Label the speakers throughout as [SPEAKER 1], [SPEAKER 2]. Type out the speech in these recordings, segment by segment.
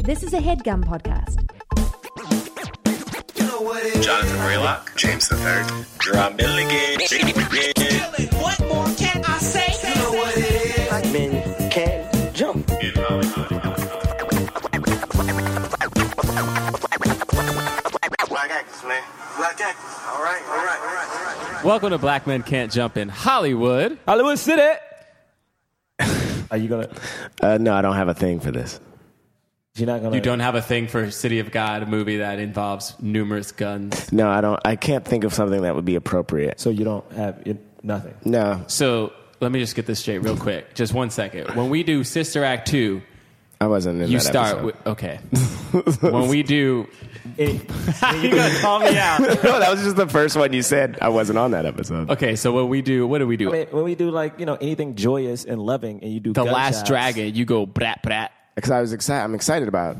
[SPEAKER 1] This is a headgum podcast.
[SPEAKER 2] Jonathan Raylock,
[SPEAKER 3] James the Third.
[SPEAKER 2] Drum Milligan,
[SPEAKER 4] What more can I say?
[SPEAKER 5] black men can jump.
[SPEAKER 3] Black actors, man. Black actors. All right, all right, all right, all right.
[SPEAKER 6] Welcome to Black Men Can't Jump in Hollywood.
[SPEAKER 7] Hollywood City.
[SPEAKER 5] Are you gonna?
[SPEAKER 7] Uh, no, I don't have a thing for this.
[SPEAKER 5] You're not gonna.
[SPEAKER 6] You don't have a thing for City of God, a movie that involves numerous guns.
[SPEAKER 7] No, I don't. I can't think of something that would be appropriate.
[SPEAKER 5] So you don't have it, nothing.
[SPEAKER 7] No,
[SPEAKER 6] So let me just get this straight real quick. Just one second. When we do Sister Act 2,
[SPEAKER 7] I wasn't in
[SPEAKER 6] you
[SPEAKER 7] that
[SPEAKER 6] start
[SPEAKER 7] episode.
[SPEAKER 6] with. Okay. when we do.
[SPEAKER 5] Any-
[SPEAKER 6] you going to call me out.
[SPEAKER 7] no, that was just the first one you said. I wasn't on that episode.
[SPEAKER 6] Okay, so when we do. What do we do?
[SPEAKER 5] I mean, when we do like you know anything joyous and loving, and you do
[SPEAKER 6] the
[SPEAKER 5] gunshots,
[SPEAKER 6] Last Dragon, you go brat brat.
[SPEAKER 7] Because I was excited. I'm excited about.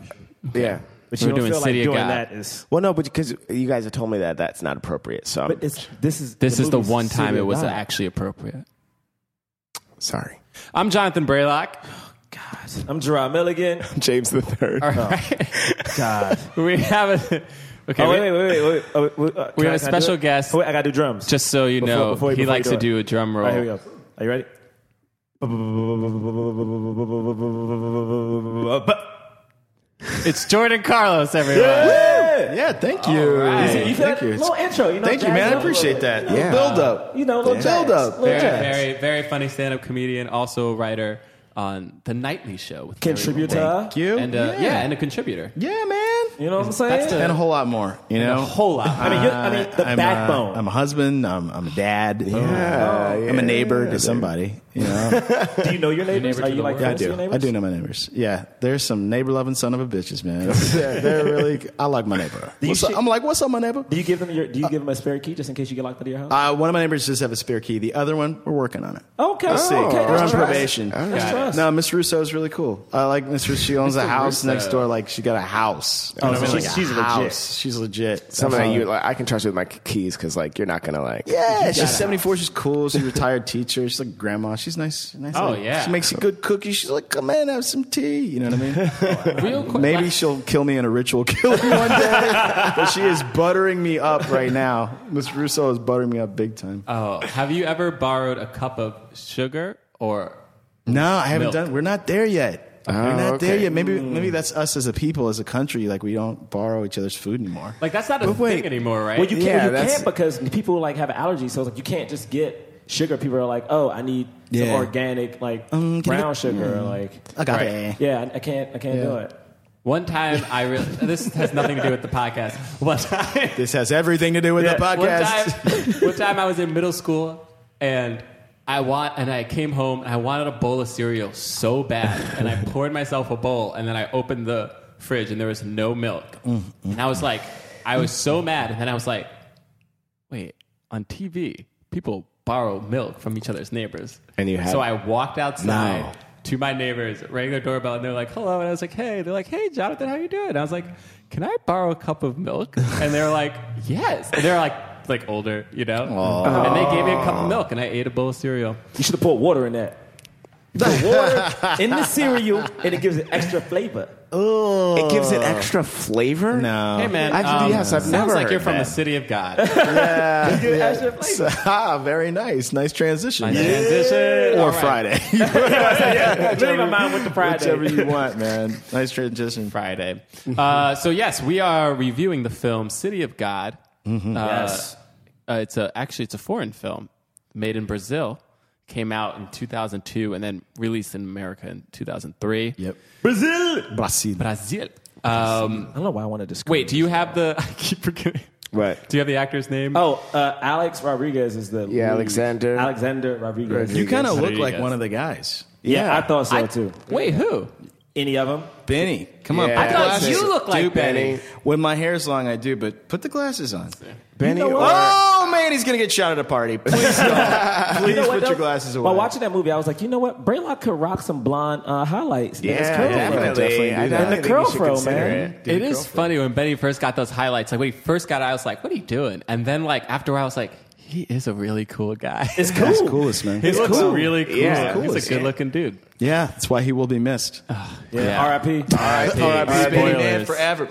[SPEAKER 7] Yeah.
[SPEAKER 5] but
[SPEAKER 6] We're
[SPEAKER 5] you don't
[SPEAKER 6] doing
[SPEAKER 5] feel
[SPEAKER 6] City
[SPEAKER 5] like
[SPEAKER 6] of
[SPEAKER 5] doing
[SPEAKER 6] God.
[SPEAKER 5] that is.
[SPEAKER 7] Well, no, but because you guys have told me that that's not appropriate, so I'm
[SPEAKER 5] But it's this is
[SPEAKER 6] This is the
[SPEAKER 5] movie's
[SPEAKER 6] one time
[SPEAKER 5] City
[SPEAKER 6] it
[SPEAKER 5] of
[SPEAKER 6] was
[SPEAKER 5] God.
[SPEAKER 6] actually appropriate.
[SPEAKER 7] sorry.
[SPEAKER 6] I'm Jonathan Braylock.
[SPEAKER 5] I'm Gerard Milligan.
[SPEAKER 7] James the Third.
[SPEAKER 5] Oh. God.
[SPEAKER 6] We have a. Okay.
[SPEAKER 5] oh
[SPEAKER 6] we-
[SPEAKER 5] wait, wait, wait, wait. wait. Oh, wait, uh,
[SPEAKER 6] We have a
[SPEAKER 5] can I- can I do
[SPEAKER 6] special
[SPEAKER 5] it?
[SPEAKER 6] guest.
[SPEAKER 5] Oh, wait, I gotta do drums.
[SPEAKER 6] Just so you
[SPEAKER 5] Before-
[SPEAKER 6] know,
[SPEAKER 5] before-
[SPEAKER 6] he
[SPEAKER 5] before
[SPEAKER 6] likes
[SPEAKER 5] you
[SPEAKER 6] to
[SPEAKER 5] do
[SPEAKER 6] do a drum roll.
[SPEAKER 5] All right, here we go. Are you ready?
[SPEAKER 6] It's Jordan Carlos, everyone.
[SPEAKER 8] Yeah, thank you.
[SPEAKER 6] right.
[SPEAKER 8] Thank
[SPEAKER 5] You feel that
[SPEAKER 8] you.
[SPEAKER 5] little intro, you know?
[SPEAKER 8] Thank you,
[SPEAKER 5] jazz
[SPEAKER 8] man. I
[SPEAKER 5] it up a little
[SPEAKER 8] appreciate
[SPEAKER 5] bit.
[SPEAKER 8] that.
[SPEAKER 7] Yeah.
[SPEAKER 8] Build up.
[SPEAKER 5] You know, little
[SPEAKER 8] Build
[SPEAKER 5] jazz,
[SPEAKER 8] up.
[SPEAKER 5] little
[SPEAKER 6] Very,
[SPEAKER 5] jazz.
[SPEAKER 6] very, very funny stand-up comedian, also a writer on the Nightly Show. With Larry
[SPEAKER 5] Contributor.
[SPEAKER 8] Thank you.
[SPEAKER 6] Gold. and uh, yeah. and a contributor.
[SPEAKER 8] Yeah, man.
[SPEAKER 5] You know what I'm saying?
[SPEAKER 6] That's the-
[SPEAKER 8] And a whole lot more, you know?
[SPEAKER 6] A whole lot.
[SPEAKER 5] I mean, you're, I mean, the
[SPEAKER 8] I'm
[SPEAKER 5] backbone.
[SPEAKER 8] A, I'm a husband. I'm, I'm a dad.
[SPEAKER 7] Yeah,
[SPEAKER 8] I'm a neighbor to somebody. You know,
[SPEAKER 5] do you know your neighbors?
[SPEAKER 6] neighbor to
[SPEAKER 5] Are you
[SPEAKER 6] the
[SPEAKER 5] like
[SPEAKER 6] world.
[SPEAKER 8] I
[SPEAKER 5] friends with
[SPEAKER 8] do.
[SPEAKER 5] your neighbors?
[SPEAKER 8] I do know my neighbors. Yeah, there's some neighbor loving son of a bitches, man. they're, they're really. I like my neighbor.
[SPEAKER 5] you
[SPEAKER 8] What's up?
[SPEAKER 5] sh-
[SPEAKER 8] I'm like, what's up, my neighbor?
[SPEAKER 5] Do you give them your? Do you give them a spare key just in case you get locked out of your house?
[SPEAKER 8] Uh, one of my neighbors just have a spare key. The other one, we're working on it.
[SPEAKER 5] okay,
[SPEAKER 8] We'll see.
[SPEAKER 5] Oh, okay,
[SPEAKER 8] We're on
[SPEAKER 5] that's trust.
[SPEAKER 8] probation.
[SPEAKER 5] That's trust.
[SPEAKER 8] No, Miss Russo is really cool. I like Miss Russo. She owns a house
[SPEAKER 6] Russo.
[SPEAKER 8] next door. Like she got a house.
[SPEAKER 5] Oh,
[SPEAKER 8] You know
[SPEAKER 5] so
[SPEAKER 8] what I mean?
[SPEAKER 5] she's-
[SPEAKER 8] Like,
[SPEAKER 5] she's
[SPEAKER 8] a
[SPEAKER 5] legit.
[SPEAKER 8] house. She's legit. Uh-huh.
[SPEAKER 7] Something that
[SPEAKER 8] That's
[SPEAKER 7] you
[SPEAKER 8] all.
[SPEAKER 7] like, I can trust you with my keys because like you're not gonna like.
[SPEAKER 8] Yeah, she's 74. She's cool. She's a retired teacher. She's like grandma. She's nice. nice
[SPEAKER 6] Oh,
[SPEAKER 8] lady.
[SPEAKER 6] yeah.
[SPEAKER 8] She makes you good cookies. She's like, come in, have some tea. You know what I mean?
[SPEAKER 6] Real quick,
[SPEAKER 8] Maybe she'll kill me in a ritual killing one day. but she is buttering me up right now. Miss Russo is buttering me up big time.
[SPEAKER 6] Oh, have you ever borrowed a cup of sugar or?
[SPEAKER 8] No, I haven't
[SPEAKER 6] Milk.
[SPEAKER 8] done. We're not there yet. we're not there
[SPEAKER 7] okay.
[SPEAKER 8] yet. Maybe maybe that's us as a people, as a country. Like we don't borrow each other's food anymore.
[SPEAKER 6] Like that's not a
[SPEAKER 7] But wait.
[SPEAKER 6] thing anymore, right?
[SPEAKER 5] Well, you can't.
[SPEAKER 7] Yeah,
[SPEAKER 5] you
[SPEAKER 7] that's-
[SPEAKER 5] can't because people like have allergies, so it's like you can't just get sugar. People are like, oh, I need
[SPEAKER 8] Yeah.
[SPEAKER 5] some organic like
[SPEAKER 8] Um, can I
[SPEAKER 5] brown
[SPEAKER 8] get-
[SPEAKER 5] sugar. or Like,
[SPEAKER 8] I got it.
[SPEAKER 5] yeah, I- I can't. I can't
[SPEAKER 8] Yeah.
[SPEAKER 5] do it.
[SPEAKER 6] One time, I really this has nothing to do with the podcast. One time,
[SPEAKER 8] This has everything to do with the
[SPEAKER 6] One
[SPEAKER 8] podcast.
[SPEAKER 6] time, one time I was in middle school and I want and I came home and I wanted a bowl of cereal so bad and I poured myself a bowl and then I opened the fridge and there was no milk
[SPEAKER 7] Mm,
[SPEAKER 6] and I was like I was so mad and then I was like wait on TV people borrow milk from each other's neighbors
[SPEAKER 7] And you had-
[SPEAKER 6] so I walked outside.
[SPEAKER 7] No.
[SPEAKER 6] To my neighbors, rang their doorbell, and they're like, "Hello," and I was like, "Hey," they're like, "Hey, Jonathan, how you doing?" And I was like, "Can I borrow a cup of milk?" And they're like, "Yes." And they're like, like older, you know. And they gave me a cup of milk, and I ate a bowl of cereal.
[SPEAKER 5] You should have poured water in that. The water in the cereal, and it gives it extra flavor.
[SPEAKER 7] It gives it extra flavor.
[SPEAKER 8] Oh, No.
[SPEAKER 6] Hey man,
[SPEAKER 7] I've-
[SPEAKER 6] um,
[SPEAKER 7] yes, I've
[SPEAKER 6] sounds
[SPEAKER 7] never
[SPEAKER 6] like you're
[SPEAKER 7] heard
[SPEAKER 6] from
[SPEAKER 7] that.
[SPEAKER 6] the city of God.
[SPEAKER 5] Extra flavor.
[SPEAKER 8] So, ah, very nice. Nice transition.
[SPEAKER 6] Transition.
[SPEAKER 8] Or
[SPEAKER 6] All right.
[SPEAKER 8] Friday.
[SPEAKER 5] Literally, my mind went to
[SPEAKER 8] Whichever
[SPEAKER 5] Friday.
[SPEAKER 8] you want, man. Nice transition.
[SPEAKER 6] Friday. Uh, so yes, we are reviewing the film City of God. Uh,
[SPEAKER 5] Yes.
[SPEAKER 6] uh, it's a actually it's a foreign film made in Brazil. Came out in 2002 and then released in America in 2003.
[SPEAKER 8] Yep.
[SPEAKER 5] Brazil.
[SPEAKER 8] Brazil.
[SPEAKER 6] Brazil. Um,
[SPEAKER 5] I don't know why I want to describe.
[SPEAKER 6] wait, do you have the? I keep forgetting.
[SPEAKER 7] What?
[SPEAKER 6] Do you have the actor's name?
[SPEAKER 5] Oh, uh, Alex Rodriguez is the lead.
[SPEAKER 7] Alexander.
[SPEAKER 5] Alexander Rodriguez.
[SPEAKER 8] You kind of
[SPEAKER 6] Rodriguez.
[SPEAKER 8] look like one of the guys.
[SPEAKER 5] yeah, I thought so
[SPEAKER 6] I-
[SPEAKER 5] too.
[SPEAKER 6] Wait, who?
[SPEAKER 5] Any of them?
[SPEAKER 8] Benny. Come on.
[SPEAKER 7] Yeah.
[SPEAKER 8] put
[SPEAKER 6] I
[SPEAKER 8] the
[SPEAKER 6] thought
[SPEAKER 8] glasses-
[SPEAKER 6] you looked like
[SPEAKER 8] Dude,
[SPEAKER 6] Benny.
[SPEAKER 8] When my hair's long, I do, but put the glasses on.
[SPEAKER 7] Benny
[SPEAKER 5] You know
[SPEAKER 7] or
[SPEAKER 5] what?
[SPEAKER 8] Oh, man, he's going to get shot at a party. Please don't. Please
[SPEAKER 5] You know what,
[SPEAKER 8] put your
[SPEAKER 5] though?
[SPEAKER 8] glasses away.
[SPEAKER 5] While watching that movie, I was like, you know what? Braylock could rock some blonde uh, highlights. man. It's
[SPEAKER 7] yeah,
[SPEAKER 5] curl fro.
[SPEAKER 7] definitely.
[SPEAKER 8] do
[SPEAKER 7] I
[SPEAKER 8] that.
[SPEAKER 7] don't
[SPEAKER 8] And
[SPEAKER 5] the
[SPEAKER 7] think
[SPEAKER 5] curl
[SPEAKER 7] you should
[SPEAKER 5] fro,
[SPEAKER 7] consider
[SPEAKER 5] man.
[SPEAKER 7] it.
[SPEAKER 6] it is funny when Benny first got those highlights. Like when he first got, it, I was like, "What are you doing?" And then like after a while, I was like, He is a really cool guy.
[SPEAKER 5] It's cool.
[SPEAKER 8] That's coolest, man.
[SPEAKER 6] he looks
[SPEAKER 5] cool.
[SPEAKER 6] really cool.
[SPEAKER 7] Yeah.
[SPEAKER 6] he's
[SPEAKER 7] Coolest,
[SPEAKER 6] a good looking dude.
[SPEAKER 8] Yeah, that's why he will be missed.
[SPEAKER 5] R.I.P.
[SPEAKER 6] Spoilers.
[SPEAKER 7] forever.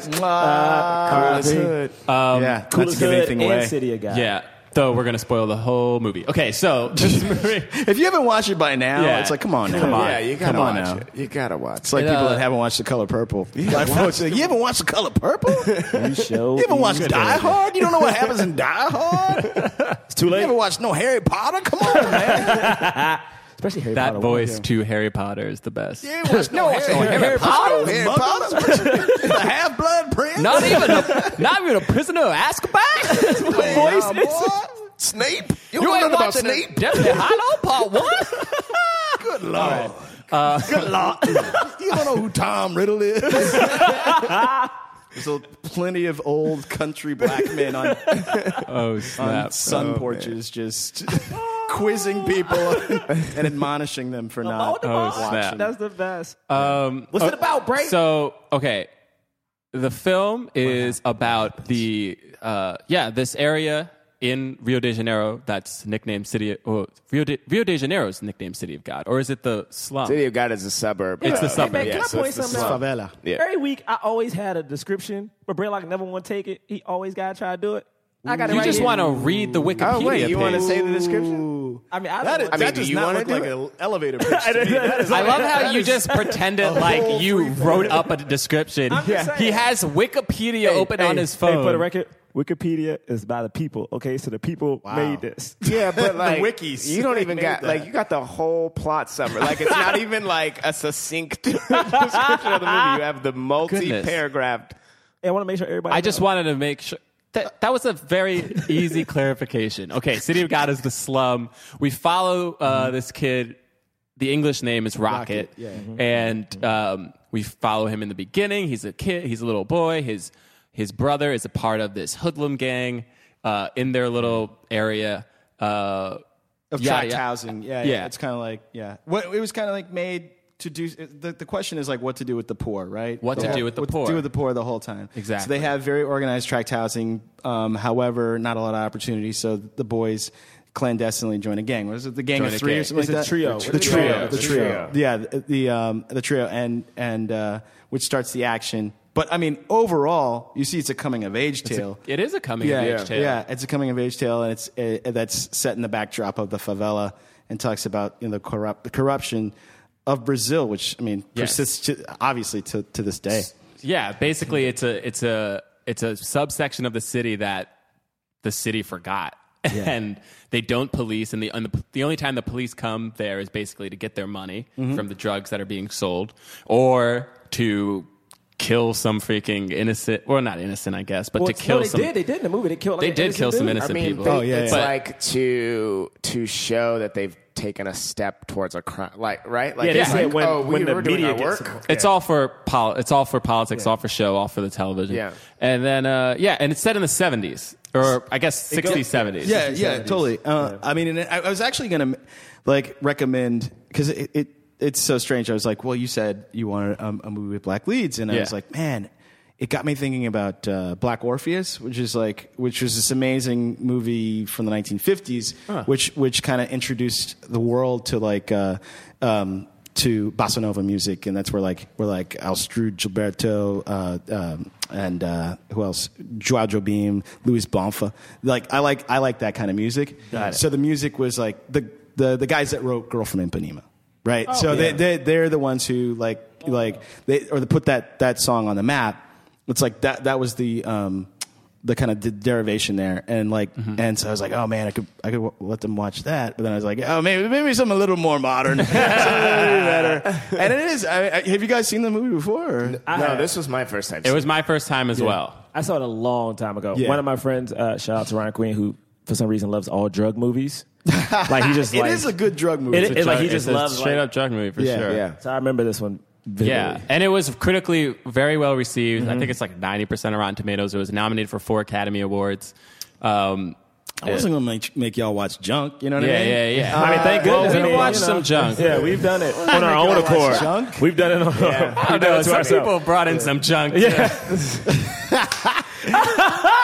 [SPEAKER 5] R.I.P.
[SPEAKER 8] yeah, not to
[SPEAKER 5] Coolest
[SPEAKER 8] give
[SPEAKER 5] hood
[SPEAKER 8] anything
[SPEAKER 5] and
[SPEAKER 8] away.
[SPEAKER 5] city of God.
[SPEAKER 6] Yeah. Though we're gonna spoil the whole movie. Okay, so this movie-
[SPEAKER 8] If you haven't watched it by now,
[SPEAKER 6] Yeah.
[SPEAKER 8] it's like, come on, now. come on,
[SPEAKER 7] Yeah, you gotta
[SPEAKER 8] come on
[SPEAKER 7] watch
[SPEAKER 8] now.
[SPEAKER 7] it. You gotta watch.
[SPEAKER 8] It's like
[SPEAKER 6] It,
[SPEAKER 8] people
[SPEAKER 6] uh,
[SPEAKER 8] that haven't watched The Color Purple. Like, folks, like, you haven't watched The Color Purple? you
[SPEAKER 5] You show.
[SPEAKER 8] haven't watched
[SPEAKER 5] me
[SPEAKER 8] Die
[SPEAKER 5] that.
[SPEAKER 8] Hard? You don't know what happens in Die Hard?
[SPEAKER 5] It's too
[SPEAKER 8] You
[SPEAKER 5] late.
[SPEAKER 8] haven't watched no Harry Potter? Come on, man.
[SPEAKER 5] Especially Harry
[SPEAKER 6] that
[SPEAKER 5] Potter.
[SPEAKER 6] voice to Harry Potter is the best.
[SPEAKER 8] You haven't watched no Harry, Harry Potter? Harry Potter? the Half Blood Prince?
[SPEAKER 6] Not even a not even a prisoner of Azkaban.
[SPEAKER 8] voice. Snape? You, don't know about Snape?
[SPEAKER 6] Deathly Hollow Part One.
[SPEAKER 8] Good lord.
[SPEAKER 2] Uh,
[SPEAKER 8] Good lord. you don't know who Tom Riddle is. There's a, plenty of old country black men on,
[SPEAKER 6] Oh
[SPEAKER 8] on
[SPEAKER 6] snap!
[SPEAKER 8] sun porches just quizzing people and admonishing them for not
[SPEAKER 6] Oh,
[SPEAKER 8] watching.
[SPEAKER 6] snap.
[SPEAKER 5] That's the best.
[SPEAKER 6] Um,
[SPEAKER 5] What's it about, Bray?
[SPEAKER 6] So okay, the film is about the uh, yeah this area in Rio de Janeiro that's nicknamed city. Or Rio de, Rio de Janeiro is nicknamed city of God, or is it the slum?
[SPEAKER 7] City of God is a suburb.
[SPEAKER 6] It's the
[SPEAKER 7] of-
[SPEAKER 6] suburb,
[SPEAKER 5] Man,
[SPEAKER 6] yeah,
[SPEAKER 5] can I
[SPEAKER 7] so
[SPEAKER 5] point
[SPEAKER 7] it's the
[SPEAKER 5] something out?
[SPEAKER 7] slum.
[SPEAKER 8] Favela.
[SPEAKER 7] Yeah.
[SPEAKER 5] Every week, I always had a description, but Braylock never want to take it. He always got to try to do it. I got it
[SPEAKER 6] you
[SPEAKER 5] right
[SPEAKER 6] just
[SPEAKER 5] here.
[SPEAKER 6] want to read the Wikipedia
[SPEAKER 7] Oh wait, you want to
[SPEAKER 6] page.
[SPEAKER 7] say the description?
[SPEAKER 5] I mean, I
[SPEAKER 8] That, is,
[SPEAKER 5] don't
[SPEAKER 8] I
[SPEAKER 5] want
[SPEAKER 7] mean,
[SPEAKER 8] that
[SPEAKER 7] do
[SPEAKER 8] does
[SPEAKER 7] you
[SPEAKER 8] not
[SPEAKER 7] wanna
[SPEAKER 8] look
[SPEAKER 7] do
[SPEAKER 8] like
[SPEAKER 7] it?
[SPEAKER 8] an elevator pitch to me.
[SPEAKER 5] That is-
[SPEAKER 6] I love how
[SPEAKER 8] That
[SPEAKER 6] you
[SPEAKER 8] is
[SPEAKER 6] just pretended like you wrote up a description.
[SPEAKER 5] I'm just saying.
[SPEAKER 6] He has Wikipedia open on his
[SPEAKER 5] Hey,
[SPEAKER 6] phone.
[SPEAKER 5] for the record, Wikipedia is by the people. Okay, so the people made this.
[SPEAKER 7] Yeah, but like
[SPEAKER 8] wikis.
[SPEAKER 7] you don't even
[SPEAKER 8] They
[SPEAKER 7] got
[SPEAKER 8] made
[SPEAKER 7] like
[SPEAKER 8] that.
[SPEAKER 7] you got the whole plot summary. Like it's not even like a succinct description of the movie. You have the multi-paragraph.
[SPEAKER 5] I want to make sure everybody.
[SPEAKER 6] I just
[SPEAKER 5] knows.
[SPEAKER 6] wanted to make sure. That, that was a very easy clarification. Okay, City of God is the slum. We follow uh,
[SPEAKER 5] Mm-hmm.
[SPEAKER 6] this kid. The English name is Rocket.
[SPEAKER 5] mm-hmm.
[SPEAKER 6] And um, we follow him in the beginning. He's a kid, he's a little boy. His, his brother is a part of this hoodlum gang uh, in their little area. Uh,
[SPEAKER 8] of
[SPEAKER 6] Yeah,
[SPEAKER 8] tract
[SPEAKER 6] yeah.
[SPEAKER 8] housing. Yeah, yeah.
[SPEAKER 6] Yeah.
[SPEAKER 8] It's kind of like yeah. What it was kind of like made to do. The, the question is like what to do with the poor, right?
[SPEAKER 6] What to
[SPEAKER 8] whole-
[SPEAKER 6] do with the
[SPEAKER 8] what
[SPEAKER 6] poor.
[SPEAKER 8] To do with the poor the whole time. So
[SPEAKER 6] Exactly.
[SPEAKER 8] they have very organized tract housing. Um, however, not a lot of opportunity. So the boys clandestinely join a gang. Was it the gang
[SPEAKER 6] Join
[SPEAKER 8] of
[SPEAKER 6] a
[SPEAKER 8] three
[SPEAKER 6] gang.
[SPEAKER 8] or something
[SPEAKER 5] It's
[SPEAKER 8] like
[SPEAKER 5] a
[SPEAKER 8] that?
[SPEAKER 5] trio.
[SPEAKER 8] The
[SPEAKER 5] The
[SPEAKER 8] trio.
[SPEAKER 5] trio.
[SPEAKER 8] The
[SPEAKER 5] The
[SPEAKER 8] trio.
[SPEAKER 5] trio.
[SPEAKER 8] Yeah, the the, um, the trio and and uh, which starts the action. But I mean, overall, you see, it's a coming of age tale
[SPEAKER 6] it is a coming of age tale.
[SPEAKER 8] yeah, Uh, it's a coming of age tale, and it's uh, that's set in the backdrop of the favela and talks about you know the corrupt the corruption of Brazil, which I mean
[SPEAKER 6] Yes.
[SPEAKER 8] persists to, obviously to to this day.
[SPEAKER 6] Yeah, basically it's a it's a it's a subsection of the city that the city forgot. and they don't police and the, and the the only time the police come there is basically to get their money from the drugs that are being sold or to kill some freaking innocent or not innocent I guess, but
[SPEAKER 5] Well,
[SPEAKER 6] to
[SPEAKER 5] no,
[SPEAKER 6] kill
[SPEAKER 5] they
[SPEAKER 6] some
[SPEAKER 5] did. They did in the movie. They killed. Like
[SPEAKER 6] They
[SPEAKER 5] an
[SPEAKER 6] did kill some
[SPEAKER 5] dude.
[SPEAKER 6] innocent-
[SPEAKER 7] I mean,
[SPEAKER 6] people.
[SPEAKER 7] they-
[SPEAKER 6] Oh,
[SPEAKER 8] yeah,
[SPEAKER 7] it's
[SPEAKER 8] yeah.
[SPEAKER 7] like to to show that they've taken a step towards a crime. Like right? Like
[SPEAKER 5] Yeah, they
[SPEAKER 7] it's
[SPEAKER 5] say
[SPEAKER 7] like,
[SPEAKER 5] when-
[SPEAKER 7] oh, we
[SPEAKER 5] when the
[SPEAKER 7] were doing
[SPEAKER 5] media
[SPEAKER 7] our
[SPEAKER 5] gets
[SPEAKER 7] work.
[SPEAKER 5] involved.
[SPEAKER 6] It's all for pol- it's all for politics, all for show, all for the television.
[SPEAKER 7] Yeah.
[SPEAKER 6] And then uh, yeah, and it's set in the 70s or I guess 60s 70s.
[SPEAKER 8] Yeah, yeah, totally. Uh, I mean, and I, I was actually gonna like recommend because it, it it's so strange. I was like, well, you said you wanted um, a movie with black leads, and I
[SPEAKER 6] Yeah.
[SPEAKER 8] was like, man. It got me thinking about uh, Black Orpheus, which is like, which was this amazing movie from the 1950s, which which kind of introduced the world to like uh, um, to bossa nova music, and that's where like where like Alstrud Gilberto uh, um, and uh, who else, Joao Jobim, Luis Bonfa. Like I like I like that kind of music. So the music was like the the the guys that wrote "Girl from Ipanema," right?
[SPEAKER 5] Oh,
[SPEAKER 8] so they, they they're the ones who like like they or they put that that song on the map. It's like that that was the um the kind of de- derivation there, and like,
[SPEAKER 5] Mm-hmm.
[SPEAKER 8] and so I was like, oh man, I could I could w- let them watch that, but then I was like, oh maybe maybe something a little more modern, something better. And it is. I, I, have you guys seen the movie before? or-
[SPEAKER 7] No, this was my first time.
[SPEAKER 6] It was my first time as well.
[SPEAKER 5] I saw it a long time ago.
[SPEAKER 8] Yeah.
[SPEAKER 5] One of my friends, uh, shout out to Ryan Queen, who for some reason loves all drug movies. like he just
[SPEAKER 8] It
[SPEAKER 5] like,
[SPEAKER 8] is a good drug movie.
[SPEAKER 5] It-
[SPEAKER 8] It's
[SPEAKER 5] it- like he
[SPEAKER 6] It's
[SPEAKER 5] just
[SPEAKER 6] a
[SPEAKER 5] loves
[SPEAKER 6] straight
[SPEAKER 5] like,
[SPEAKER 6] up drug movie for
[SPEAKER 8] Yeah,
[SPEAKER 6] sure.
[SPEAKER 7] yeah.
[SPEAKER 5] So I remember this one. Vividly.
[SPEAKER 6] Yeah, and it was critically very well received. I think it's like ninety percent of Rotten Tomatoes. It was nominated for four Academy Awards. Um,
[SPEAKER 8] I wasn't gonna make, make y'all watch junk. You know what I
[SPEAKER 6] yeah,
[SPEAKER 8] mean?
[SPEAKER 6] yeah, yeah. Uh,
[SPEAKER 5] I mean, thank
[SPEAKER 6] Well,
[SPEAKER 5] goodness.
[SPEAKER 6] we
[SPEAKER 5] I mean,
[SPEAKER 6] watched
[SPEAKER 5] you know.
[SPEAKER 6] some junk.
[SPEAKER 5] Yeah, we've done it on our own
[SPEAKER 8] Watch
[SPEAKER 5] accord.
[SPEAKER 8] Junk?
[SPEAKER 5] We've done it on.
[SPEAKER 6] I
[SPEAKER 5] we've done
[SPEAKER 6] know
[SPEAKER 5] it to
[SPEAKER 6] some
[SPEAKER 5] ourselves.
[SPEAKER 6] people brought in some junk. Yeah,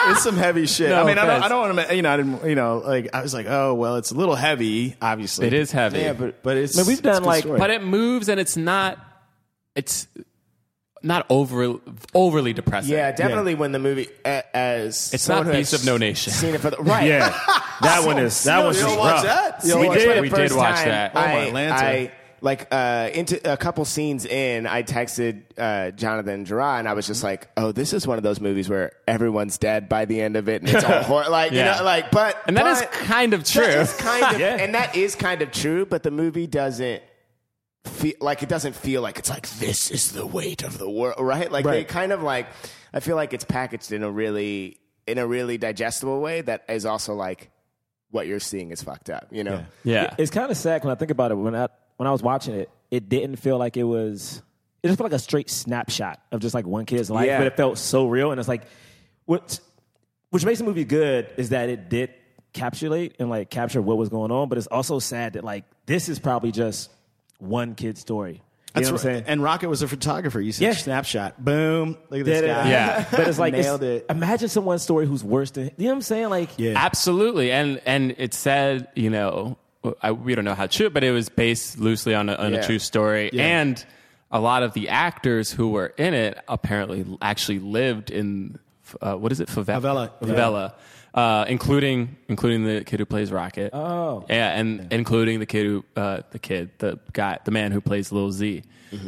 [SPEAKER 8] it's some heavy shit.
[SPEAKER 6] No
[SPEAKER 8] I mean, I don't,
[SPEAKER 6] offense.
[SPEAKER 8] I don't want to, you know, I didn't, you know, like I was like, oh well, it's a little heavy, obviously.
[SPEAKER 6] It is heavy.
[SPEAKER 8] Yeah, but but it's.
[SPEAKER 5] Man, we've
[SPEAKER 8] it's a
[SPEAKER 5] done,
[SPEAKER 8] good
[SPEAKER 5] like,
[SPEAKER 8] story.
[SPEAKER 6] but it moves and it's not it's not over overly depressing.
[SPEAKER 7] Yeah, definitely when the movie a- as
[SPEAKER 6] It's
[SPEAKER 7] someone
[SPEAKER 6] not
[SPEAKER 7] who
[SPEAKER 6] Beast
[SPEAKER 7] has
[SPEAKER 6] of No Nation.
[SPEAKER 7] Seen it for the right.
[SPEAKER 9] Yeah, that one is that one's
[SPEAKER 8] you
[SPEAKER 9] just
[SPEAKER 8] don't
[SPEAKER 9] rough.
[SPEAKER 8] watch that? You
[SPEAKER 9] we
[SPEAKER 8] don't watch
[SPEAKER 9] did.
[SPEAKER 6] that? We did watch
[SPEAKER 7] time,
[SPEAKER 6] that.
[SPEAKER 8] Oh, my
[SPEAKER 7] I,
[SPEAKER 8] Atlanta.
[SPEAKER 7] I- like uh, into a couple scenes in, I texted uh, Jonathan Gerard, and I was
[SPEAKER 6] Mm-hmm.
[SPEAKER 7] just like, "Oh, this is one of those movies where everyone's dead by the end of it, and it's all horror." Like,
[SPEAKER 6] Yeah.
[SPEAKER 7] you know, like, but
[SPEAKER 6] And that is
[SPEAKER 7] but-
[SPEAKER 6] kind of
[SPEAKER 7] That
[SPEAKER 6] true.
[SPEAKER 7] is kind of,
[SPEAKER 9] Yeah.
[SPEAKER 7] and that is kind of true. But the movie doesn't feel like it doesn't feel like it's like this is the weight of the world, right? Like they
[SPEAKER 8] Right.
[SPEAKER 7] kind of like I feel like it's packaged in a really in a really digestible way that is also like what you're seeing is fucked up, you know?
[SPEAKER 6] Yeah.
[SPEAKER 5] It's kind of sad when I think about it. When I when I was watching it, it didn't feel like it was. It just felt like a straight snapshot of just like one kid's life,
[SPEAKER 7] Yeah.
[SPEAKER 5] but it felt so real. And it's like, what, which makes the movie good is that it did capsulate and like capture what was going on. But it's also sad that like this is probably just one kid's story. You know what I'm
[SPEAKER 8] right.
[SPEAKER 5] saying?
[SPEAKER 8] And Rocket was a photographer. You said
[SPEAKER 5] Yeah.
[SPEAKER 8] snapshot. Boom. Look at this
[SPEAKER 5] Yeah.
[SPEAKER 8] guy.
[SPEAKER 6] Yeah.
[SPEAKER 5] but it's like it's-
[SPEAKER 8] Nailed it.
[SPEAKER 5] imagine someone's story who's worse than you know what I'm saying. Like
[SPEAKER 8] Yeah.
[SPEAKER 6] Absolutely. And and it said, you know, I, we don't know how true, but it was based loosely on a, on
[SPEAKER 7] Yeah.
[SPEAKER 6] a true story. And a lot of the actors who were in it apparently actually lived in uh, what is it? Favela.
[SPEAKER 8] Favela.
[SPEAKER 6] Favela. Uh, including including the kid who plays Rocket. Oh. Yeah, and including the kid who uh, the kid, the guy, the man who plays Lil Z.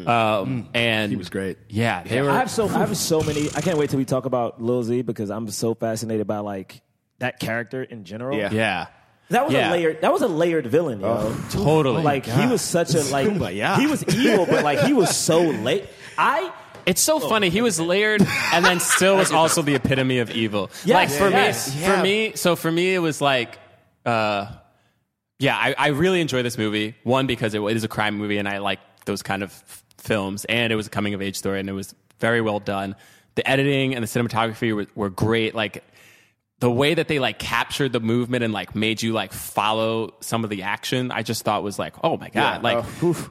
[SPEAKER 6] Um, and he
[SPEAKER 8] was great.
[SPEAKER 6] Yeah, they were
[SPEAKER 5] I have so I have so many. I can't wait till we talk about Lil Z because I'm so fascinated by like that character in general.
[SPEAKER 7] Yeah.
[SPEAKER 6] yeah.
[SPEAKER 5] that was
[SPEAKER 6] Yeah. Oh.
[SPEAKER 5] a layered. That was a layered villain, yo.
[SPEAKER 6] Totally.
[SPEAKER 5] like he was such a like
[SPEAKER 8] Kumbaya.
[SPEAKER 5] he was evil, but like he was so late. I
[SPEAKER 6] It's so funny. He was layered and then still was also the epitome of evil.
[SPEAKER 5] Yes,
[SPEAKER 6] like for
[SPEAKER 5] yes.
[SPEAKER 6] me, for me, so for me, it was like, uh, yeah, I, I really enjoy this movie. One because it, it is a crime movie, and I like those kind of f- films. And it was a coming of age story, and it was very well done. The editing and the cinematography were, were great. Like the way that they like captured the movement and like made you like follow some of the action, I just thought was like, oh my god, like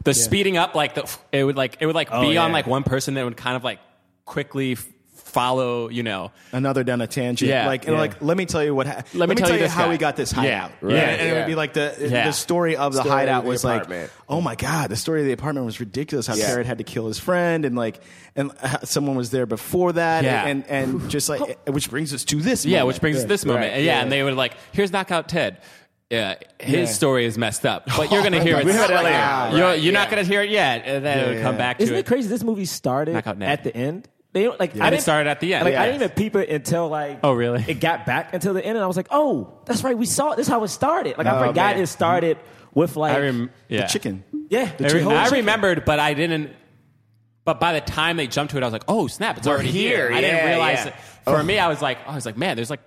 [SPEAKER 6] the speeding up, like the it would like it would like be on
[SPEAKER 5] yeah.
[SPEAKER 6] like one person that would kind of like quickly f- follow, you know,
[SPEAKER 8] Another down a tangent.
[SPEAKER 6] Yeah.
[SPEAKER 8] Like, and
[SPEAKER 6] Yeah.
[SPEAKER 8] like, let me tell you what. Ha- let, me tell, you,
[SPEAKER 6] this
[SPEAKER 8] how
[SPEAKER 6] guy.
[SPEAKER 8] we got this hideout.
[SPEAKER 6] Yeah. Right.
[SPEAKER 8] And, and it
[SPEAKER 7] Yeah.
[SPEAKER 8] would be like the
[SPEAKER 6] Yeah.
[SPEAKER 8] the story of the
[SPEAKER 7] Story of
[SPEAKER 8] hideout
[SPEAKER 7] the
[SPEAKER 8] was
[SPEAKER 7] apartment.
[SPEAKER 8] like, oh my god, the story of the apartment was ridiculous. How
[SPEAKER 7] Yeah.
[SPEAKER 8] Jared had to kill his friend, and like, and uh, someone was there before that,
[SPEAKER 6] Yeah.
[SPEAKER 8] and and just like, which brings us to this.
[SPEAKER 6] yeah,
[SPEAKER 8] moment.
[SPEAKER 6] which brings us this moment, yeah, and they were like, here's knockout Ted. Yeah, his story is messed up, but you're gonna hear it.
[SPEAKER 8] We heard that
[SPEAKER 6] later.
[SPEAKER 8] later.
[SPEAKER 6] You're, you're not gonna hear it yet, and then it'll come back to
[SPEAKER 5] isn't
[SPEAKER 6] it.
[SPEAKER 5] it crazy? This movie started
[SPEAKER 6] Knockout Ned.
[SPEAKER 5] at the end. They don't like
[SPEAKER 6] And
[SPEAKER 5] I
[SPEAKER 6] it
[SPEAKER 5] didn't
[SPEAKER 6] started at the end.
[SPEAKER 5] Like I
[SPEAKER 6] Yeah.
[SPEAKER 5] didn't even peep it until like
[SPEAKER 6] Oh, really?
[SPEAKER 5] It got back until the end, and I was like, oh, that's right. We saw it. this is how it started. Like I
[SPEAKER 8] Oh,
[SPEAKER 5] forgot
[SPEAKER 8] man.
[SPEAKER 5] it started with like
[SPEAKER 6] I rem- yeah.
[SPEAKER 8] the chicken.
[SPEAKER 5] yeah.
[SPEAKER 6] I,
[SPEAKER 5] the whole chicken.
[SPEAKER 6] remembered, but I didn't. But by the time they jumped to it, I was like, "Oh snap! It's already here."
[SPEAKER 7] here.
[SPEAKER 6] I didn't
[SPEAKER 7] Yeah,
[SPEAKER 6] realize
[SPEAKER 7] yeah.
[SPEAKER 6] it. For me, I was like, "I was like, man, there's like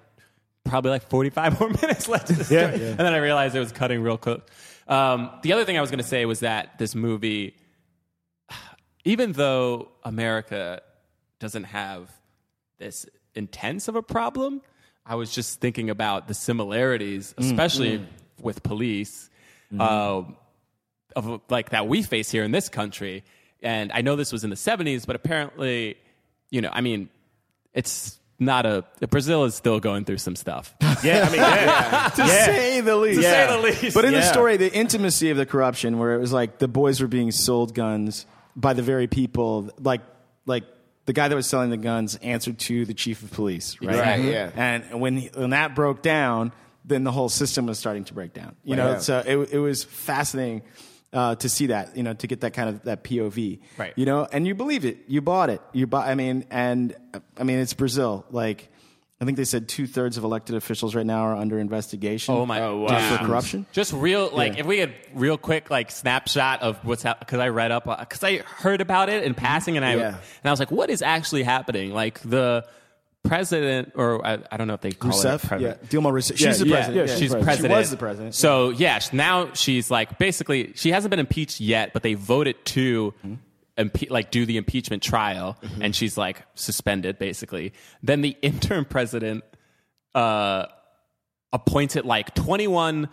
[SPEAKER 6] probably like 45 more minutes left." Of this
[SPEAKER 5] Yeah,
[SPEAKER 6] story.
[SPEAKER 5] yeah.
[SPEAKER 6] And then I realized it was cutting real quick. Um, the other thing I was going to say was that this movie, even though America doesn't have this intense of a problem, I was just thinking about the similarities, especially with police. Um, of like that we face here in this country. And I know this was in the 70s, but apparently, you know, I mean, it's not a Brazil is still going through some stuff.
[SPEAKER 9] Yeah, I mean, yeah.
[SPEAKER 8] to say the least.
[SPEAKER 6] To say the least.
[SPEAKER 8] But in the
[SPEAKER 9] Yeah.
[SPEAKER 8] story, the intimacy of the corruption, where it was like the boys were being sold guns by the very people, like like the guy that was selling the guns answered to the chief of police, right?
[SPEAKER 7] Right, Mhm. yeah.
[SPEAKER 8] And when he- when that broke down, then the whole system was starting to break down. You know,
[SPEAKER 7] yeah.
[SPEAKER 8] so it it was fascinating. Uh, to see that, you know, to get that kind of that POV,
[SPEAKER 6] Right.
[SPEAKER 8] You know, and you believe it, you bought it, you bought. I mean, and uh, I mean, it's Brazil. Like, I think they said two thirds of elected officials right now are under investigation.
[SPEAKER 6] Oh my!
[SPEAKER 8] Just for corruption.
[SPEAKER 6] Just real, like
[SPEAKER 8] Yeah.
[SPEAKER 6] if we had real quick, like snapshot of what's happening. Because I read up, because I heard about it in passing, and I
[SPEAKER 8] Yeah.
[SPEAKER 6] and I was like, what is actually happening? Like the president, or I, I don't know if they call it. a
[SPEAKER 8] Rousseff,
[SPEAKER 6] president.
[SPEAKER 8] yeah, Dilma Rousseff. She's the
[SPEAKER 6] yeah,
[SPEAKER 8] president.
[SPEAKER 6] she's
[SPEAKER 8] She was
[SPEAKER 6] president.
[SPEAKER 8] the president.
[SPEAKER 6] So yeah, sh- now she's like basically she hasn't been impeached yet, but they voted to
[SPEAKER 8] Mm-hmm.
[SPEAKER 6] impe- like do the impeachment trial, and she's like suspended basically. Then the interim president uh, appointed like twenty one.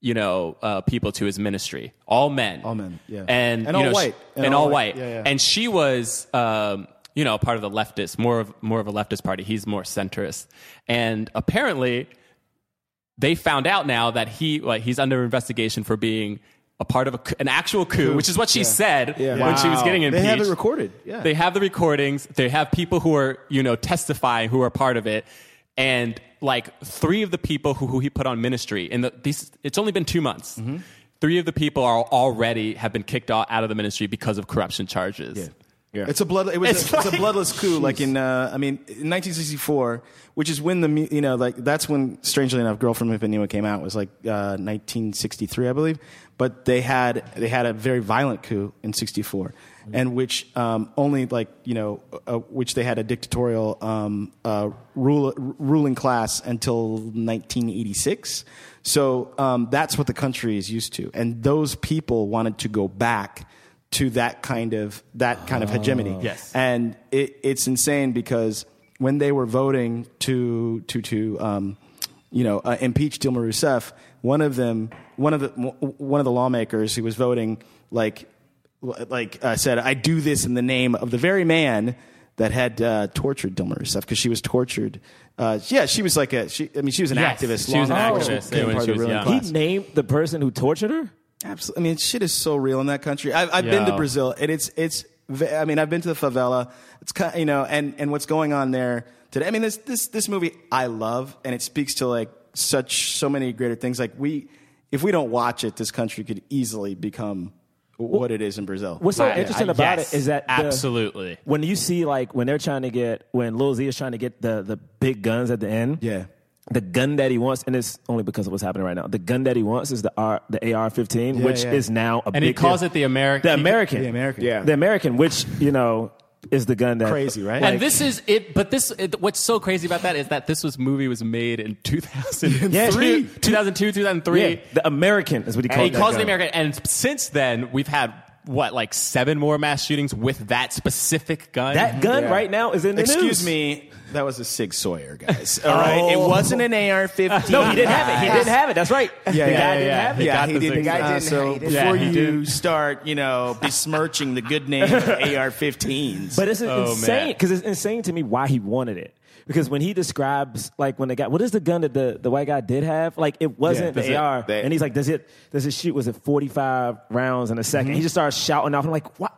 [SPEAKER 6] You know, uh, people to his ministry, all men, all
[SPEAKER 8] men, yeah.
[SPEAKER 6] and,
[SPEAKER 8] And
[SPEAKER 6] you
[SPEAKER 8] all
[SPEAKER 6] know, she-
[SPEAKER 8] white.
[SPEAKER 6] and, all, white,
[SPEAKER 8] Yeah, yeah.
[SPEAKER 6] and she was, um, you know, part of the leftist, more of more of a leftist party. He's more centrist, and apparently, they found out now that he like he's under investigation for being a part of a, coup- an actual coup, which is what she said when she was
[SPEAKER 8] Wow.
[SPEAKER 6] getting
[SPEAKER 8] They
[SPEAKER 6] impeached.
[SPEAKER 8] have it recorded, yeah.
[SPEAKER 6] They have the recordings. They have people who are you know testifying who are part of it, and like three of the people who, who he put on ministry, and the, these it's only been two months.
[SPEAKER 5] Mm-hmm.
[SPEAKER 6] Three of the people are already have been kicked out, out of the ministry because of corruption charges.
[SPEAKER 8] It's a blood. It was
[SPEAKER 6] It's
[SPEAKER 8] a, it's a
[SPEAKER 6] like-
[SPEAKER 8] bloodless coup. Like in, uh, I mean, in 1964, which is when the mu- you know like that's when strangely enough, "Girl from Ipanema" came out. It was like uh, 1963, I believe. But they had they had a very violent coup in '64, and which um, only like you know uh, which they had a dictatorial um, uh, rule, ruling class until 1986. So um, that's what the country is used to, and those people wanted to go back to that kind of that kind of hegemony.
[SPEAKER 6] Yes.
[SPEAKER 8] and it, it's insane because when they were voting to to to um, you know uh, impeach Dilma Rousseff, one of them one of the one of the lawmakers who was voting like like uh, said, "I do this in the name of the very man." That had uh, tortured Dilma Rousseff because she was tortured. Uh, yeah, she was like a. She, I mean, she was an
[SPEAKER 6] Yes,
[SPEAKER 8] activist.
[SPEAKER 6] she was an
[SPEAKER 8] lawmaker who
[SPEAKER 6] activist, yeah,
[SPEAKER 8] became part
[SPEAKER 6] when
[SPEAKER 8] of
[SPEAKER 6] she
[SPEAKER 8] the
[SPEAKER 6] was
[SPEAKER 8] ruling
[SPEAKER 6] young.
[SPEAKER 8] class.
[SPEAKER 5] He named the person who tortured her.
[SPEAKER 8] Absolutely. I mean, shit is so real in that country. I've, I've been to
[SPEAKER 6] Yeah.
[SPEAKER 8] Brazil, and it's it's. ve- I mean, I've been to the favela. It's kind, you know, and and what's going on there today. I mean, this this this movie I love, and it speaks to like such so many greater things. Like we, if we don't watch it, this country could easily become what it is in Brazil.
[SPEAKER 5] What's so
[SPEAKER 6] Right.
[SPEAKER 5] interesting
[SPEAKER 6] Uh,
[SPEAKER 5] about
[SPEAKER 6] yes,
[SPEAKER 5] it is that the-
[SPEAKER 6] absolutely.
[SPEAKER 5] when you see like when they're trying to get when Lil Z is trying to get the the big guns at the end.
[SPEAKER 8] Yeah.
[SPEAKER 5] The gun that he wants, and it's only because of what's happening right now. The gun that he wants is the R, the AR-15, which
[SPEAKER 8] yeah.
[SPEAKER 5] is now a
[SPEAKER 6] And
[SPEAKER 5] big
[SPEAKER 6] he calls
[SPEAKER 5] deal.
[SPEAKER 6] it the Ameri-
[SPEAKER 5] the
[SPEAKER 6] he-
[SPEAKER 5] American,
[SPEAKER 8] The American.
[SPEAKER 7] Yeah.
[SPEAKER 5] the American, which you know is the gun that
[SPEAKER 8] Crazy, right?
[SPEAKER 6] and this is it, but this it, what's so crazy about that is that this was movie was made in 2003,
[SPEAKER 5] Yeah.
[SPEAKER 6] 2002, 2003.
[SPEAKER 5] Yeah, the American is what he
[SPEAKER 6] And
[SPEAKER 5] calls.
[SPEAKER 8] Oh
[SPEAKER 6] he
[SPEAKER 5] that
[SPEAKER 6] calls it
[SPEAKER 5] gun.
[SPEAKER 6] American. And since then, we've had what like seven more mass shootings with that specific gun. Mm-hmm.
[SPEAKER 5] That gun
[SPEAKER 8] Yeah.
[SPEAKER 5] right now is in the news.
[SPEAKER 8] Excuse me, that was a Sig Sawyer, guys. All right, it
[SPEAKER 7] Oh.
[SPEAKER 8] wasn't an AR-15.
[SPEAKER 5] No, he didn't have it. He didn't have it. That's right.
[SPEAKER 8] Yeah,
[SPEAKER 5] the
[SPEAKER 8] yeah,
[SPEAKER 5] guy
[SPEAKER 8] yeah,
[SPEAKER 5] didn't
[SPEAKER 6] yeah.
[SPEAKER 5] have it.
[SPEAKER 6] He
[SPEAKER 8] yeah,
[SPEAKER 6] got
[SPEAKER 8] he
[SPEAKER 6] the
[SPEAKER 8] didn't.
[SPEAKER 6] thing. The guy
[SPEAKER 8] uh,
[SPEAKER 6] didn't
[SPEAKER 8] so
[SPEAKER 6] hide it.
[SPEAKER 8] before
[SPEAKER 6] Yeah, he
[SPEAKER 8] you start, you know, besmirching the good name of AR-15s,
[SPEAKER 5] But it's insane
[SPEAKER 6] Oh, man.
[SPEAKER 5] because it's insane to me why he wanted it. Because when he describes like when the guy, what is the gun that the, the white guy did have? Like it wasn't
[SPEAKER 7] does
[SPEAKER 5] the
[SPEAKER 7] it-
[SPEAKER 5] AR,
[SPEAKER 7] they-
[SPEAKER 5] and he's like, does it does it shoot? Was it forty five rounds in a 2nd
[SPEAKER 6] Mm-hmm.
[SPEAKER 5] He just starts shouting off. I'm like, why?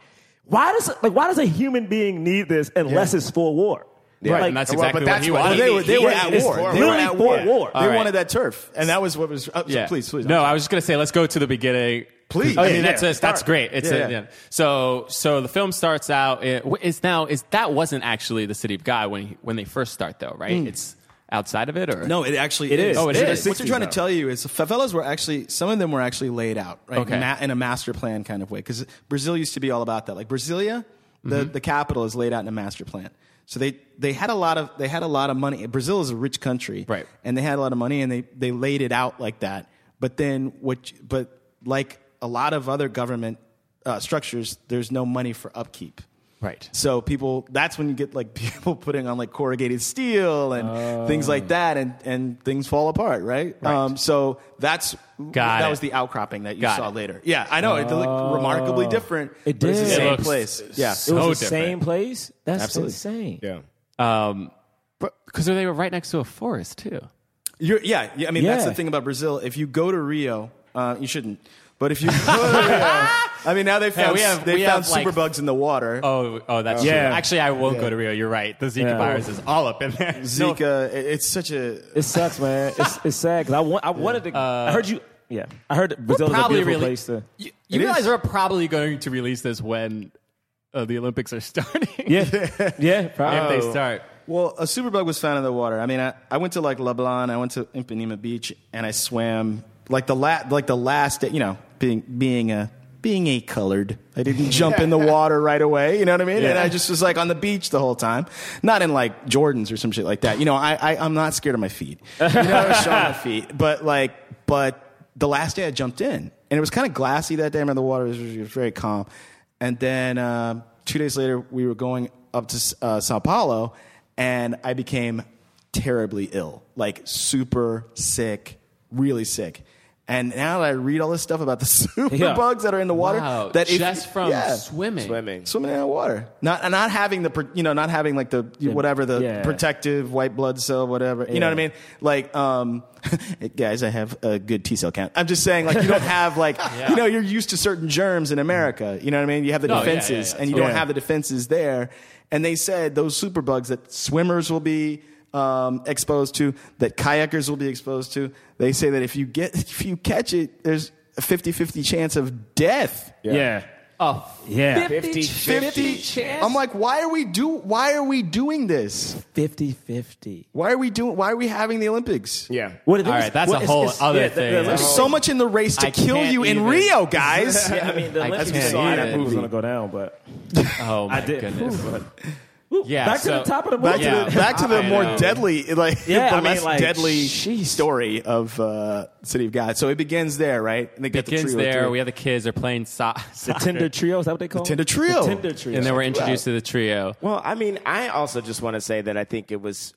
[SPEAKER 5] Why does like why does a human being need this unless it's for war? Like,
[SPEAKER 6] and that's
[SPEAKER 7] Well,
[SPEAKER 6] exactly
[SPEAKER 7] but
[SPEAKER 6] what
[SPEAKER 7] that's
[SPEAKER 6] he
[SPEAKER 7] what
[SPEAKER 6] wanted.
[SPEAKER 7] he-
[SPEAKER 8] they were they were
[SPEAKER 5] Yeah,
[SPEAKER 8] at
[SPEAKER 5] it's
[SPEAKER 8] war.
[SPEAKER 5] for
[SPEAKER 8] They
[SPEAKER 5] war.
[SPEAKER 8] were at
[SPEAKER 5] Really
[SPEAKER 8] war.
[SPEAKER 5] for war.
[SPEAKER 8] They
[SPEAKER 6] All right.
[SPEAKER 8] wanted that turf, and that was what was. oh, so Please, please.
[SPEAKER 6] No, I was just gonna say, let's go to the beginning.
[SPEAKER 8] Please.
[SPEAKER 6] I
[SPEAKER 8] Oh,
[SPEAKER 6] mean,
[SPEAKER 8] yeah,
[SPEAKER 6] that's
[SPEAKER 8] yeah.
[SPEAKER 6] a, that's
[SPEAKER 8] Start.
[SPEAKER 6] great. It's
[SPEAKER 8] Yeah,
[SPEAKER 6] a-
[SPEAKER 8] yeah.
[SPEAKER 6] yeah. so so the film starts out. It, it's now is that wasn't actually the city of God when he, when they first start though, right? It's outside of it or
[SPEAKER 8] Mm. No, it actually
[SPEAKER 5] It is.
[SPEAKER 6] Oh, it is.
[SPEAKER 8] What they're
[SPEAKER 6] 60s
[SPEAKER 8] trying to
[SPEAKER 6] now.
[SPEAKER 8] tell you is favelas were actually some of them were actually laid out right
[SPEAKER 6] Okay.
[SPEAKER 8] Ma- in a master plan kind of way because Brazil used to be all about that. Like Brasilia, the,
[SPEAKER 6] Mm-hmm.
[SPEAKER 8] the capital is laid out in a master plan. So they, they had a lot of they had a lot of money. Brazil is a rich country,
[SPEAKER 6] Right.
[SPEAKER 8] And they had a lot of money, and they they laid it out like that. But then what? you- But like a lot of other government uh, structures, there's no money for upkeep.
[SPEAKER 6] Right.
[SPEAKER 8] So people, that's when you get like people putting on like corrugated steel and things
[SPEAKER 6] Oh.
[SPEAKER 8] like that, and and things fall apart, right? Um, so that's
[SPEAKER 6] Got
[SPEAKER 8] that
[SPEAKER 6] it.
[SPEAKER 8] was the outcropping that you
[SPEAKER 6] Got
[SPEAKER 8] saw
[SPEAKER 6] it. Oh.
[SPEAKER 8] later. Yeah, I know it looked remarkably different.
[SPEAKER 5] It
[SPEAKER 8] but It's the
[SPEAKER 5] did. It
[SPEAKER 8] same
[SPEAKER 6] looks
[SPEAKER 8] place. Yeah,
[SPEAKER 5] it was
[SPEAKER 6] so
[SPEAKER 5] the
[SPEAKER 6] different.
[SPEAKER 5] same place. That's
[SPEAKER 8] Absolutely.
[SPEAKER 5] insane.
[SPEAKER 7] Yeah.
[SPEAKER 6] Um, because they were right next to a forest too.
[SPEAKER 8] You're, yeah, yeah. I mean, that's
[SPEAKER 5] Yeah.
[SPEAKER 8] the thing about Brazil. If you go to Rio, uh, you shouldn't. But if you go to Rio, I mean, now they found
[SPEAKER 6] we have-
[SPEAKER 8] they
[SPEAKER 6] we
[SPEAKER 8] found
[SPEAKER 6] have, like-
[SPEAKER 8] superbugs in the water.
[SPEAKER 6] Oh, oh, that's
[SPEAKER 5] Yeah.
[SPEAKER 6] true. Actually, I won't go to Rio. You're right. The Zika
[SPEAKER 5] Yeah.
[SPEAKER 6] virus is all up in there. No,
[SPEAKER 8] Zika. it- it's such a
[SPEAKER 5] It sucks, man. It's, it's sad because I want, I wanted to. I heard you. Yeah, I heard that Brazil is a beautiful
[SPEAKER 6] Uh, really-
[SPEAKER 5] place to.
[SPEAKER 6] You, you realize we're probably going to release this when uh, the Olympics are starting.
[SPEAKER 5] Yeah, Oh. yeah,
[SPEAKER 6] if
[SPEAKER 5] probably.
[SPEAKER 6] they start.
[SPEAKER 8] Well, a superbug was found in the water. I mean, I, I went to like Leblon, I went to Ipanema Beach, and I swam like the la- like the last day. You know, being being a being a colored, I didn't jump in the water right away. You know what I mean? And I just was like on the beach the whole time, not in like Jordans or some shit like that. You know, I, I I'm not scared of my feet. You know, I was showing my feet, but like, but the last day I jumped in, and it was kind of glassy that day. I remember the water was, was very calm, and then um two days later we were going up to uh, Sao Paulo, and I became terribly ill, like super sick, really sick. And now that I read all this stuff about the super
[SPEAKER 5] Yeah.
[SPEAKER 8] bugs that are in the water,
[SPEAKER 6] Wow,
[SPEAKER 8] that if-
[SPEAKER 6] just from
[SPEAKER 8] yeah.
[SPEAKER 6] swimming.
[SPEAKER 7] Swimming.
[SPEAKER 8] swimming in the water, not and not having the pr- you know not having like the whatever the
[SPEAKER 5] yeah.
[SPEAKER 8] protective white blood cell whatever you know what I
[SPEAKER 5] Yeah.
[SPEAKER 8] mean. Like, um, guys, I have a good T cell count. I'm just saying, like you don't have like you know you're used to certain germs in America. You know what I mean. You have the
[SPEAKER 6] Mm-hmm. No, yeah, yeah,
[SPEAKER 8] defenses,
[SPEAKER 6] yeah,
[SPEAKER 8] and you
[SPEAKER 5] totally.
[SPEAKER 8] don't have the defenses there. And they said those superbugs that swimmers will be. Um, exposed to that kayakers will be exposed to. They say that if you get if you catch it, there's a 50-50 chance of death.
[SPEAKER 5] Yeah.
[SPEAKER 6] A
[SPEAKER 5] Yeah.
[SPEAKER 6] 50, 50 chance.
[SPEAKER 8] I'm like, why are we do? Why are we doing this?
[SPEAKER 5] 50 50.
[SPEAKER 8] Why are we doing? Why are we having the Olympics?
[SPEAKER 7] Yeah.
[SPEAKER 5] What,
[SPEAKER 6] All right, that's a whole other thing.
[SPEAKER 8] There's so much in the race to
[SPEAKER 6] I
[SPEAKER 8] kill
[SPEAKER 6] can't
[SPEAKER 8] you in
[SPEAKER 6] even.
[SPEAKER 8] Rio, guys.
[SPEAKER 5] I mean, the
[SPEAKER 6] I
[SPEAKER 5] Olympics
[SPEAKER 6] can't
[SPEAKER 5] you saw
[SPEAKER 6] even.
[SPEAKER 5] that move was going to go down, but
[SPEAKER 6] oh my
[SPEAKER 5] I did.
[SPEAKER 6] goodness. Yeah,
[SPEAKER 5] yeah, back
[SPEAKER 6] so-
[SPEAKER 5] to the top of the
[SPEAKER 8] Back
[SPEAKER 5] world.
[SPEAKER 6] Yeah.
[SPEAKER 8] to the, back to the
[SPEAKER 6] I
[SPEAKER 8] more
[SPEAKER 6] know.
[SPEAKER 8] deadly, like
[SPEAKER 5] Yeah,
[SPEAKER 8] the
[SPEAKER 5] I mean,
[SPEAKER 8] less
[SPEAKER 5] like,
[SPEAKER 8] deadly
[SPEAKER 5] jeez.
[SPEAKER 8] story of uh, City of God. So it begins there, right? And they get
[SPEAKER 6] Begins
[SPEAKER 8] the trio
[SPEAKER 6] there.
[SPEAKER 8] through.
[SPEAKER 6] We have the kids. They're playing so-
[SPEAKER 5] The
[SPEAKER 6] soccer.
[SPEAKER 5] Tinder trio, is that what they call it?
[SPEAKER 8] Tinder trio.
[SPEAKER 5] The Tinder trio.
[SPEAKER 6] and then we're introduced to the trio.
[SPEAKER 7] Well, I mean, I also just want to say that I think it was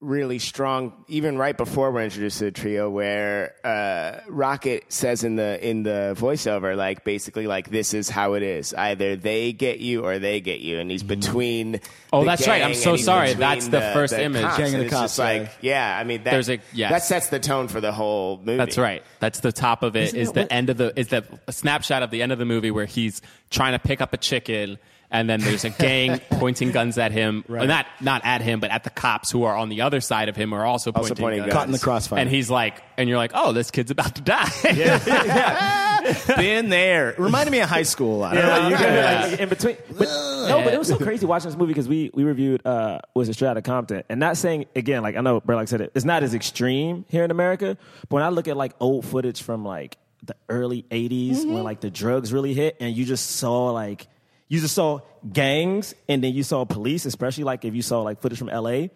[SPEAKER 7] really strong, even right before we're introduced to the trio, where uh, Rocket says in the in the voiceover, like basically, like this is how it is: either they get you or they get you, and he's between.
[SPEAKER 6] Oh,
[SPEAKER 7] the
[SPEAKER 6] that's right. I'm
[SPEAKER 7] gang
[SPEAKER 6] so
[SPEAKER 7] and he's
[SPEAKER 6] sorry.
[SPEAKER 7] between
[SPEAKER 6] That's the first image.
[SPEAKER 7] cops,
[SPEAKER 6] Gang
[SPEAKER 8] and
[SPEAKER 7] and
[SPEAKER 8] the
[SPEAKER 7] it's
[SPEAKER 8] cops,
[SPEAKER 7] just like, yeah. I mean, that,
[SPEAKER 6] There's a- yes.
[SPEAKER 7] that sets the tone for the whole movie.
[SPEAKER 6] That's right. That's the top of it. Is the end of the is the snapshot of the end of the movie where he's trying to pick up a chicken, and then there's a gang pointing guns at him. Or Not not at him, but at the cops who are on the other side of him are also pointing,
[SPEAKER 7] pointing
[SPEAKER 6] guns.
[SPEAKER 7] guns. Caught in
[SPEAKER 8] the crossfire.
[SPEAKER 6] And he's like, and you're like, oh, this kid's about to die.
[SPEAKER 8] been there. It reminded me of high school. A lot.
[SPEAKER 5] Yeah, you gotta, like, in between. But, no, but it was so crazy watching this movie because we we reviewed uh, was it Strata Compton, and not saying again like I know Burlock said it, it's not as extreme here in America. But when I look at like old footage from like the early '80s when like the drugs really hit, and you just saw like you just saw gangs, and then you saw police, especially like if you saw like footage from L.A.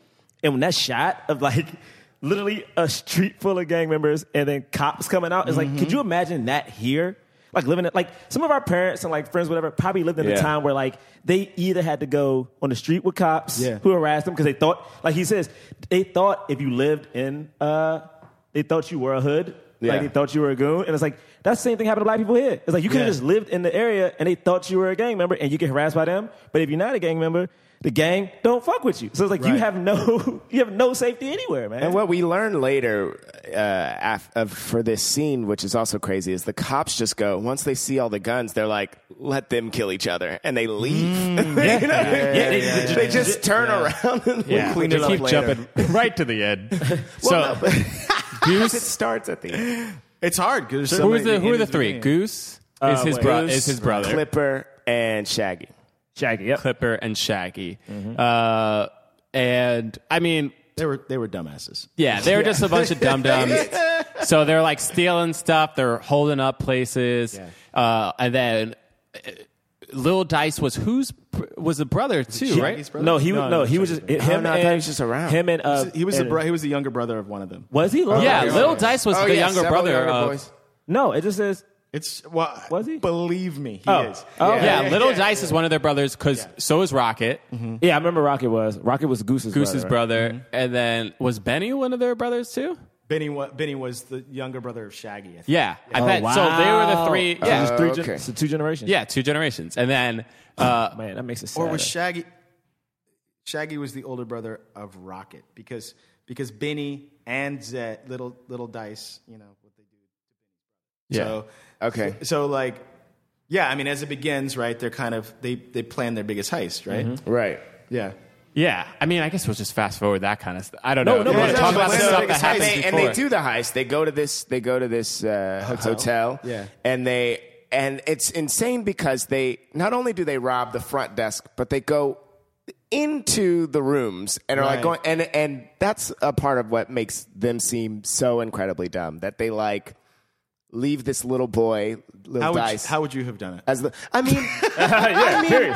[SPEAKER 5] And when that shot of like literally a street full of gang members and then cops coming out, it's like, could you imagine that here? Like living it, like some of our parents and like friends, whatever, probably lived in a
[SPEAKER 7] Yeah.
[SPEAKER 5] time where like they either had to go on the street with cops
[SPEAKER 8] Yeah.
[SPEAKER 5] who harassed them because they thought, like he says, they thought if you lived in, uh, they thought you were a hood.
[SPEAKER 7] Yeah.
[SPEAKER 5] Like they thought you were a goon, and it's like that's the same thing happened to black people here. It's like you could have
[SPEAKER 8] Yeah.
[SPEAKER 5] just lived in the area, and they thought you were a gang member, and you get harassed by them. But if you're not a gang member, the gang don't fuck with you. So it's like you
[SPEAKER 8] Right.
[SPEAKER 5] have no, you have no safety anywhere, man.
[SPEAKER 7] And what we learn later uh, af- of, for this scene, which is also crazy, is the cops just go once they see all the guns, they're like, "Let them kill each other," and they leave. You know?
[SPEAKER 5] Mm. yeah,
[SPEAKER 7] they,
[SPEAKER 5] yeah,
[SPEAKER 7] they just turn around and
[SPEAKER 8] Yeah.
[SPEAKER 7] leave.
[SPEAKER 8] Clean it up later.
[SPEAKER 6] jumping right to the end.
[SPEAKER 7] Well,
[SPEAKER 6] so,
[SPEAKER 7] no, but-
[SPEAKER 6] Goose-
[SPEAKER 7] it starts at the end.
[SPEAKER 8] It's hard. 'cause there's so
[SPEAKER 6] who
[SPEAKER 8] many-
[SPEAKER 6] is the who are the
[SPEAKER 8] endings
[SPEAKER 6] three?
[SPEAKER 8] between.
[SPEAKER 6] Goose is his
[SPEAKER 5] wait.
[SPEAKER 6] brother.
[SPEAKER 5] Goose,
[SPEAKER 6] Is his brother
[SPEAKER 7] Clipper and Shaggy.
[SPEAKER 5] Shaggy, yep.
[SPEAKER 6] Clipper and Shaggy. Uh, and I mean,
[SPEAKER 8] They were they were dumbasses.
[SPEAKER 6] Yeah, they were just a bunch of dum dums. so they're like stealing stuff. They're holding up places. Uh, and then uh, Lil Dice was who's was a brother too, right?
[SPEAKER 5] No, he was no, he was just him
[SPEAKER 7] no, I thought
[SPEAKER 5] and
[SPEAKER 7] he was just around.
[SPEAKER 5] Him and uh,
[SPEAKER 8] He was the
[SPEAKER 5] and-
[SPEAKER 8] bro- he was the younger brother of one of them.
[SPEAKER 5] Was he? Lil
[SPEAKER 6] Yeah,
[SPEAKER 5] Dice?
[SPEAKER 6] Lil Dice was the
[SPEAKER 7] yeah,
[SPEAKER 6] younger
[SPEAKER 7] several
[SPEAKER 6] brother
[SPEAKER 7] younger
[SPEAKER 6] of.
[SPEAKER 7] boys.
[SPEAKER 5] No, it just says
[SPEAKER 8] It's well,
[SPEAKER 5] Was he?
[SPEAKER 8] Believe me, he
[SPEAKER 5] Oh.
[SPEAKER 8] is.
[SPEAKER 5] Oh, okay.
[SPEAKER 6] Yeah, Little Dice is one of their brothers because so is Rocket,
[SPEAKER 5] Yeah, I remember Rocket was Rocket was Goose's
[SPEAKER 6] Goose's
[SPEAKER 5] brother.
[SPEAKER 6] brother, and then was Benny one of their brothers too?
[SPEAKER 8] Benny, wa- Benny was the younger brother of Shaggy. I think.
[SPEAKER 6] Yeah, I
[SPEAKER 5] Oh,
[SPEAKER 6] bet. So they were the three.
[SPEAKER 5] So
[SPEAKER 6] Yeah,
[SPEAKER 5] there's three gen-
[SPEAKER 7] okay.
[SPEAKER 5] so two generations.
[SPEAKER 6] yeah, two generations, and then uh,
[SPEAKER 5] man, that makes it. Sad.
[SPEAKER 8] Or was Shaggy? Shaggy was the older brother of Rocket because because Benny and Zed, little little Dice, you know what they do.
[SPEAKER 6] yeah.
[SPEAKER 8] So
[SPEAKER 7] Okay.
[SPEAKER 8] so like, yeah, I mean, as it begins, right? They're kind of they they plan their biggest heist, right?
[SPEAKER 7] Right.
[SPEAKER 8] Yeah.
[SPEAKER 6] Yeah, I mean, I guess we'll just fast forward that kind of stuff. I don't
[SPEAKER 5] No,
[SPEAKER 6] know.
[SPEAKER 5] no,
[SPEAKER 6] You
[SPEAKER 5] but
[SPEAKER 6] wanna
[SPEAKER 5] it's
[SPEAKER 6] talk
[SPEAKER 8] not
[SPEAKER 6] about
[SPEAKER 8] the
[SPEAKER 6] the stuff
[SPEAKER 8] plan.
[SPEAKER 6] that
[SPEAKER 7] and
[SPEAKER 6] happens
[SPEAKER 7] they, and
[SPEAKER 6] before.
[SPEAKER 7] they do the heist. They go to this. They go to this uh, hotel.
[SPEAKER 8] Yeah.
[SPEAKER 7] and they and it's insane because they not only do they rob the front desk, but they go into the rooms and are like
[SPEAKER 8] Right.
[SPEAKER 7] going and and that's a part of what makes them seem so incredibly dumb that they like leave this little boy little
[SPEAKER 8] How would, you,
[SPEAKER 7] dice Uh,
[SPEAKER 8] how would you have done it?
[SPEAKER 7] as the I mean, I mean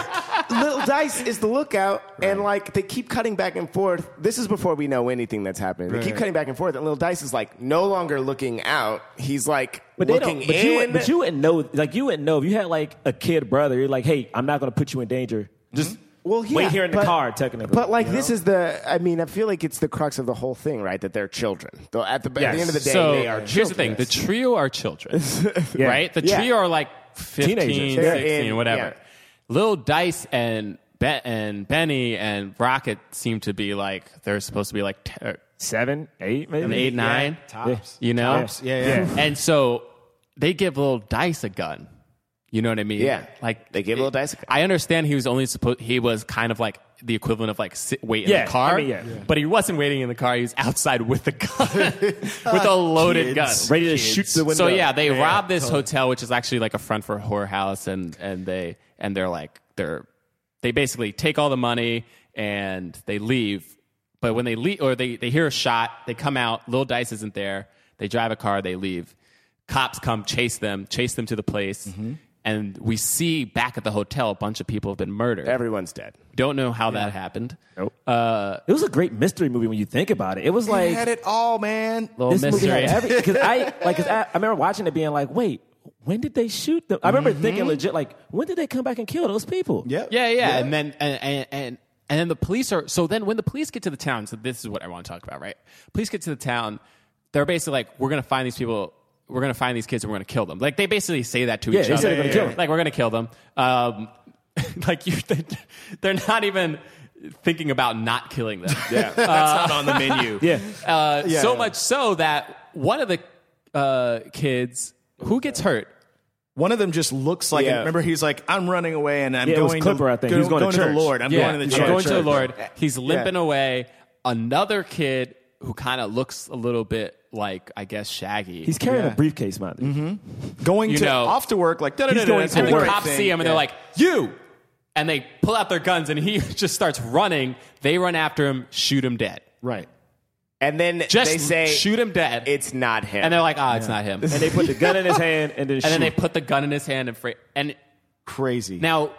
[SPEAKER 7] Little Dice is the lookout, and like they keep cutting back and forth. This is before we know anything that's happening. They keep
[SPEAKER 8] Right.
[SPEAKER 7] cutting back and forth, and Little Dice is like no longer looking out. He's like
[SPEAKER 5] But they
[SPEAKER 7] looking
[SPEAKER 5] don't. But
[SPEAKER 7] in.
[SPEAKER 5] you, but you wouldn't know. Like you wouldn't know if you had like a kid brother. You're like, hey, I'm not gonna put you in danger. Just
[SPEAKER 7] Well, yeah,
[SPEAKER 5] Wait here in the
[SPEAKER 7] but-
[SPEAKER 5] car, technically.
[SPEAKER 7] But like
[SPEAKER 5] you
[SPEAKER 7] this
[SPEAKER 5] know?
[SPEAKER 7] is the. I mean, I feel like it's the crux of the whole thing, right? That they're children. Though at the, at the end of the day,
[SPEAKER 6] so
[SPEAKER 7] they are.
[SPEAKER 6] here's the
[SPEAKER 7] children.
[SPEAKER 6] thing: the trio are children, right? The
[SPEAKER 7] Yeah.
[SPEAKER 6] trio are like 15,
[SPEAKER 5] Teenagers.
[SPEAKER 6] 16,
[SPEAKER 7] They're in-
[SPEAKER 6] whatever.
[SPEAKER 7] yeah.
[SPEAKER 6] Lil Dice and Be- and Benny and Rocket seem to be like they're supposed to be like t-
[SPEAKER 5] seven, eight, maybe
[SPEAKER 6] eight, nine,
[SPEAKER 8] Tops.
[SPEAKER 6] you know,
[SPEAKER 8] Tops. Yeah, yeah.
[SPEAKER 6] and so they give Lil Dice a gun. You know what I mean?
[SPEAKER 7] Yeah.
[SPEAKER 6] like
[SPEAKER 7] They give Lil Dice a gun.
[SPEAKER 6] I understand he was only supposed. He was kind of like the equivalent of like sit, wait in
[SPEAKER 5] Yeah,
[SPEAKER 6] the car,
[SPEAKER 5] I mean, yeah. Yeah.
[SPEAKER 6] but he wasn't waiting in the car. He was outside with the gun, with a loaded
[SPEAKER 8] kids.
[SPEAKER 6] gun,
[SPEAKER 5] ready to shoot the
[SPEAKER 6] so
[SPEAKER 5] window.
[SPEAKER 6] yeah, they rob this hotel, which is actually like a front for a whorehouse, and and they and they're like they're they basically take all the money and they leave. But when they leave, or they they hear a shot, they come out. Lil Dice isn't there. They drive a car. They leave. Cops come, chase them, chase them to the place.
[SPEAKER 5] Mm-hmm.
[SPEAKER 6] And we see back at the hotel a bunch of people have been murdered.
[SPEAKER 7] Everyone's dead.
[SPEAKER 6] Don't know how that happened.
[SPEAKER 5] Nope. it was a great mystery movie when you think about it. It was like
[SPEAKER 8] had it all, man.
[SPEAKER 6] Little
[SPEAKER 5] this
[SPEAKER 6] mystery.
[SPEAKER 5] movie had every because I like 'cause I, I remember watching it being like, wait, when did they shoot them? I remember thinking legit like, when did they come back and kill those people?
[SPEAKER 8] Yep.
[SPEAKER 6] Yeah, yeah, and then and, and and and then the police are so then when the police get to the town, so this is what I want to talk about, right? Police get to the town, they're basically like, we're gonna find these people, we're gonna find these kids, and we're gonna kill them. Like they basically say that to
[SPEAKER 5] Yeah,
[SPEAKER 6] each
[SPEAKER 5] they
[SPEAKER 6] other,
[SPEAKER 5] say they're gonna kill them.
[SPEAKER 6] like we're gonna kill them. Um, like you, they're not even thinking about not killing them.
[SPEAKER 9] Yeah, that's not on the menu.
[SPEAKER 5] Yeah.
[SPEAKER 6] Uh, so much so that one of the uh, kids who gets hurt
[SPEAKER 8] One of them just looks like.
[SPEAKER 7] Yeah.
[SPEAKER 8] Remember, he's like, "I'm running away, and I'm
[SPEAKER 5] Yeah, it was
[SPEAKER 8] going
[SPEAKER 5] Clipper,
[SPEAKER 8] to
[SPEAKER 5] I think. He was going to
[SPEAKER 8] the
[SPEAKER 5] church.
[SPEAKER 8] Lord. I'm
[SPEAKER 6] yeah,
[SPEAKER 8] going to the
[SPEAKER 6] he's
[SPEAKER 8] church."
[SPEAKER 6] going to the Lord. He's limping away. Another kid who kind of looks a little bit like, I guess, Shaggy.
[SPEAKER 5] He's carrying
[SPEAKER 8] Yeah.
[SPEAKER 5] a briefcase, mind you.
[SPEAKER 8] Going
[SPEAKER 6] You
[SPEAKER 8] to
[SPEAKER 6] know.
[SPEAKER 8] off to work. Like,
[SPEAKER 6] and
[SPEAKER 8] he's going to
[SPEAKER 6] the
[SPEAKER 8] work.
[SPEAKER 6] cops see him and they're like, "You!" And they pull out their guns and he just starts running. They run after him, shoot him dead.
[SPEAKER 8] right.
[SPEAKER 7] And then
[SPEAKER 6] Just
[SPEAKER 7] they say
[SPEAKER 6] shoot him dead.
[SPEAKER 7] it's not him.
[SPEAKER 6] and they're like, "Ah, it's not him." And,
[SPEAKER 5] And they put the gun in his hand and then shoot.
[SPEAKER 6] then they put the gun in his hand and fra- and
[SPEAKER 8] Crazy.
[SPEAKER 6] Now,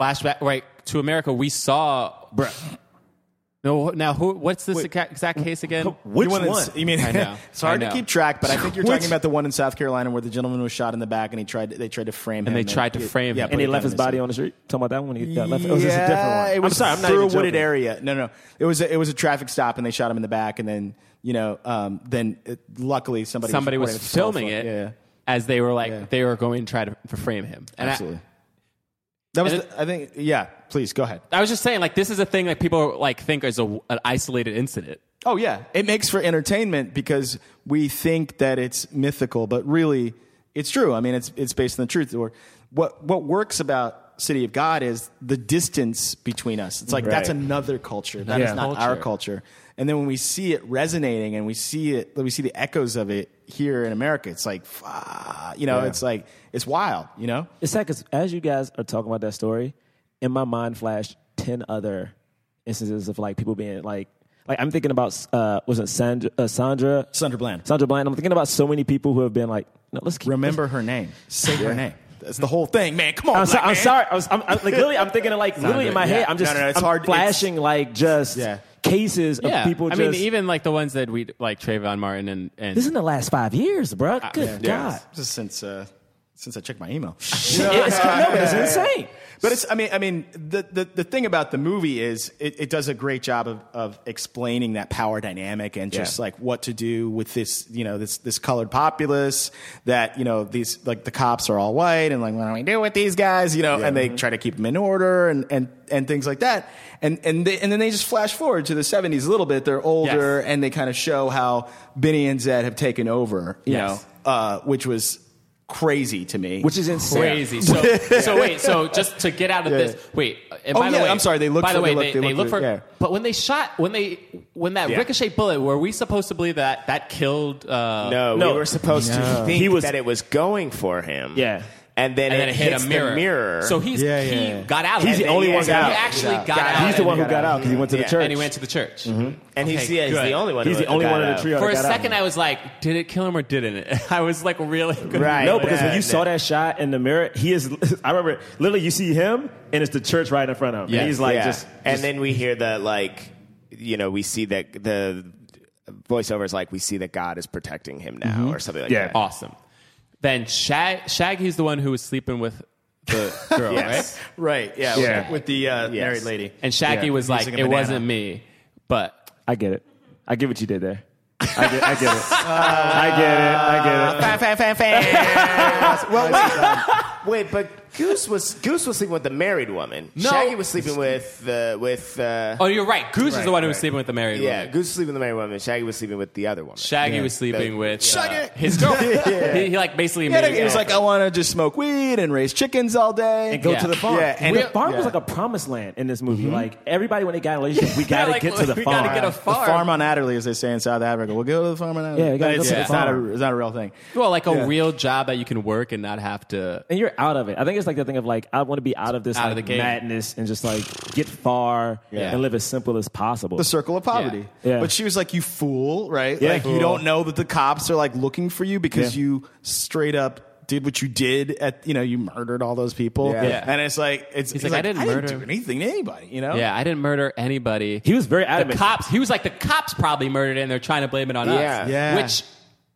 [SPEAKER 6] flashback right to America. We saw, bruh. No, now who? What's this exact, exact case again?
[SPEAKER 8] You
[SPEAKER 5] Which
[SPEAKER 8] wanna-
[SPEAKER 5] one?
[SPEAKER 8] You mean
[SPEAKER 6] I know.
[SPEAKER 8] it's hard
[SPEAKER 6] I
[SPEAKER 8] to
[SPEAKER 6] know.
[SPEAKER 8] keep track, but I think you're
[SPEAKER 6] Which-
[SPEAKER 8] talking about the one in South Carolina where the gentleman was shot in the back and he tried. They tried to frame him.
[SPEAKER 6] they tried to frame him.
[SPEAKER 5] and
[SPEAKER 8] but
[SPEAKER 5] he
[SPEAKER 8] he got
[SPEAKER 5] left his
[SPEAKER 8] him
[SPEAKER 5] body
[SPEAKER 8] missing.
[SPEAKER 5] on the street. Talking about that one, he got left. It was
[SPEAKER 8] yeah,
[SPEAKER 5] just a different one.
[SPEAKER 8] It was
[SPEAKER 5] I'm sorry, I'm not
[SPEAKER 8] through
[SPEAKER 5] even
[SPEAKER 8] a wooded
[SPEAKER 5] joking.
[SPEAKER 8] area. No, no, it was a, it was a traffic stop, and they shot him in the back, and then you know, um, then it, luckily somebody
[SPEAKER 6] Somebody was
[SPEAKER 8] recording with a cell
[SPEAKER 6] filming
[SPEAKER 8] phone.
[SPEAKER 6] it
[SPEAKER 8] Yeah, yeah.
[SPEAKER 6] as they were like
[SPEAKER 8] Yeah.
[SPEAKER 6] they were going to try to to frame him. And I-
[SPEAKER 8] absolutely. that was,
[SPEAKER 6] and
[SPEAKER 8] the, I think. Yeah, please go ahead.
[SPEAKER 6] I, was just saying, like this is a thing that people like think is a, an isolated incident.
[SPEAKER 8] Oh yeah, it makes for entertainment because we think that it's mythical, but really it's true. I mean, it's it's based on the truth. Or what what works about City of God is the distance between us. It's like that's
[SPEAKER 5] Right.
[SPEAKER 8] another culture. That is
[SPEAKER 5] Yeah.
[SPEAKER 8] not our culture. And then when we see it resonating and we see it, we see the echoes of it here in America. It's like, fuck, you know, it's like it's wild, you know.
[SPEAKER 5] It's sad because as you guys are talking about that story, in my mind flashed ten other instances of like people being like, like I'm thinking about uh, was it Sandra, uh, Sandra
[SPEAKER 8] Sandra Bland.
[SPEAKER 5] Sandra Bland. I'm thinking about so many people who have been like, no, let's keep,
[SPEAKER 8] Remember her name. Say her name. That's the whole thing, man. Come on,
[SPEAKER 5] I'm, so,
[SPEAKER 8] black
[SPEAKER 5] I'm
[SPEAKER 8] man.
[SPEAKER 5] sorry. I was, I'm, I'm, like literally, I'm thinking of like literally in my
[SPEAKER 8] yeah.
[SPEAKER 5] head. I'm just
[SPEAKER 8] No, no, no, it's
[SPEAKER 5] I'm
[SPEAKER 8] hard- it's-
[SPEAKER 5] flashing like just
[SPEAKER 8] Yeah.
[SPEAKER 5] cases of
[SPEAKER 6] Yeah,
[SPEAKER 5] people.
[SPEAKER 6] I
[SPEAKER 5] just,
[SPEAKER 6] mean, even like the ones that we like Trayvon Martin and and
[SPEAKER 5] this is in the last five years, bro.
[SPEAKER 8] Uh,
[SPEAKER 5] Good God,
[SPEAKER 8] Just since uh, since I checked my email.
[SPEAKER 5] it's, no, but it's insane.
[SPEAKER 8] But it's, I mean, I mean, the, the, the thing about the movie is it, it does a great job of, of explaining that power dynamic and just
[SPEAKER 5] Yeah.
[SPEAKER 8] like what to do with this, you know, this, this colored populace that, you know, these, like the cops are all white and like, what do we do with these guys, you know, and they try to keep them in order and, and, and things like that. And, and, they, and then they just flash forward to the 70s a little bit. They're older
[SPEAKER 6] Yes.
[SPEAKER 8] and they kind of show how Benny and Zed have taken over, you
[SPEAKER 6] Yes.
[SPEAKER 8] know, uh, which was crazy to me.
[SPEAKER 5] Which is insane.
[SPEAKER 6] crazy. So, so wait. So just to get out of this, wait. uh, And
[SPEAKER 8] Oh,
[SPEAKER 6] by the
[SPEAKER 8] yeah,
[SPEAKER 6] way,
[SPEAKER 8] I'm sorry, they look
[SPEAKER 6] By
[SPEAKER 8] for-
[SPEAKER 6] the way,
[SPEAKER 8] they look-
[SPEAKER 6] they,
[SPEAKER 8] they
[SPEAKER 6] they
[SPEAKER 8] look
[SPEAKER 6] look
[SPEAKER 8] for-
[SPEAKER 6] for.
[SPEAKER 8] yeah.
[SPEAKER 6] But when they shot, when they when that ricochet bullet, were we supposed to believe that that killed? Uh,
[SPEAKER 7] no,
[SPEAKER 5] No.
[SPEAKER 7] we were supposed to think
[SPEAKER 5] He was-
[SPEAKER 7] that it was going going for him.
[SPEAKER 5] Yeah.
[SPEAKER 7] And then
[SPEAKER 6] And then
[SPEAKER 7] it,
[SPEAKER 6] it hit
[SPEAKER 7] hits
[SPEAKER 6] a mirror.
[SPEAKER 7] The mirror.
[SPEAKER 6] So he's
[SPEAKER 8] Yeah,
[SPEAKER 6] he
[SPEAKER 8] yeah.
[SPEAKER 6] got out.
[SPEAKER 5] He's
[SPEAKER 6] of
[SPEAKER 5] the
[SPEAKER 6] it.
[SPEAKER 5] only
[SPEAKER 6] He
[SPEAKER 5] one got
[SPEAKER 6] actually-
[SPEAKER 5] out.
[SPEAKER 6] He actually got,
[SPEAKER 7] Got
[SPEAKER 6] out.
[SPEAKER 5] He's the
[SPEAKER 6] and
[SPEAKER 5] one who
[SPEAKER 6] got-
[SPEAKER 5] got out because he went to the
[SPEAKER 7] Yeah.
[SPEAKER 5] church.
[SPEAKER 6] and he went to the church.
[SPEAKER 7] and he's,
[SPEAKER 6] Okay,
[SPEAKER 7] yeah, he's
[SPEAKER 6] good.
[SPEAKER 7] the only one.
[SPEAKER 5] He's
[SPEAKER 7] who
[SPEAKER 5] the only
[SPEAKER 7] got
[SPEAKER 5] one in
[SPEAKER 7] out.
[SPEAKER 5] the trio.
[SPEAKER 6] For a
[SPEAKER 5] that got out.
[SPEAKER 6] second, I was like, "Did it kill him or didn't it?" I was like, really.
[SPEAKER 7] Right.
[SPEAKER 5] No, because when
[SPEAKER 7] Yeah,
[SPEAKER 5] you saw
[SPEAKER 7] no.
[SPEAKER 5] that shot in the mirror, he is. I remember literally, you see him, and it's the church right in front of him.
[SPEAKER 6] Yes.
[SPEAKER 5] And he's like,
[SPEAKER 7] Yeah.
[SPEAKER 5] just,
[SPEAKER 7] and
[SPEAKER 5] just-
[SPEAKER 7] then we hear that like you know we see that the voiceovers like we see that God is protecting him now or something like
[SPEAKER 5] Mm-hmm. Yeah.
[SPEAKER 7] that.
[SPEAKER 6] Awesome. Then Shag, Shaggy's the one who was sleeping with the girl,
[SPEAKER 7] Yes.
[SPEAKER 6] right?
[SPEAKER 9] Right. Yeah.
[SPEAKER 7] Yeah.
[SPEAKER 9] With the uh,
[SPEAKER 7] Yes.
[SPEAKER 9] married lady.
[SPEAKER 6] And Shaggy
[SPEAKER 9] Yeah,
[SPEAKER 6] was like,
[SPEAKER 9] using a
[SPEAKER 6] "It
[SPEAKER 9] banana.
[SPEAKER 6] wasn't me," but
[SPEAKER 5] I get it. I get what you did there. I get, I get it. I get it. I get it.
[SPEAKER 7] Wait, but Goose was Goose was sleeping with the married woman.
[SPEAKER 6] No.
[SPEAKER 7] Shaggy was sleeping with the with uh,
[SPEAKER 6] oh, you're right. Goose is the one who was
[SPEAKER 7] right.
[SPEAKER 6] sleeping with the married
[SPEAKER 7] yeah.
[SPEAKER 6] woman.
[SPEAKER 7] Goose was sleeping with the married woman. Shaggy was sleeping with the other woman.
[SPEAKER 6] Shaggy was sleeping
[SPEAKER 7] The-
[SPEAKER 6] with uh,
[SPEAKER 7] Shaggy!
[SPEAKER 6] his girl. he, he, like basically
[SPEAKER 8] Yeah,
[SPEAKER 6] made
[SPEAKER 8] he was like, I want to just smoke weed and raise chickens all day.
[SPEAKER 5] And go
[SPEAKER 6] Yeah.
[SPEAKER 5] to the farm.
[SPEAKER 7] Yeah, and-
[SPEAKER 5] and the farm was
[SPEAKER 7] yeah.
[SPEAKER 5] like a promised land in this movie. Like everybody, when they got in a relationship, we got to
[SPEAKER 6] Mm-hmm. like,
[SPEAKER 5] get to the
[SPEAKER 6] we
[SPEAKER 5] farm.
[SPEAKER 6] gotta get a
[SPEAKER 8] The
[SPEAKER 6] farm.
[SPEAKER 8] farm on Adderley, as they say in South Africa. We'll go to the farm on Adderley.
[SPEAKER 5] Yeah, we gotta
[SPEAKER 8] But
[SPEAKER 5] go
[SPEAKER 8] it's,
[SPEAKER 5] to the
[SPEAKER 8] it's not
[SPEAKER 5] farm.
[SPEAKER 8] a, it's not a real thing.
[SPEAKER 6] well, like a
[SPEAKER 8] Yeah.
[SPEAKER 6] real job that you can work and not have to.
[SPEAKER 5] and you're out of it. I think it's like the thing of like I want to be out of this
[SPEAKER 6] Out of
[SPEAKER 5] like,
[SPEAKER 6] the game.
[SPEAKER 5] madness and just like get far
[SPEAKER 6] Yeah.
[SPEAKER 5] and live as simple as possible.
[SPEAKER 8] The circle of poverty.
[SPEAKER 5] Yeah. Yeah.
[SPEAKER 8] But she was like, "You fool, right?
[SPEAKER 5] Yeah.
[SPEAKER 8] like you
[SPEAKER 5] Fool.
[SPEAKER 8] don't know that the cops are like looking for you because
[SPEAKER 5] Yeah.
[SPEAKER 8] you straight up did what you did at you know you murdered all those people.
[SPEAKER 7] Yeah. Yeah.
[SPEAKER 8] And it's like it's
[SPEAKER 6] He's
[SPEAKER 8] it's
[SPEAKER 6] like, "I didn't murder
[SPEAKER 8] do
[SPEAKER 6] him."
[SPEAKER 8] anything to anybody, you know.
[SPEAKER 6] Yeah, I didn't murder anybody.
[SPEAKER 5] he was very
[SPEAKER 6] the
[SPEAKER 5] adamant.
[SPEAKER 6] cops. He was like, the cops probably murdered it, and they're trying to blame it on
[SPEAKER 7] Yeah.
[SPEAKER 6] us.
[SPEAKER 8] Yeah.
[SPEAKER 6] Which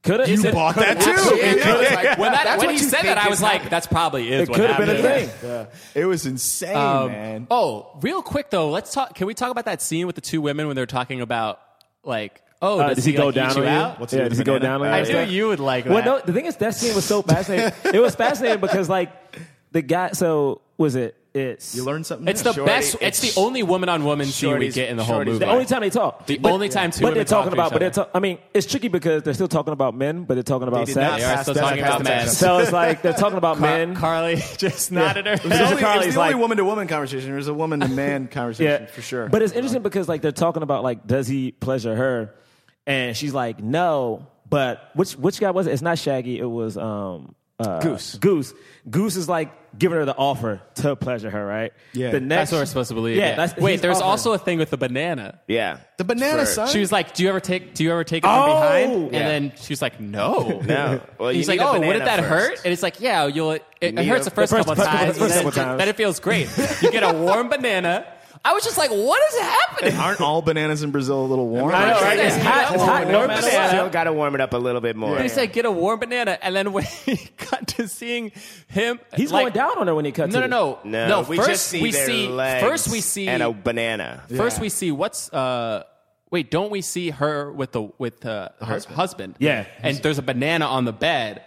[SPEAKER 5] could have
[SPEAKER 8] You bought that too.
[SPEAKER 6] absolutely
[SPEAKER 8] Yeah.
[SPEAKER 6] could. when, that,
[SPEAKER 7] That's
[SPEAKER 6] when
[SPEAKER 7] what
[SPEAKER 6] he
[SPEAKER 7] you
[SPEAKER 6] said
[SPEAKER 7] think
[SPEAKER 6] that, I
[SPEAKER 7] is
[SPEAKER 6] was like, "That's probably is
[SPEAKER 5] It
[SPEAKER 6] what
[SPEAKER 5] could have
[SPEAKER 6] happened."
[SPEAKER 5] been a thing.
[SPEAKER 8] It was insane,
[SPEAKER 6] Um,
[SPEAKER 8] man.
[SPEAKER 6] Oh, real quick though, let's talk. Can we talk about that scene with the two women when they're talking about like, oh,
[SPEAKER 5] Uh,
[SPEAKER 6] does,
[SPEAKER 5] does he, go
[SPEAKER 6] like, eat
[SPEAKER 5] down
[SPEAKER 6] you
[SPEAKER 5] on you?
[SPEAKER 6] out?
[SPEAKER 8] What's he
[SPEAKER 5] yeah,
[SPEAKER 8] with
[SPEAKER 5] does
[SPEAKER 8] the
[SPEAKER 5] he go
[SPEAKER 8] banana?
[SPEAKER 5] down on
[SPEAKER 6] I
[SPEAKER 5] you?
[SPEAKER 6] knew you would like that.
[SPEAKER 5] Well, no, the thing is, that scene was so fascinating. it was fascinating because like the guy. So was it? It's
[SPEAKER 8] you learned something.
[SPEAKER 6] it's
[SPEAKER 8] new.
[SPEAKER 6] the best. It's, the only woman on woman scene we
[SPEAKER 7] Shorty's-
[SPEAKER 6] get in the whole
[SPEAKER 7] Shorty's
[SPEAKER 6] movie.
[SPEAKER 5] the only time they talk.
[SPEAKER 6] The only time two
[SPEAKER 5] But they're
[SPEAKER 6] women talk
[SPEAKER 5] talking
[SPEAKER 6] to
[SPEAKER 5] about.
[SPEAKER 6] each
[SPEAKER 5] But
[SPEAKER 6] other.
[SPEAKER 5] they're. talk- I mean, it's tricky because they're still talking about men, but they're talking about
[SPEAKER 8] did
[SPEAKER 5] sex.
[SPEAKER 8] not
[SPEAKER 6] They are still
[SPEAKER 8] That's
[SPEAKER 6] talking
[SPEAKER 8] not
[SPEAKER 6] about men.
[SPEAKER 8] conversation.
[SPEAKER 5] So it's like they're talking about
[SPEAKER 6] Car-
[SPEAKER 5] men.
[SPEAKER 6] Carly just nodded her.
[SPEAKER 8] It was the
[SPEAKER 5] Mr.
[SPEAKER 8] only- it
[SPEAKER 5] Carly's
[SPEAKER 8] was the only
[SPEAKER 5] like-
[SPEAKER 8] woman to woman conversation. It was a woman to man conversation for sure.
[SPEAKER 5] But it's interesting because like they're talking about like does he pleasure her, and she's like no. But which which guy was it? It's not Shaggy. It was um uh,
[SPEAKER 7] Goose.
[SPEAKER 5] Goose. Goose is like giving her the offer to pleasure her. Right.
[SPEAKER 8] Yeah.
[SPEAKER 5] The
[SPEAKER 6] That's
[SPEAKER 5] next,
[SPEAKER 6] what we're supposed to believe.
[SPEAKER 5] Yeah. That's,
[SPEAKER 6] Wait,
[SPEAKER 5] he's
[SPEAKER 6] there's
[SPEAKER 5] offering.
[SPEAKER 6] also a thing with the banana.
[SPEAKER 7] Yeah.
[SPEAKER 8] the banana
[SPEAKER 7] For-
[SPEAKER 8] son.
[SPEAKER 6] She was like, "Do you ever take? Do you ever take it from
[SPEAKER 5] Oh!
[SPEAKER 6] behind?"
[SPEAKER 5] Yeah.
[SPEAKER 6] And then she's like, "No,
[SPEAKER 7] No. Well, you
[SPEAKER 6] He's like,
[SPEAKER 7] need a
[SPEAKER 6] "Oh,
[SPEAKER 7] banana
[SPEAKER 6] wouldn't that
[SPEAKER 7] first."
[SPEAKER 6] hurt?" And it's like, "Yeah, you'll. It, it
[SPEAKER 7] need
[SPEAKER 6] hurts
[SPEAKER 7] a-
[SPEAKER 6] the first,
[SPEAKER 5] the first-
[SPEAKER 6] couple
[SPEAKER 5] first-
[SPEAKER 6] times.
[SPEAKER 5] first
[SPEAKER 6] and then,
[SPEAKER 5] couple times.
[SPEAKER 6] then it feels great. You get a warm banana. I was just like, "What is happening?"
[SPEAKER 8] Aren't all bananas in Brazil a little warm?
[SPEAKER 5] I know, right?
[SPEAKER 6] Yeah.
[SPEAKER 5] It's hot. It's hot.
[SPEAKER 6] Yeah.
[SPEAKER 5] No
[SPEAKER 6] Yeah.
[SPEAKER 5] banana.
[SPEAKER 7] Still got to warm it up a little bit more.
[SPEAKER 6] He said, "Get a warm banana," and then when he got to seeing him,
[SPEAKER 5] He's
[SPEAKER 6] like,
[SPEAKER 5] going down on her when he cuts.
[SPEAKER 6] No, no,
[SPEAKER 5] it.
[SPEAKER 6] no,
[SPEAKER 7] No, we
[SPEAKER 6] first
[SPEAKER 7] just see
[SPEAKER 6] we
[SPEAKER 7] their
[SPEAKER 6] see.
[SPEAKER 7] legs
[SPEAKER 6] First we see.
[SPEAKER 7] and a banana.
[SPEAKER 6] First we see what's. uh Wait, don't we see her with the with uh, her husband?
[SPEAKER 5] Yeah.
[SPEAKER 6] and there's a banana on the bed.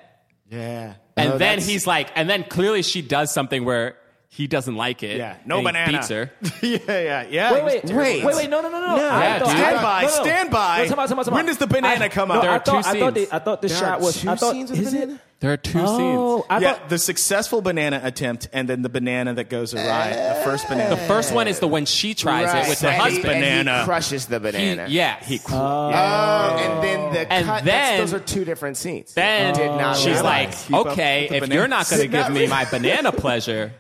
[SPEAKER 8] Yeah.
[SPEAKER 6] And
[SPEAKER 7] Oh,
[SPEAKER 6] then
[SPEAKER 7] that's-
[SPEAKER 6] he's like, and then clearly she does something where he doesn't like it.
[SPEAKER 8] Yeah, no
[SPEAKER 6] and he
[SPEAKER 8] banana.
[SPEAKER 6] beats her.
[SPEAKER 8] yeah, yeah, yeah.
[SPEAKER 5] Wait, wait, wait, wait, no, no, no, no. I
[SPEAKER 6] Yeah,
[SPEAKER 5] thought-
[SPEAKER 6] dude.
[SPEAKER 5] I
[SPEAKER 6] Stand
[SPEAKER 5] thought-
[SPEAKER 8] by,
[SPEAKER 5] no, no, no.
[SPEAKER 8] stand by.
[SPEAKER 5] No, time out, time out, time out.
[SPEAKER 8] When does the banana
[SPEAKER 5] I-
[SPEAKER 8] come
[SPEAKER 5] no,
[SPEAKER 8] out?
[SPEAKER 6] There
[SPEAKER 5] I
[SPEAKER 6] are
[SPEAKER 5] thought,
[SPEAKER 6] two
[SPEAKER 5] I thought,
[SPEAKER 6] scenes.
[SPEAKER 5] the, I thought the
[SPEAKER 7] There
[SPEAKER 5] shot
[SPEAKER 7] are
[SPEAKER 5] was.
[SPEAKER 7] two
[SPEAKER 5] I thought,
[SPEAKER 7] scenes with
[SPEAKER 5] is it-
[SPEAKER 7] banana?
[SPEAKER 6] There are two
[SPEAKER 5] Oh,
[SPEAKER 6] scenes.
[SPEAKER 5] I
[SPEAKER 8] yeah,
[SPEAKER 5] thought
[SPEAKER 8] the successful banana attempt and then the banana that goes awry. the first banana.
[SPEAKER 6] The first one is the when she tries it with her
[SPEAKER 7] And he-
[SPEAKER 6] husband.
[SPEAKER 7] and he
[SPEAKER 8] Banana.
[SPEAKER 7] crushes the banana.
[SPEAKER 6] He- yeah, he.
[SPEAKER 7] Oh, and then the
[SPEAKER 6] And
[SPEAKER 7] cut. that's-
[SPEAKER 6] then-
[SPEAKER 7] those are two different scenes.
[SPEAKER 6] then
[SPEAKER 7] Did not
[SPEAKER 6] she's like,
[SPEAKER 7] realize.
[SPEAKER 8] Keep up
[SPEAKER 6] okay,
[SPEAKER 8] with the
[SPEAKER 6] if
[SPEAKER 8] bananas.
[SPEAKER 6] you're not going to
[SPEAKER 8] Did
[SPEAKER 6] give
[SPEAKER 8] not
[SPEAKER 6] me my banana pleasure,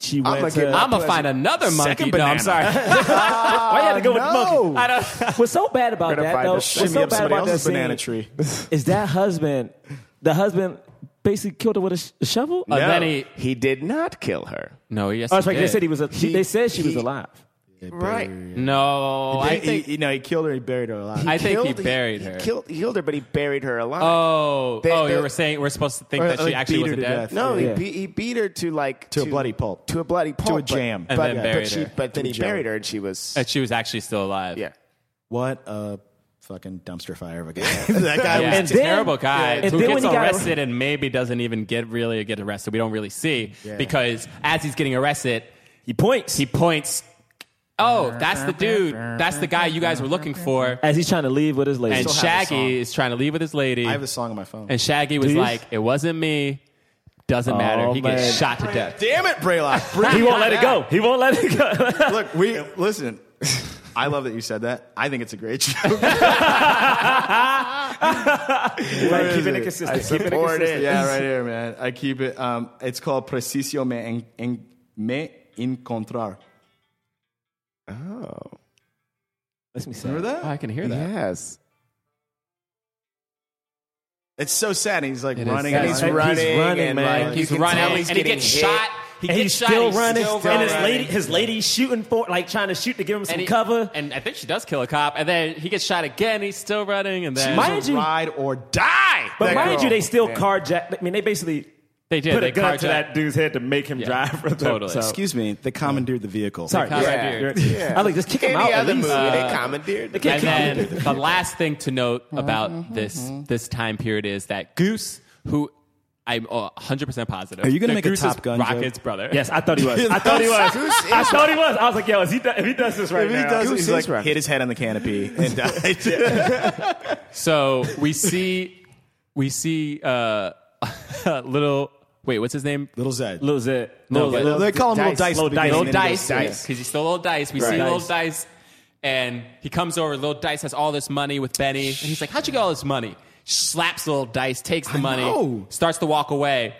[SPEAKER 5] she
[SPEAKER 7] I'm
[SPEAKER 5] went.
[SPEAKER 7] gonna
[SPEAKER 5] to-
[SPEAKER 7] get my
[SPEAKER 6] I'm going to find another monkey.
[SPEAKER 8] Second
[SPEAKER 6] No, I'm
[SPEAKER 8] banana.
[SPEAKER 6] sorry.
[SPEAKER 5] Why you had to go with the monkey?
[SPEAKER 6] I don't.
[SPEAKER 5] What's so bad about
[SPEAKER 7] Gonna
[SPEAKER 5] that
[SPEAKER 7] find
[SPEAKER 5] though?
[SPEAKER 7] a
[SPEAKER 5] What's
[SPEAKER 7] shimmy
[SPEAKER 5] so
[SPEAKER 8] up
[SPEAKER 5] bad
[SPEAKER 8] somebody
[SPEAKER 5] about that
[SPEAKER 8] else's
[SPEAKER 5] scene
[SPEAKER 8] banana tree.
[SPEAKER 5] is that husband. The husband basically killed her with a, sh- a shovel.
[SPEAKER 6] And
[SPEAKER 5] Uh,
[SPEAKER 6] then he.
[SPEAKER 7] He did not kill her.
[SPEAKER 6] No, yes.
[SPEAKER 5] oh,
[SPEAKER 6] he
[SPEAKER 5] that's right. They
[SPEAKER 6] did.
[SPEAKER 5] said he was. A,
[SPEAKER 7] He-
[SPEAKER 5] they said she was
[SPEAKER 7] he-
[SPEAKER 5] alive.
[SPEAKER 7] Right.
[SPEAKER 6] No, I
[SPEAKER 8] he,
[SPEAKER 6] think.
[SPEAKER 8] you know, he killed her. He buried her alive.
[SPEAKER 6] I think he
[SPEAKER 7] Killed-
[SPEAKER 6] buried her.
[SPEAKER 7] He killed, he killed her, but he buried her alive.
[SPEAKER 6] Oh,
[SPEAKER 7] They-
[SPEAKER 6] oh,
[SPEAKER 7] they-
[SPEAKER 6] you were saying we're supposed to think
[SPEAKER 8] Or,
[SPEAKER 6] that she
[SPEAKER 8] like,
[SPEAKER 6] actually
[SPEAKER 8] beat
[SPEAKER 6] wasn't
[SPEAKER 8] her to
[SPEAKER 6] dead.
[SPEAKER 8] death.
[SPEAKER 7] No,
[SPEAKER 5] Yeah.
[SPEAKER 7] he, be, he beat her to like
[SPEAKER 8] To a bloody pulp.
[SPEAKER 7] To a bloody pulp.
[SPEAKER 8] To a jam.
[SPEAKER 7] But,
[SPEAKER 8] And
[SPEAKER 7] but,
[SPEAKER 6] then
[SPEAKER 7] but
[SPEAKER 6] buried
[SPEAKER 7] she,
[SPEAKER 6] her.
[SPEAKER 7] But then
[SPEAKER 8] To
[SPEAKER 7] he
[SPEAKER 8] jail.
[SPEAKER 7] buried her, and she was
[SPEAKER 6] That she was actually still alive.
[SPEAKER 7] yeah.
[SPEAKER 8] What a fucking dumpster fire of a guy. that guy was.
[SPEAKER 6] Yeah,
[SPEAKER 5] And
[SPEAKER 6] and
[SPEAKER 5] then-
[SPEAKER 6] terrible guy
[SPEAKER 5] and
[SPEAKER 6] who
[SPEAKER 5] then when
[SPEAKER 6] gets
[SPEAKER 5] he got
[SPEAKER 6] arrested and maybe doesn't even get really get arrested. We don't really see because as he's getting arrested,
[SPEAKER 5] He points.
[SPEAKER 6] he points. Oh, that's the dude. That's the guy you guys were looking for.
[SPEAKER 5] as he's trying to leave with his lady.
[SPEAKER 6] And
[SPEAKER 8] still have the song.
[SPEAKER 6] Shaggy is trying to leave with his lady.
[SPEAKER 8] I have a song on my phone.
[SPEAKER 6] And Shaggy was
[SPEAKER 5] Do you?
[SPEAKER 6] like, "It wasn't me. Doesn't matter.
[SPEAKER 5] Oh,
[SPEAKER 6] He
[SPEAKER 5] man.
[SPEAKER 6] gets shot to death."
[SPEAKER 8] Damn it, Braylock. Bring
[SPEAKER 5] he won't let it go. He won't let it go.
[SPEAKER 8] Look, we listen. I love that you said that. I think it's a great show.
[SPEAKER 5] Like,
[SPEAKER 8] is
[SPEAKER 5] keeping it
[SPEAKER 8] it?
[SPEAKER 5] consistent. Keeping it
[SPEAKER 7] support
[SPEAKER 5] consistent.
[SPEAKER 8] yeah, right here, man. I keep it. Um, it's called Preciso me, en, en, me encontrar.
[SPEAKER 7] Oh
[SPEAKER 5] Let's me see.
[SPEAKER 8] Remember that?
[SPEAKER 6] Oh, I can hear that.
[SPEAKER 7] yes.
[SPEAKER 8] It's so sad. He's like
[SPEAKER 6] It is
[SPEAKER 8] running.
[SPEAKER 6] sad.
[SPEAKER 8] and
[SPEAKER 6] He's
[SPEAKER 8] like-
[SPEAKER 5] running, man.
[SPEAKER 7] like,
[SPEAKER 5] He's
[SPEAKER 7] you
[SPEAKER 6] He's
[SPEAKER 7] can
[SPEAKER 6] running
[SPEAKER 7] tell
[SPEAKER 6] and
[SPEAKER 7] he's
[SPEAKER 6] he
[SPEAKER 7] getting
[SPEAKER 6] gets
[SPEAKER 7] hit.
[SPEAKER 6] shot. He
[SPEAKER 5] and
[SPEAKER 6] gets
[SPEAKER 5] he's
[SPEAKER 6] shot.
[SPEAKER 5] still
[SPEAKER 6] he's
[SPEAKER 5] running,
[SPEAKER 6] still
[SPEAKER 5] and his
[SPEAKER 6] running.
[SPEAKER 5] lady, his lady shooting for, like trying to shoot to give him some
[SPEAKER 6] and he-
[SPEAKER 5] cover.
[SPEAKER 6] And I think she does kill a cop, and then he gets shot again. He's still running, and then
[SPEAKER 5] Mind you,
[SPEAKER 8] Ride or die.
[SPEAKER 5] but
[SPEAKER 8] That
[SPEAKER 5] mind
[SPEAKER 8] girl.
[SPEAKER 5] you, they still carjack. I mean, they basically
[SPEAKER 6] They did.
[SPEAKER 5] put
[SPEAKER 6] they
[SPEAKER 5] a gun to
[SPEAKER 6] carjacked-
[SPEAKER 5] that dude's head to make him
[SPEAKER 6] Yeah,
[SPEAKER 5] drive. From
[SPEAKER 6] totally.
[SPEAKER 5] The, so-
[SPEAKER 8] Excuse me, they commandeered the vehicle.
[SPEAKER 5] sorry,
[SPEAKER 6] They
[SPEAKER 5] yeah.
[SPEAKER 6] commandeered.
[SPEAKER 5] yeah. I was like just kick him out.
[SPEAKER 7] Any
[SPEAKER 5] at
[SPEAKER 7] other
[SPEAKER 5] least. Uh,
[SPEAKER 7] movie, they commandeered. the
[SPEAKER 6] And then the last thing to note about this this time period is that Goose, who I'm uh, 100% positive.
[SPEAKER 8] Are you gonna
[SPEAKER 6] that
[SPEAKER 8] make a
[SPEAKER 6] Goose
[SPEAKER 8] Top
[SPEAKER 6] is
[SPEAKER 8] Gun joke?
[SPEAKER 6] Rocket's brother.
[SPEAKER 5] Yes, I thought he was. I thought he was. I thought he was. I was like, yo, is he do- if he does this right
[SPEAKER 8] If he
[SPEAKER 5] now,
[SPEAKER 8] does,
[SPEAKER 7] Goose
[SPEAKER 8] he's
[SPEAKER 7] is
[SPEAKER 8] like
[SPEAKER 7] right.
[SPEAKER 8] hit his head on the canopy and died.
[SPEAKER 6] So we see we see uh, little wait, what's his name?
[SPEAKER 8] Little Zed.
[SPEAKER 5] Lil Zed.
[SPEAKER 6] No, but-
[SPEAKER 8] they call him
[SPEAKER 7] Dice.
[SPEAKER 8] Little Dice.
[SPEAKER 5] Little
[SPEAKER 8] at the beginning, and
[SPEAKER 6] little
[SPEAKER 5] Dice.
[SPEAKER 8] then he
[SPEAKER 6] dice
[SPEAKER 8] goes-
[SPEAKER 6] because he's still a little dice. We see
[SPEAKER 5] Dice.
[SPEAKER 6] little dice, and he comes over. Little dice has all this money with Benny, and he's like, "How'd you get all this money?" Slaps little dice, takes the money,
[SPEAKER 8] know.
[SPEAKER 6] starts to walk away,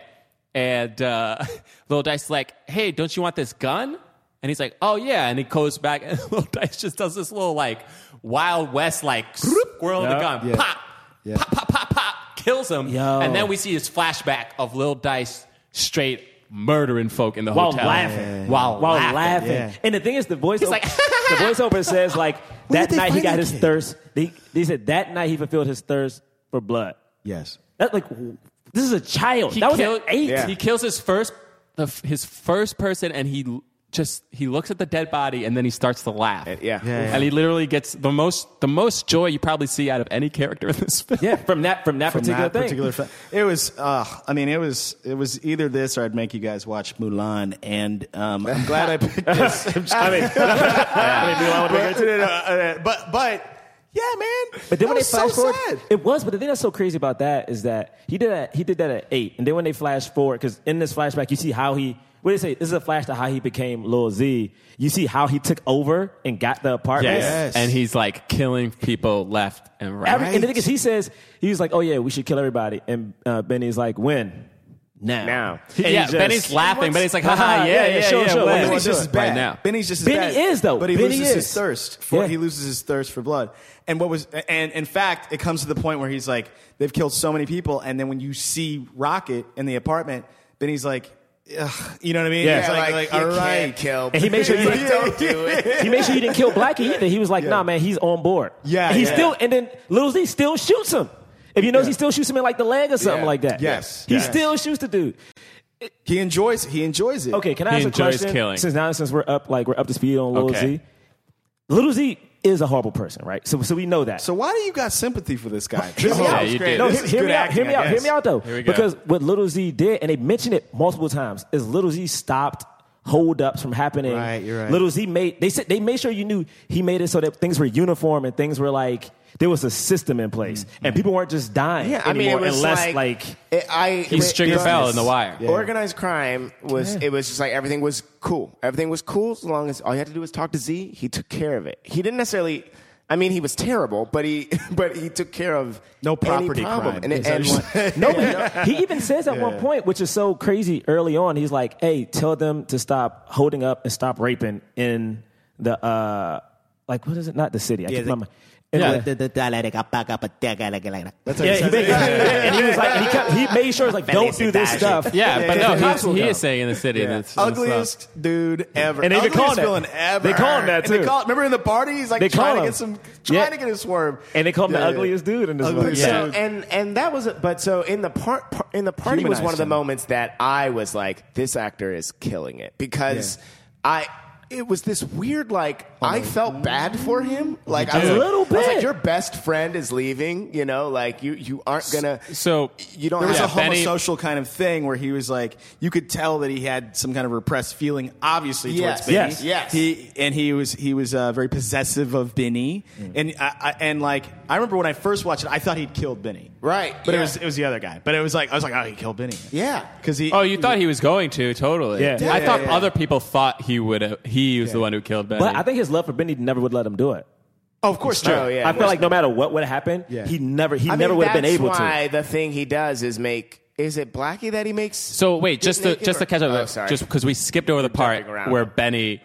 [SPEAKER 6] and uh, little dice is like, "Hey, don't you want this gun?" And he's like, "Oh yeah," and he goes back, and little dice just does this little like Wild West like swirl of the
[SPEAKER 5] Yeah.
[SPEAKER 6] gun,
[SPEAKER 8] Yeah.
[SPEAKER 6] pop,
[SPEAKER 8] Yeah.
[SPEAKER 6] pop, pop, pop, pop, kills him,
[SPEAKER 5] Yo.
[SPEAKER 6] and then we see this flashback of little dice straight. Murdering folk in the
[SPEAKER 5] while
[SPEAKER 6] hotel
[SPEAKER 5] laughing.
[SPEAKER 6] while,
[SPEAKER 5] While
[SPEAKER 6] laughing.
[SPEAKER 5] laughing.
[SPEAKER 8] Yeah.
[SPEAKER 5] And the thing is, the voiceover,
[SPEAKER 6] like,
[SPEAKER 5] the voiceover says like that
[SPEAKER 8] they
[SPEAKER 5] night he
[SPEAKER 8] find
[SPEAKER 5] got
[SPEAKER 8] that
[SPEAKER 5] his
[SPEAKER 8] kid?
[SPEAKER 5] thirst. They, they said that night he fulfilled his thirst for blood.
[SPEAKER 8] Yes.
[SPEAKER 5] That like w- this is a child.
[SPEAKER 6] He
[SPEAKER 5] that was
[SPEAKER 6] killed-
[SPEAKER 5] an eight.
[SPEAKER 7] Yeah.
[SPEAKER 6] He kills his first the, f- his first person, and he l- just he looks at the dead body, and then he starts to laugh.
[SPEAKER 7] Uh, yeah. Yeah, yeah.
[SPEAKER 6] and he literally gets the most the most joy you probably see out of any character in this film.
[SPEAKER 5] Yeah, from that from that
[SPEAKER 8] From
[SPEAKER 5] particular
[SPEAKER 8] that
[SPEAKER 5] thing.
[SPEAKER 8] particular fa- it was. Uh, I mean, it was. It was either this or I'd make you guys watch Mulan. And um, I'm glad I picked this. I'm just
[SPEAKER 5] I mean, I mean, do I want to
[SPEAKER 8] kidding. No, no, no, no. but but yeah, man.
[SPEAKER 5] But then
[SPEAKER 8] That
[SPEAKER 5] when they
[SPEAKER 8] was so
[SPEAKER 5] flash forward,
[SPEAKER 8] sad.
[SPEAKER 5] it was. But the thing that's so crazy about that is that he did that. He did that at eight, and then when they flash forward, because in this flashback you see how he. What do they say? This is a flash to how he became Lil Z. You see how he took over and got the apartment.
[SPEAKER 8] Yes.
[SPEAKER 6] and he's like killing people left and right.
[SPEAKER 5] Every, and the thing is, he says he was like, "Oh yeah, we should kill everybody," and uh, Benny's like, "When? Now?
[SPEAKER 7] Now.
[SPEAKER 5] He
[SPEAKER 6] yeah,
[SPEAKER 5] just-
[SPEAKER 6] Benny's laughing. Benny's like, haha, yeah,
[SPEAKER 5] Haha,
[SPEAKER 6] yeah,
[SPEAKER 5] yeah,
[SPEAKER 6] yeah.
[SPEAKER 5] sure, sure,
[SPEAKER 6] what do you
[SPEAKER 5] why not?
[SPEAKER 6] wanna
[SPEAKER 8] Benny's
[SPEAKER 6] do
[SPEAKER 8] just as
[SPEAKER 6] it right
[SPEAKER 8] bad.
[SPEAKER 6] now.
[SPEAKER 8] Benny's just as
[SPEAKER 5] Benny
[SPEAKER 8] bad.
[SPEAKER 5] is, though.
[SPEAKER 8] But he
[SPEAKER 5] Benny
[SPEAKER 8] loses his
[SPEAKER 5] is.
[SPEAKER 8] thirst. For,
[SPEAKER 5] Yeah.
[SPEAKER 8] He loses his thirst for blood. And what was and in fact, it comes to the point where he's like, they've killed so many people, and then when you see Rocket in the apartment, Benny's like, Ugh, you know what I mean?
[SPEAKER 5] Yeah.
[SPEAKER 8] He's like, like, all right,
[SPEAKER 7] kill.
[SPEAKER 5] And he made sure you
[SPEAKER 7] Like, don't do it.
[SPEAKER 5] he made sure you didn't kill Blackie either. He was like, nah, man, he's on board.
[SPEAKER 8] Yeah,
[SPEAKER 5] And he
[SPEAKER 8] yeah.
[SPEAKER 5] still, and then Lil Z still shoots him. If you notice, he still shoots him in like the leg or something
[SPEAKER 7] Yeah.
[SPEAKER 5] like that.
[SPEAKER 8] Yes.
[SPEAKER 5] He
[SPEAKER 8] Yes.
[SPEAKER 5] still shoots the dude.
[SPEAKER 8] He enjoys. He enjoys it.
[SPEAKER 5] Okay, can I
[SPEAKER 6] He
[SPEAKER 5] ask a
[SPEAKER 6] enjoys
[SPEAKER 5] question?
[SPEAKER 6] killing.
[SPEAKER 5] Since now, since we're up, like we're up to speed on Lil
[SPEAKER 6] Okay.
[SPEAKER 5] Z. Lil Z is a horrible person, right? So, so we know that.
[SPEAKER 8] So why do you got sympathy for this guy?
[SPEAKER 5] This is-
[SPEAKER 6] Yeah, you did.
[SPEAKER 5] No,
[SPEAKER 6] This
[SPEAKER 5] he-
[SPEAKER 8] is
[SPEAKER 5] hear
[SPEAKER 8] good
[SPEAKER 5] me out.
[SPEAKER 8] acting,
[SPEAKER 5] Hear me
[SPEAKER 8] I
[SPEAKER 5] out. Hear
[SPEAKER 8] guess.
[SPEAKER 5] me out though.
[SPEAKER 6] Here we go.
[SPEAKER 5] Because what Little Z did, and they mentioned it multiple times, is Little Z stopped holdups from happening.
[SPEAKER 8] Right, you're right.
[SPEAKER 5] Little Z made they said they made sure you knew he made it so that things were uniform and things were like there was a system in place and people weren't just dying
[SPEAKER 7] Yeah, I mean,
[SPEAKER 5] anymore
[SPEAKER 7] it was like,
[SPEAKER 5] unless like,
[SPEAKER 7] it, I
[SPEAKER 6] He Stringer Bell in The Wire. Yeah.
[SPEAKER 7] Organized crime was it was just like everything was cool. Everything was cool as long as all you had to do was talk to Z. He took care of it. He didn't necessarily. I mean, he was terrible, but he but he took care of
[SPEAKER 8] No
[SPEAKER 7] any
[SPEAKER 8] property
[SPEAKER 7] problem.
[SPEAKER 8] crime.
[SPEAKER 7] And,
[SPEAKER 8] Is
[SPEAKER 7] it-
[SPEAKER 8] that
[SPEAKER 7] and
[SPEAKER 8] what you're
[SPEAKER 5] no, he even says at one point, which is so crazy early on, he's like, hey, tell them to stop holding up and stop raping in the uh like what is it? Not the city. I can't remember. In the- Yeah, he made, and he was like, and he, kept, he made sure, it's like, don't do this stuff.
[SPEAKER 6] Yeah,
[SPEAKER 8] Yeah,
[SPEAKER 6] but
[SPEAKER 8] yeah, yeah.
[SPEAKER 6] no, he, he is saying in the city.
[SPEAKER 8] Yeah.
[SPEAKER 6] That's, that's
[SPEAKER 8] Ugliest dude ever.
[SPEAKER 5] And they even
[SPEAKER 8] Ugliest
[SPEAKER 5] call him that.
[SPEAKER 8] villain ever.
[SPEAKER 5] They call him that,
[SPEAKER 8] And they
[SPEAKER 5] too.
[SPEAKER 8] call- remember in the party, he's like
[SPEAKER 5] They call
[SPEAKER 8] trying to
[SPEAKER 5] him.
[SPEAKER 8] get some, trying
[SPEAKER 5] Yeah.
[SPEAKER 8] to get a swerve.
[SPEAKER 5] And they call him
[SPEAKER 8] Yeah,
[SPEAKER 5] the
[SPEAKER 8] yeah.
[SPEAKER 5] ugliest dude in this
[SPEAKER 8] Ugly-
[SPEAKER 5] movie.
[SPEAKER 8] Yeah.
[SPEAKER 7] So, and and that was but so in the part par, in the party was
[SPEAKER 8] Humanized
[SPEAKER 7] one of the
[SPEAKER 8] him.
[SPEAKER 7] moments that I was like this actor is killing it because
[SPEAKER 8] Yeah.
[SPEAKER 7] I it was this weird like I felt bad for him like I was
[SPEAKER 5] A
[SPEAKER 7] like,
[SPEAKER 5] little
[SPEAKER 7] I was like
[SPEAKER 5] bit.
[SPEAKER 7] your best friend is leaving you know like you you aren't gonna
[SPEAKER 6] so-
[SPEAKER 7] you don't
[SPEAKER 8] There was
[SPEAKER 7] have
[SPEAKER 8] a
[SPEAKER 6] Benny-
[SPEAKER 8] homosocial kind of thing where he was like, you could tell that he had some kind of repressed feeling, obviously
[SPEAKER 7] Yes.
[SPEAKER 8] towards Benny.
[SPEAKER 5] Yes.
[SPEAKER 7] Yes.
[SPEAKER 8] He and he was he was uh, very possessive of Benny, and I, I, and like I remember when I first watched it, I thought he'd killed Benny,
[SPEAKER 7] Right,
[SPEAKER 8] But it
[SPEAKER 7] yeah.
[SPEAKER 8] was it was the other guy. But it was like I was like, oh, he killed Benny,
[SPEAKER 7] yeah
[SPEAKER 8] because he.
[SPEAKER 6] Oh, you thought he was going to totally?
[SPEAKER 5] Yeah.
[SPEAKER 6] I
[SPEAKER 8] Yeah,
[SPEAKER 6] thought
[SPEAKER 8] yeah, yeah.
[SPEAKER 6] other people thought he would. have He was the one who killed Benny.
[SPEAKER 5] But I think his love for Benny never would let him do it.
[SPEAKER 8] Oh, of course,
[SPEAKER 7] Oh,
[SPEAKER 8] not.
[SPEAKER 7] yeah.
[SPEAKER 5] I feel like no matter what would happen,
[SPEAKER 8] Yeah.
[SPEAKER 5] he never he
[SPEAKER 7] I mean,
[SPEAKER 5] never would have been
[SPEAKER 7] that's
[SPEAKER 5] able to.
[SPEAKER 7] why the thing he does is make is it Blackie that he makes
[SPEAKER 6] So wait,
[SPEAKER 7] get
[SPEAKER 6] just to
[SPEAKER 7] naked
[SPEAKER 6] just
[SPEAKER 7] or-
[SPEAKER 6] to catch up, uh,
[SPEAKER 7] oh, sorry.
[SPEAKER 6] just because we skipped over the part
[SPEAKER 7] jumping around.
[SPEAKER 6] where Benny,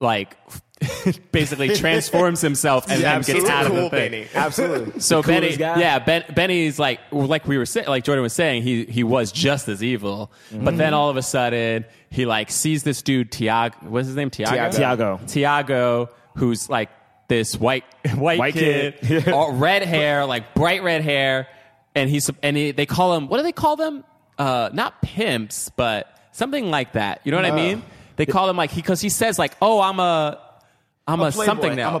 [SPEAKER 6] like, basically transforms himself and then gets
[SPEAKER 7] Absolutely.
[SPEAKER 6] out of
[SPEAKER 7] cool
[SPEAKER 6] the thing.
[SPEAKER 7] Benny absolutely
[SPEAKER 6] So Benny,
[SPEAKER 5] coolest guy.
[SPEAKER 6] yeah, ben, Benny's like, like we were saying, like Jordan was saying, he he was just as evil, but
[SPEAKER 7] Mm-hmm.
[SPEAKER 6] then all of a sudden he like sees this dude Tiago, what's his name, Tiago,
[SPEAKER 5] Tiago.
[SPEAKER 6] Tiago, who's like this white white,
[SPEAKER 5] White
[SPEAKER 6] kid,
[SPEAKER 5] kid.
[SPEAKER 6] all red hair, like bright red hair, and he's and he, they call him, what do they call them? uh, not pimps, but something like that. You know what I mean? They call him like he because he says like, "Oh, I'm a." I'm a,
[SPEAKER 8] playboy.
[SPEAKER 6] something now.
[SPEAKER 8] I'm a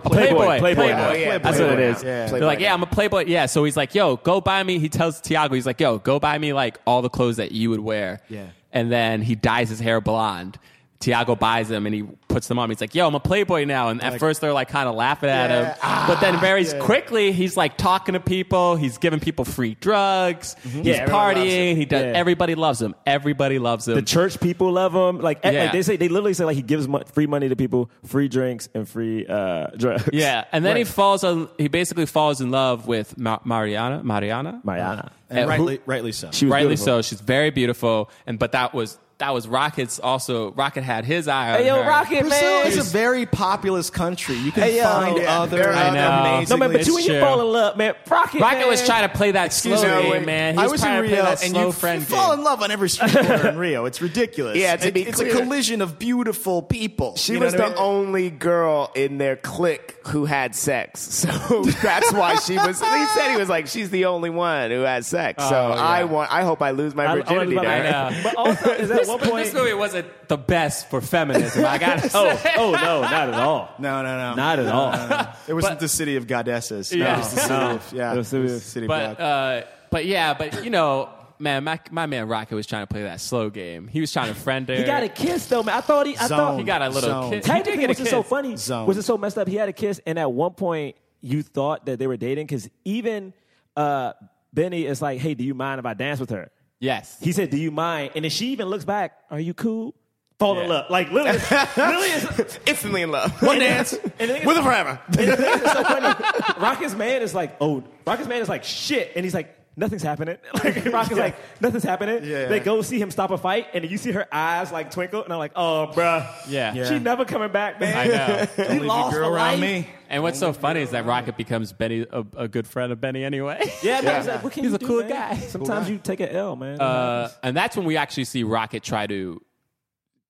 [SPEAKER 6] Playboy.
[SPEAKER 5] playboy.
[SPEAKER 6] Playboy.
[SPEAKER 5] Playboy.
[SPEAKER 7] Oh, yeah.
[SPEAKER 6] That's what it
[SPEAKER 7] Playboy
[SPEAKER 6] is.
[SPEAKER 7] now. Yeah.
[SPEAKER 6] They're like,
[SPEAKER 7] Playboy
[SPEAKER 6] yeah,
[SPEAKER 7] now.
[SPEAKER 6] I'm a playboy. Yeah. So he's like, yo, go buy me. He tells Tiago, he's like, yo, go buy me like all the clothes that you would wear.
[SPEAKER 8] Yeah.
[SPEAKER 6] And then he dyes his hair blonde. Tiago buys them and he puts them on. He's like, yo, I'm a playboy now. And at first they're like kind of laughing at him.
[SPEAKER 5] Ah,
[SPEAKER 6] but then very quickly, he's like talking to people. He's giving people free drugs. He's
[SPEAKER 5] Mm-hmm. Yeah, everyone loves
[SPEAKER 6] partying.
[SPEAKER 5] him.
[SPEAKER 6] He does.
[SPEAKER 5] Yeah.
[SPEAKER 6] Everybody loves him. Everybody loves him.
[SPEAKER 5] The church people love him. Like, eh,
[SPEAKER 6] Yeah.
[SPEAKER 5] like they say, they literally say like he gives mo- free money to people, free drinks, and free uh, drugs.
[SPEAKER 6] yeah. And then he
[SPEAKER 5] Right.
[SPEAKER 6] falls on, he basically falls in love with Ma- Mariana. Mariana?
[SPEAKER 5] Mariana.
[SPEAKER 8] And
[SPEAKER 6] Uh, who-
[SPEAKER 8] rightly, rightly so.
[SPEAKER 5] She was
[SPEAKER 6] rightly so.
[SPEAKER 5] beautiful.
[SPEAKER 6] She's very beautiful, and but that was that was Rocket's. Also, Rocket had his eye on
[SPEAKER 5] Hey, yo,
[SPEAKER 6] her.
[SPEAKER 5] Rocket,
[SPEAKER 8] Brazil is a very populous country. You can find
[SPEAKER 7] yeah.
[SPEAKER 8] other.
[SPEAKER 7] Very I
[SPEAKER 6] know.
[SPEAKER 5] No man, but
[SPEAKER 6] It's
[SPEAKER 5] you and you
[SPEAKER 6] true.
[SPEAKER 5] fall in love, man. Rocket,
[SPEAKER 6] Rocket
[SPEAKER 5] man.
[SPEAKER 6] was trying to play that slow
[SPEAKER 7] me,
[SPEAKER 6] game,
[SPEAKER 7] wait.
[SPEAKER 6] man. He
[SPEAKER 8] I was in
[SPEAKER 6] trying to play
[SPEAKER 8] Rio,
[SPEAKER 6] that
[SPEAKER 8] and
[SPEAKER 6] slow
[SPEAKER 8] you,
[SPEAKER 6] friend
[SPEAKER 8] you fall
[SPEAKER 6] game.
[SPEAKER 8] in love on every street corner in Rio. It's ridiculous.
[SPEAKER 7] Yeah, to
[SPEAKER 8] It-
[SPEAKER 7] be
[SPEAKER 8] it's a
[SPEAKER 7] clear.
[SPEAKER 8] collision of beautiful people.
[SPEAKER 7] She
[SPEAKER 8] You know
[SPEAKER 7] was
[SPEAKER 8] what I
[SPEAKER 7] the
[SPEAKER 8] mean?
[SPEAKER 7] only girl in their clique who had sex, so that's why she was. He said he was like, she's the only one who had sex. so
[SPEAKER 6] Oh, yeah.
[SPEAKER 7] I want. I hope I lose my
[SPEAKER 5] I- I wanna
[SPEAKER 7] virginity.
[SPEAKER 5] love
[SPEAKER 7] to
[SPEAKER 5] my-
[SPEAKER 7] her.
[SPEAKER 6] I know.
[SPEAKER 5] But also, is at one
[SPEAKER 6] But this
[SPEAKER 5] point?
[SPEAKER 6] movie wasn't the best for feminism. I gotta
[SPEAKER 5] Oh,
[SPEAKER 6] say.
[SPEAKER 5] oh no, not at all.
[SPEAKER 8] No, no, no.
[SPEAKER 5] Not at all.
[SPEAKER 8] It wasn't the city of goddesses. No,
[SPEAKER 6] Yeah.
[SPEAKER 8] it was the city
[SPEAKER 5] No.
[SPEAKER 8] of yeah.
[SPEAKER 5] It was the
[SPEAKER 8] it was the city of
[SPEAKER 6] But
[SPEAKER 8] God.
[SPEAKER 6] uh, but yeah, but you know, man, my, my man Rocket was trying to play that slow game. He was trying to friend her.
[SPEAKER 5] He got a kiss though, man. I thought he, I thought
[SPEAKER 8] Zone.
[SPEAKER 6] He got a little
[SPEAKER 8] Zone.
[SPEAKER 6] kiss. He did
[SPEAKER 5] Technically,
[SPEAKER 6] get a
[SPEAKER 5] what's
[SPEAKER 6] kiss.
[SPEAKER 5] just so funny
[SPEAKER 8] Zone.
[SPEAKER 5] was it so messed up? He had a kiss, and at one point, you thought that they were dating because even uh, Benny is like, "Hey, do you mind if I dance with her?"
[SPEAKER 6] Yes.
[SPEAKER 5] He said, "Do you mind?" And then she even looks back, "Are you cool?" Fall in
[SPEAKER 6] Yeah.
[SPEAKER 5] love, like literally, literally is
[SPEAKER 7] Instantly in love. One dance
[SPEAKER 5] and then-
[SPEAKER 7] with a forever.
[SPEAKER 5] And the thing that's so funny, Rocket's man is like, oh, Rocket's man is like shit, and he's like, nothing's happening. Like Rocket's like, nothing's happening.
[SPEAKER 8] Yeah.
[SPEAKER 5] They go see him stop a fight, and you see her eyes like twinkle, and I'm like, oh, bruh,
[SPEAKER 6] Yeah. Yeah.
[SPEAKER 5] she never coming back, man.
[SPEAKER 6] I know.
[SPEAKER 5] You lost
[SPEAKER 8] girl
[SPEAKER 5] for
[SPEAKER 8] around
[SPEAKER 5] life.
[SPEAKER 8] me.
[SPEAKER 6] And what's so funny is that Rocket becomes Benny a, a good friend of Benny anyway.
[SPEAKER 5] Yeah, man. He's, like, what can
[SPEAKER 6] He's
[SPEAKER 5] you
[SPEAKER 6] a
[SPEAKER 5] do,
[SPEAKER 6] cool
[SPEAKER 5] man?
[SPEAKER 6] guy.
[SPEAKER 5] Sometimes you take an L, man.
[SPEAKER 6] Uh, and that's when we actually see Rocket try to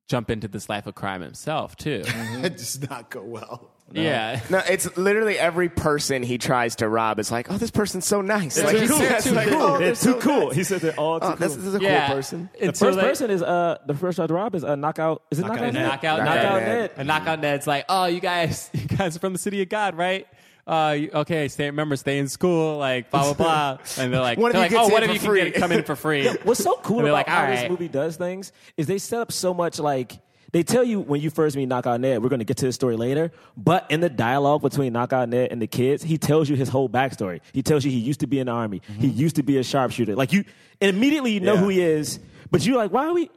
[SPEAKER 6] jump into this life of crime himself too.
[SPEAKER 8] It does not go well.
[SPEAKER 6] Yeah.
[SPEAKER 7] No, it's literally every person he tries to rob is like, oh, this person's so nice. like,
[SPEAKER 6] too
[SPEAKER 7] he's
[SPEAKER 6] cool.
[SPEAKER 7] just
[SPEAKER 6] They're
[SPEAKER 7] like,
[SPEAKER 6] too
[SPEAKER 7] oh,
[SPEAKER 5] they're
[SPEAKER 7] they're
[SPEAKER 5] too
[SPEAKER 7] so
[SPEAKER 5] cool.
[SPEAKER 7] nice.
[SPEAKER 5] He said they're all too
[SPEAKER 7] Oh,
[SPEAKER 5] cool.
[SPEAKER 7] this is a
[SPEAKER 6] yeah.
[SPEAKER 7] cool person.
[SPEAKER 5] the
[SPEAKER 6] And so
[SPEAKER 5] first
[SPEAKER 6] they-
[SPEAKER 5] person is uh the first shot to rob is a knockout. Is it knockout?
[SPEAKER 8] Knockout Ned.
[SPEAKER 6] Knockout,
[SPEAKER 5] Knockout,
[SPEAKER 6] knockout
[SPEAKER 5] Ned.
[SPEAKER 6] Ned. And knockout Ned's like, oh, you guys, you guys are from the city of God, right? Uh, you- okay, stay, remember, stay in school, like blah blah blah. And they're like,
[SPEAKER 7] One of you
[SPEAKER 6] they're like,
[SPEAKER 7] gets
[SPEAKER 6] oh,
[SPEAKER 7] in
[SPEAKER 6] what if
[SPEAKER 7] for
[SPEAKER 6] you
[SPEAKER 7] free."
[SPEAKER 6] can get, come in for free?
[SPEAKER 5] What's so cool
[SPEAKER 6] And
[SPEAKER 5] about
[SPEAKER 6] they're like,
[SPEAKER 5] how
[SPEAKER 6] all
[SPEAKER 5] this
[SPEAKER 6] right.
[SPEAKER 5] movie does things is they set up so much like they tell you when you first meet Knockout Ned, we're going to get to this story later. But in the dialogue between Knockout Ned and the kids, he tells you his whole backstory. He tells you he used to be in the army. He
[SPEAKER 6] Mm-hmm.
[SPEAKER 5] used to be a sharpshooter. Like you, and immediately you know
[SPEAKER 8] Yeah.
[SPEAKER 5] who he is. But you're like, why are we?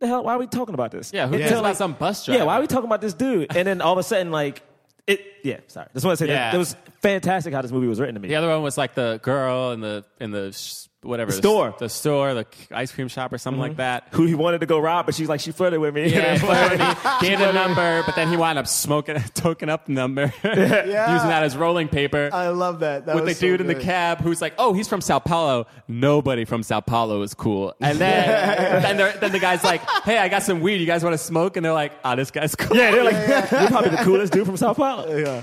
[SPEAKER 5] The hell, why are we talking about this?
[SPEAKER 6] Yeah, who
[SPEAKER 5] You
[SPEAKER 6] cares
[SPEAKER 5] tell,
[SPEAKER 6] about some bus
[SPEAKER 5] Yeah,
[SPEAKER 6] driver?
[SPEAKER 5] why are we talking about this dude? And then all of a sudden, like it. Yeah, sorry. Just want to say
[SPEAKER 6] Yeah.
[SPEAKER 5] that it was fantastic how this movie was written to me.
[SPEAKER 6] The other one was like the girl in the in the sh- whatever
[SPEAKER 5] The store.
[SPEAKER 6] the store, the ice cream shop, or something like that.
[SPEAKER 5] Who he wanted to go rob, but she's like, she flirted with me.
[SPEAKER 6] Yeah, flirted. He gave the number, but then he wound up smoking, token up the number, using that as rolling paper.
[SPEAKER 8] I love that. that
[SPEAKER 6] with the
[SPEAKER 8] was so
[SPEAKER 6] dude in the
[SPEAKER 8] good.
[SPEAKER 6] cab who's like, "Oh, he's from Sao Paulo. Nobody from Sao Paulo is cool." And then, then, they're- then the guy's like, "Hey, I got some weed. You guys want to smoke?" And they're like, "Ah, this guy's cool."
[SPEAKER 5] Yeah, they're like, you're probably the coolest dude from Sao Paulo.
[SPEAKER 8] Yeah.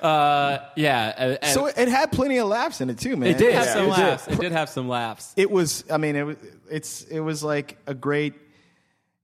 [SPEAKER 6] uh, yeah. And, and
[SPEAKER 8] So it, it had plenty of laughs in it too, man.
[SPEAKER 6] it did have
[SPEAKER 5] yeah,
[SPEAKER 6] some
[SPEAKER 5] it did.
[SPEAKER 6] laughs. It did have some laughs.
[SPEAKER 8] It was. I mean, it was. It's. It was like a great.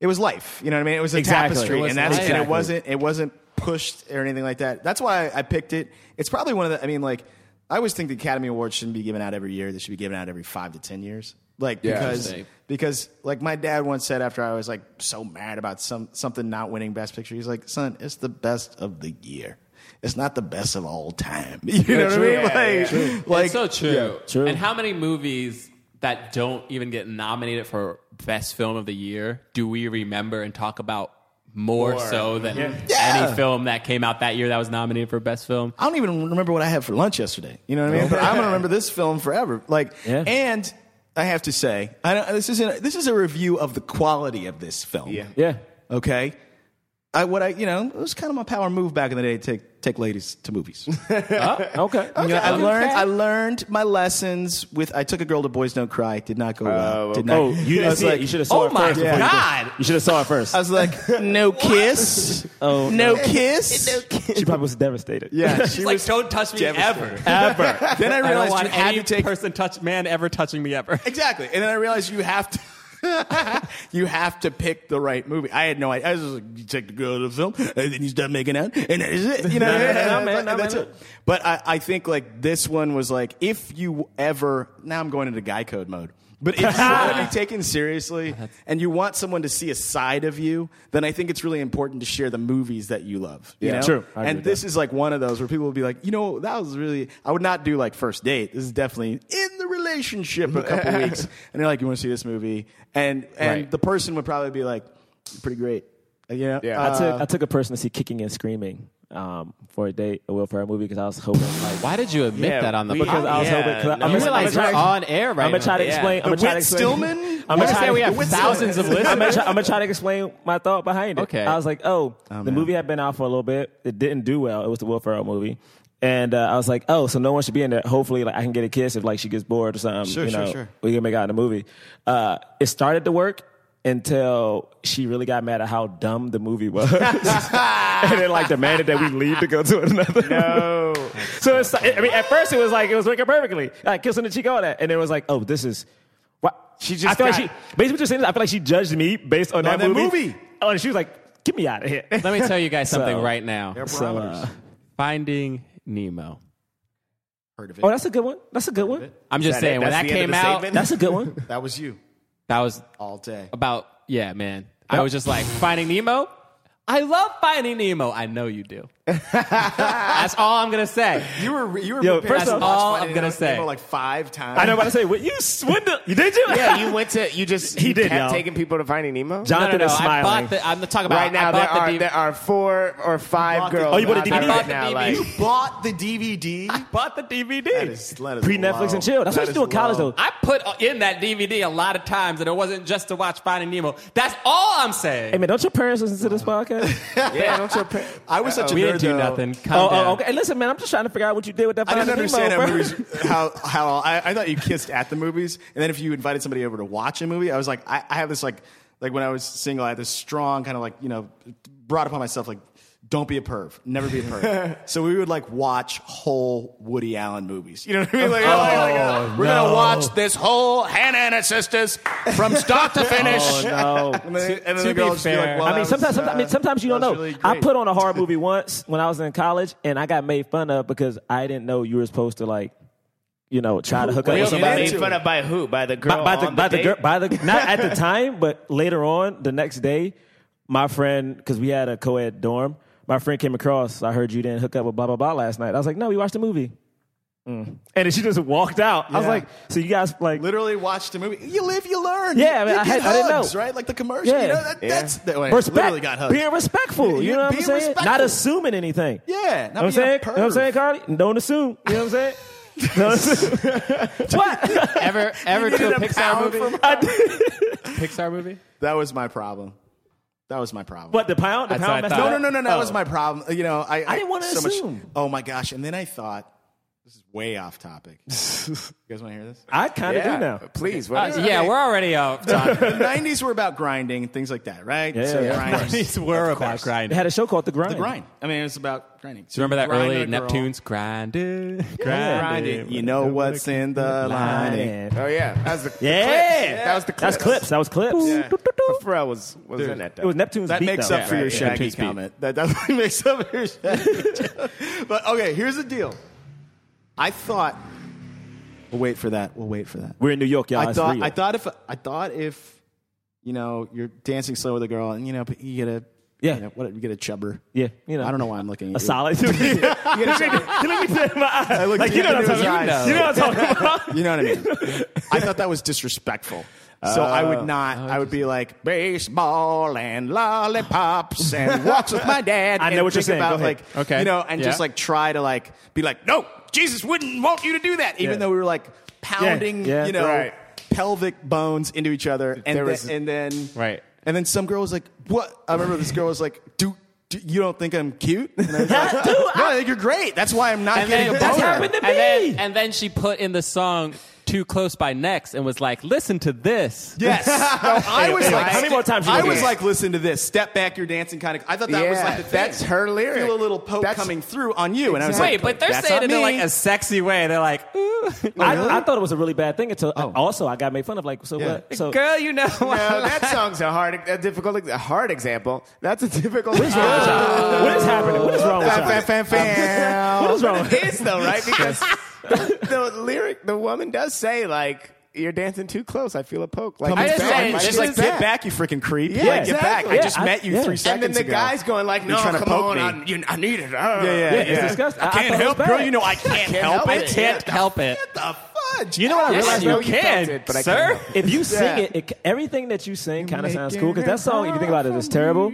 [SPEAKER 8] It was life. You know what I mean? It was a
[SPEAKER 5] Exactly.
[SPEAKER 8] tapestry,
[SPEAKER 5] It was
[SPEAKER 8] and that's
[SPEAKER 6] life.
[SPEAKER 8] and it
[SPEAKER 5] Exactly.
[SPEAKER 8] wasn't. It wasn't pushed or anything like that. That's why I picked it. It's probably one of the. I mean, like I always think the Academy Awards shouldn't be given out every year. They should be given out every five to ten years. Like because
[SPEAKER 6] Interesting.
[SPEAKER 8] because like my dad once said after I was like so mad about some something not winning Best Picture, he's like, son, it's the best of the year. It's not the best of all time. You know what I mean? like, like
[SPEAKER 6] It's so true.
[SPEAKER 8] yeah,
[SPEAKER 5] true.
[SPEAKER 6] And how many movies that don't even get nominated for best film of the year do we remember and talk about more, so than
[SPEAKER 8] Yeah.
[SPEAKER 6] any film that came out that year that was nominated for best film?
[SPEAKER 8] I don't even remember what I had for lunch yesterday. You know what I mean? But I'm gonna remember this film forever. Like,
[SPEAKER 5] Yeah.
[SPEAKER 8] and I have to say, I don't, this is a, this is a review of the quality of this film.
[SPEAKER 5] Yeah.
[SPEAKER 8] Okay. I what I you know it was kind of my power move back in the day to take take ladies to movies.
[SPEAKER 5] Okay.
[SPEAKER 8] You know, I learned I learned my lessons with I took a girl to Boys Don't Cry. Did not go well. Did not.
[SPEAKER 5] Oh, you
[SPEAKER 8] I
[SPEAKER 5] didn't
[SPEAKER 8] was
[SPEAKER 5] see
[SPEAKER 8] like,
[SPEAKER 5] it. You should have saw
[SPEAKER 6] oh
[SPEAKER 5] it
[SPEAKER 6] my
[SPEAKER 5] first. before you did.
[SPEAKER 6] God.
[SPEAKER 5] You should have saw it first.
[SPEAKER 8] I was like, no kiss. oh, no, kiss.
[SPEAKER 5] she probably was devastated.
[SPEAKER 7] Yeah,
[SPEAKER 6] She's
[SPEAKER 7] she
[SPEAKER 6] like,
[SPEAKER 7] was.
[SPEAKER 6] don't touch me ever.
[SPEAKER 5] Ever.
[SPEAKER 8] Then I
[SPEAKER 6] I don't
[SPEAKER 8] realized
[SPEAKER 6] want
[SPEAKER 8] you had
[SPEAKER 6] any
[SPEAKER 8] to take
[SPEAKER 6] person touch man ever touching me ever.
[SPEAKER 8] exactly, and then I realized you have to. you have to pick the right movie. I had no idea. I was just like, you take the girl to the film, and then you start making out, and that is it. You know,
[SPEAKER 5] No, no,
[SPEAKER 8] And
[SPEAKER 5] no, no,
[SPEAKER 8] I was
[SPEAKER 5] man,
[SPEAKER 8] like,
[SPEAKER 5] no,
[SPEAKER 8] that's
[SPEAKER 5] man,
[SPEAKER 8] it. But I, I think like this one was like, if you ever now I'm going into guy code mode. But if you want to be taken seriously
[SPEAKER 5] Uh-huh.
[SPEAKER 8] and you want someone to see a side of you, then I think it's really important to share the movies that you love. You
[SPEAKER 5] Yeah,
[SPEAKER 8] know?
[SPEAKER 5] true. I agree
[SPEAKER 8] And
[SPEAKER 5] with
[SPEAKER 8] this is like one of those where people will be like, you know, that was really. I would not do like first date. This is definitely in the relationship a couple weeks, and they're like, you want to see this movie, and and
[SPEAKER 7] Right.
[SPEAKER 8] the person would probably be like, pretty great. You know? uh,
[SPEAKER 7] Yeah.
[SPEAKER 5] I took I took a person to see Kicking and Screaming um, for a date, a Will Ferrell movie, because I was hoping like
[SPEAKER 10] Why did you admit
[SPEAKER 7] Yeah,
[SPEAKER 10] that on the
[SPEAKER 7] we-
[SPEAKER 5] because I was
[SPEAKER 7] Yeah,
[SPEAKER 5] hoping because
[SPEAKER 7] no,
[SPEAKER 5] I'm
[SPEAKER 10] You
[SPEAKER 5] gonna-
[SPEAKER 10] realize
[SPEAKER 5] I'm
[SPEAKER 10] we're
[SPEAKER 5] gonna try-
[SPEAKER 10] on air right
[SPEAKER 5] I'm gonna try to
[SPEAKER 10] now.
[SPEAKER 5] explain. I'm gonna
[SPEAKER 8] The
[SPEAKER 5] try to
[SPEAKER 8] Whit
[SPEAKER 5] explain.
[SPEAKER 8] Stillman?
[SPEAKER 5] I'm
[SPEAKER 8] What
[SPEAKER 5] gonna
[SPEAKER 8] is
[SPEAKER 5] try.
[SPEAKER 8] that?
[SPEAKER 10] We have
[SPEAKER 5] I'm
[SPEAKER 10] thousands of listeners.
[SPEAKER 5] gonna try, I'm gonna try to explain my thought behind it.
[SPEAKER 10] Okay.
[SPEAKER 5] I was like, oh, the movie had been out for a little bit. It didn't do well. It was the Will Ferrell movie. And uh, I was like, oh, so no one should be in there. Hopefully, like I can get a kiss if like she gets bored or something.
[SPEAKER 8] Sure,
[SPEAKER 5] you
[SPEAKER 8] sure,
[SPEAKER 5] know,
[SPEAKER 8] sure.
[SPEAKER 5] We can make out in the movie. Uh, it started to work until she really got mad at how dumb the movie was, and then like demanded that we leave to go to another.
[SPEAKER 7] No.
[SPEAKER 5] So it's, I mean, at first it was like it was working perfectly, like kissing the cheek, all that, and it was like, oh, this is what
[SPEAKER 7] She just
[SPEAKER 5] I feel
[SPEAKER 7] got-
[SPEAKER 5] like she basically just saying this. I feel like she judged me based on that,
[SPEAKER 8] that
[SPEAKER 5] movie. uh,
[SPEAKER 8] movie.
[SPEAKER 5] Oh, and she was like, get me out of here.
[SPEAKER 6] Let me tell you guys something
[SPEAKER 5] So-
[SPEAKER 6] right now.
[SPEAKER 5] so, uh,
[SPEAKER 6] Finding Nemo.
[SPEAKER 8] Heard of it?
[SPEAKER 5] oh, that's a good one. That's a good one.
[SPEAKER 6] I'm just
[SPEAKER 7] That it?
[SPEAKER 6] saying when
[SPEAKER 7] That's
[SPEAKER 6] that
[SPEAKER 7] the end of
[SPEAKER 6] came
[SPEAKER 7] the
[SPEAKER 6] out,
[SPEAKER 7] statement?
[SPEAKER 5] That's a good one.
[SPEAKER 8] that was you
[SPEAKER 6] that was
[SPEAKER 8] all day.
[SPEAKER 6] about yeah, man. I was just like Finding Nemo. I love Finding Nemo. I know you do. That's all I'm gonna say.
[SPEAKER 8] You were you were
[SPEAKER 5] Yo,
[SPEAKER 8] prepared
[SPEAKER 5] first
[SPEAKER 8] to
[SPEAKER 5] off-
[SPEAKER 8] watch
[SPEAKER 6] all
[SPEAKER 8] Finding
[SPEAKER 6] I'm gonna
[SPEAKER 8] Nemo
[SPEAKER 6] say.
[SPEAKER 8] like five times.
[SPEAKER 5] I know. About to say, what you swindle? You did you?
[SPEAKER 7] Yeah, you went to. You just.
[SPEAKER 5] He
[SPEAKER 7] you
[SPEAKER 5] did,
[SPEAKER 7] Kept
[SPEAKER 5] y'all.
[SPEAKER 7] taking people to Finding Nemo.
[SPEAKER 6] No, no,
[SPEAKER 5] Jonathan
[SPEAKER 6] no.
[SPEAKER 5] is
[SPEAKER 6] I
[SPEAKER 5] smiling.
[SPEAKER 6] bought the. I'm talking about
[SPEAKER 7] right now,
[SPEAKER 6] I
[SPEAKER 7] there
[SPEAKER 6] bought the
[SPEAKER 7] are
[SPEAKER 6] DVD.
[SPEAKER 7] there are four or five
[SPEAKER 8] Bought the-
[SPEAKER 7] girls.
[SPEAKER 5] Oh, you bought a
[SPEAKER 7] out
[SPEAKER 5] DVD?
[SPEAKER 7] there
[SPEAKER 5] I
[SPEAKER 6] bought the
[SPEAKER 7] now,
[SPEAKER 6] DVD.
[SPEAKER 7] like-
[SPEAKER 8] You bought the DVD.
[SPEAKER 6] bought the DVD.
[SPEAKER 8] That is- that is
[SPEAKER 5] Pre Netflix
[SPEAKER 8] low.
[SPEAKER 5] and chill. That's
[SPEAKER 8] That
[SPEAKER 5] what you
[SPEAKER 8] is
[SPEAKER 5] do in college
[SPEAKER 8] low.
[SPEAKER 5] though.
[SPEAKER 6] I put in that DVD a lot of times, and it wasn't just to watch Finding Nemo. That's all I'm saying.
[SPEAKER 5] Hey man, don't your parents listen to this podcast?
[SPEAKER 7] Yeah, don't you pay-
[SPEAKER 8] I was such a
[SPEAKER 6] we
[SPEAKER 8] nerd
[SPEAKER 6] didn't do
[SPEAKER 8] though.
[SPEAKER 6] nothing. Calm
[SPEAKER 5] oh,
[SPEAKER 6] down.
[SPEAKER 5] oh, okay. Hey, listen, man, I'm just trying to figure out what you did with that.
[SPEAKER 8] I didn't
[SPEAKER 5] Finding Nemo,
[SPEAKER 8] understand how
[SPEAKER 5] bro.
[SPEAKER 8] movies, how how I, I thought you kissed at the movies, and then if you invited somebody over to watch a movie, I was like, I, I have this like like when I was single, I had this strong kind of like you know brought upon myself like. Don't be a perv. Never be a perv. so we would like watch whole Woody Allen movies. You know what I mean? Like, oh, like, uh, we're gonna watch this whole Hannah and her sisters from start to finish.
[SPEAKER 5] Oh, no.
[SPEAKER 8] And then, and then
[SPEAKER 6] To
[SPEAKER 8] the
[SPEAKER 6] be
[SPEAKER 8] girl would just be
[SPEAKER 6] fair-
[SPEAKER 8] like, well,
[SPEAKER 5] I mean,
[SPEAKER 8] that was,
[SPEAKER 5] sometimes, sometimes, I mean,
[SPEAKER 8] uh,
[SPEAKER 5] sometimes you don't
[SPEAKER 8] that
[SPEAKER 5] know.
[SPEAKER 8] was really
[SPEAKER 5] I
[SPEAKER 8] great.
[SPEAKER 5] put on a horror movie once when I was in college, and I got made fun of because I didn't know you were supposed to like, you know, try to hook up
[SPEAKER 7] Wait,
[SPEAKER 5] with
[SPEAKER 7] you
[SPEAKER 5] somebody.
[SPEAKER 7] made fun of by who? By the girl
[SPEAKER 5] By, by the
[SPEAKER 7] on
[SPEAKER 5] by the,
[SPEAKER 7] date?
[SPEAKER 5] girl by the not at the time, but later on the next day, my friend because we had a co-ed dorm, my friend came across. I heard you didn't hook up with blah blah blah last night. I was like, no, we watched a movie. Mm. And then she just walked out. I was
[SPEAKER 8] Yeah.
[SPEAKER 5] like, so you guys like
[SPEAKER 8] literally watched a movie. You live, you learn.
[SPEAKER 5] Yeah, I mean,
[SPEAKER 8] You
[SPEAKER 5] I
[SPEAKER 8] get
[SPEAKER 5] had- I didn't
[SPEAKER 8] hugs,
[SPEAKER 5] know.
[SPEAKER 8] right? Like the commercial.
[SPEAKER 5] Yeah.
[SPEAKER 8] You know, that,
[SPEAKER 7] Yeah.
[SPEAKER 8] that's that way.
[SPEAKER 5] respect,
[SPEAKER 8] Literally got hugs.
[SPEAKER 5] being respectful. You,
[SPEAKER 8] You-
[SPEAKER 5] know what I'm
[SPEAKER 8] being
[SPEAKER 5] saying? Not
[SPEAKER 8] respectful.
[SPEAKER 5] assuming anything.
[SPEAKER 8] yeah,
[SPEAKER 5] You know what I'm saying? You know what I'm saying, Cardi? Don't assume. You know what I'm saying? Don't assume. what?
[SPEAKER 6] Ever ever to a Pixar movie?
[SPEAKER 5] I did.
[SPEAKER 6] Pixar movie?
[SPEAKER 8] That was my problem. That was my problem.
[SPEAKER 5] What, the pound? The
[SPEAKER 6] That's
[SPEAKER 5] pound
[SPEAKER 6] what I
[SPEAKER 5] messed
[SPEAKER 6] thought.
[SPEAKER 5] up?
[SPEAKER 8] No, no, no, no. That
[SPEAKER 5] Oh.
[SPEAKER 8] was my problem. You know, I,
[SPEAKER 5] didn't wanna
[SPEAKER 8] so much-
[SPEAKER 5] assume.
[SPEAKER 8] oh my gosh! And then I thought this is way off topic. you guys want to hear this?
[SPEAKER 5] I kind of
[SPEAKER 7] Yeah,
[SPEAKER 5] do now.
[SPEAKER 7] please.
[SPEAKER 6] Uh,
[SPEAKER 7] What is
[SPEAKER 6] yeah, we're already off topic.
[SPEAKER 8] The '90s were about grinding and things like that, right?
[SPEAKER 5] Yeah, yeah, yeah.
[SPEAKER 8] grinding.
[SPEAKER 6] These were about grinding.
[SPEAKER 5] They had a show called The Grind.
[SPEAKER 8] The grind. I mean, it's about grinding. So
[SPEAKER 6] Remember that
[SPEAKER 8] grind
[SPEAKER 6] early
[SPEAKER 8] on a girl,
[SPEAKER 6] Neptune's grinding,
[SPEAKER 8] Grinding. You know what's in the lining.
[SPEAKER 5] Yeah.
[SPEAKER 7] Oh yeah, that was the
[SPEAKER 5] Yeah.
[SPEAKER 7] That was the
[SPEAKER 5] That's clips. That was clips.
[SPEAKER 7] But Pharrell was was in that. Though.
[SPEAKER 5] It was Neptune's
[SPEAKER 8] That
[SPEAKER 5] beat,
[SPEAKER 8] makes
[SPEAKER 5] though.
[SPEAKER 8] up for your Shaggy comment. That definitely makes up for your Shaggy. but okay, here's the deal. I thought. We'll wait for that. We'll wait for that.
[SPEAKER 5] We're in New York, y'all.
[SPEAKER 8] I
[SPEAKER 5] It's
[SPEAKER 8] thought.
[SPEAKER 5] real.
[SPEAKER 8] I thought if. I thought if. You know, you're dancing slow with a girl, and you know, but you get a.
[SPEAKER 5] Yeah.
[SPEAKER 8] You, know, what, you get a chubber.
[SPEAKER 5] Yeah, you know.
[SPEAKER 8] I don't know why I'm looking at
[SPEAKER 5] A
[SPEAKER 8] you.
[SPEAKER 5] solid. you look me dead in my eyes. like, you know what I'm
[SPEAKER 8] into his
[SPEAKER 5] talking about.
[SPEAKER 8] eyes.
[SPEAKER 5] You know what I'm talking about.
[SPEAKER 8] You know what I mean? I thought that was disrespectful. Uh, So I would not.
[SPEAKER 5] Oh,
[SPEAKER 8] I would be like baseball and lollipops and walks with my dad.
[SPEAKER 5] I know
[SPEAKER 8] and
[SPEAKER 5] what you're
[SPEAKER 8] think
[SPEAKER 5] saying.
[SPEAKER 8] About
[SPEAKER 5] Go ahead.
[SPEAKER 8] like
[SPEAKER 6] Okay.
[SPEAKER 8] you know, and just
[SPEAKER 6] Yeah.
[SPEAKER 8] like try to like be like, no, Jesus wouldn't want you to do that, even
[SPEAKER 5] Yeah.
[SPEAKER 8] though we were like pounding,
[SPEAKER 5] Yeah.
[SPEAKER 8] you know,
[SPEAKER 7] Right.
[SPEAKER 8] pelvic bones into each other, and
[SPEAKER 7] There
[SPEAKER 8] then,
[SPEAKER 7] was-
[SPEAKER 8] and then
[SPEAKER 6] Right.
[SPEAKER 8] and then some girl was like, what? I remember this girl was like, do "Do- you don't think I'm cute? And I was like, no, I think you're great. That's why I'm not
[SPEAKER 6] And
[SPEAKER 8] getting
[SPEAKER 6] then,
[SPEAKER 8] a boner.
[SPEAKER 6] and, then, and then she put in the song Too Close by Next and was like, listen to this.
[SPEAKER 8] Yes. I was like,
[SPEAKER 5] how many more times you
[SPEAKER 8] I
[SPEAKER 5] gonna
[SPEAKER 8] was
[SPEAKER 5] do it?
[SPEAKER 8] like, listen to this. Step back, you're dancing kind of. I thought that was
[SPEAKER 7] Yeah,
[SPEAKER 8] like the thing.
[SPEAKER 7] that's her lyric.
[SPEAKER 8] Feel a little poke
[SPEAKER 7] That's-
[SPEAKER 8] coming through on you, and I was
[SPEAKER 6] Wait,
[SPEAKER 8] like,
[SPEAKER 6] but they're
[SPEAKER 8] that's
[SPEAKER 6] saying
[SPEAKER 8] not
[SPEAKER 6] it in
[SPEAKER 8] me.
[SPEAKER 6] like a sexy way. They're like, ooh,
[SPEAKER 5] I, I thought it was a really bad thing until also I got made fun of. Like, so
[SPEAKER 8] Oh. Yeah.
[SPEAKER 5] what? So
[SPEAKER 6] girl, you know.
[SPEAKER 7] No, that song's a hard, a difficult, a hard example. That's a difficult.
[SPEAKER 5] What is wrong with y'all? What is happening? What is wrong with
[SPEAKER 7] Fan,
[SPEAKER 5] y'all?
[SPEAKER 7] fan, fan, fan.
[SPEAKER 5] What is wrong with-
[SPEAKER 7] It is though, right? Because the, the lyric, the woman does say like, "You're dancing too close. I feel a poke." Like,
[SPEAKER 6] I just
[SPEAKER 7] back.
[SPEAKER 6] said-
[SPEAKER 7] Like,
[SPEAKER 6] just
[SPEAKER 8] She's like, get back, you freaking creep.
[SPEAKER 7] Yeah,
[SPEAKER 8] like, get back.
[SPEAKER 7] exactly.
[SPEAKER 8] I just
[SPEAKER 5] Yeah, I-
[SPEAKER 8] met you
[SPEAKER 5] yeah.
[SPEAKER 8] three
[SPEAKER 5] And
[SPEAKER 7] And
[SPEAKER 8] seconds
[SPEAKER 7] then the
[SPEAKER 8] ago.
[SPEAKER 7] guy's going like, "No,
[SPEAKER 8] trying to
[SPEAKER 7] come
[SPEAKER 8] poke
[SPEAKER 7] on,
[SPEAKER 8] me.
[SPEAKER 7] I, you, I need it." Oh." Yeah,
[SPEAKER 8] yeah,
[SPEAKER 5] It's
[SPEAKER 8] yeah.
[SPEAKER 5] disgusting. I, I
[SPEAKER 8] can't
[SPEAKER 5] thought it was
[SPEAKER 8] help, girl.
[SPEAKER 5] bad.
[SPEAKER 8] You know I can't, help,
[SPEAKER 6] I
[SPEAKER 8] it.
[SPEAKER 6] can't help it.
[SPEAKER 8] The fudge.
[SPEAKER 5] You know what I
[SPEAKER 6] Yes,
[SPEAKER 5] realized?
[SPEAKER 6] you
[SPEAKER 5] though?
[SPEAKER 6] can,
[SPEAKER 7] it, but I
[SPEAKER 6] sir.
[SPEAKER 7] can't.
[SPEAKER 5] if you sing it, it, everything that you sing kind of sounds cool because that song, if you think about it, is terrible.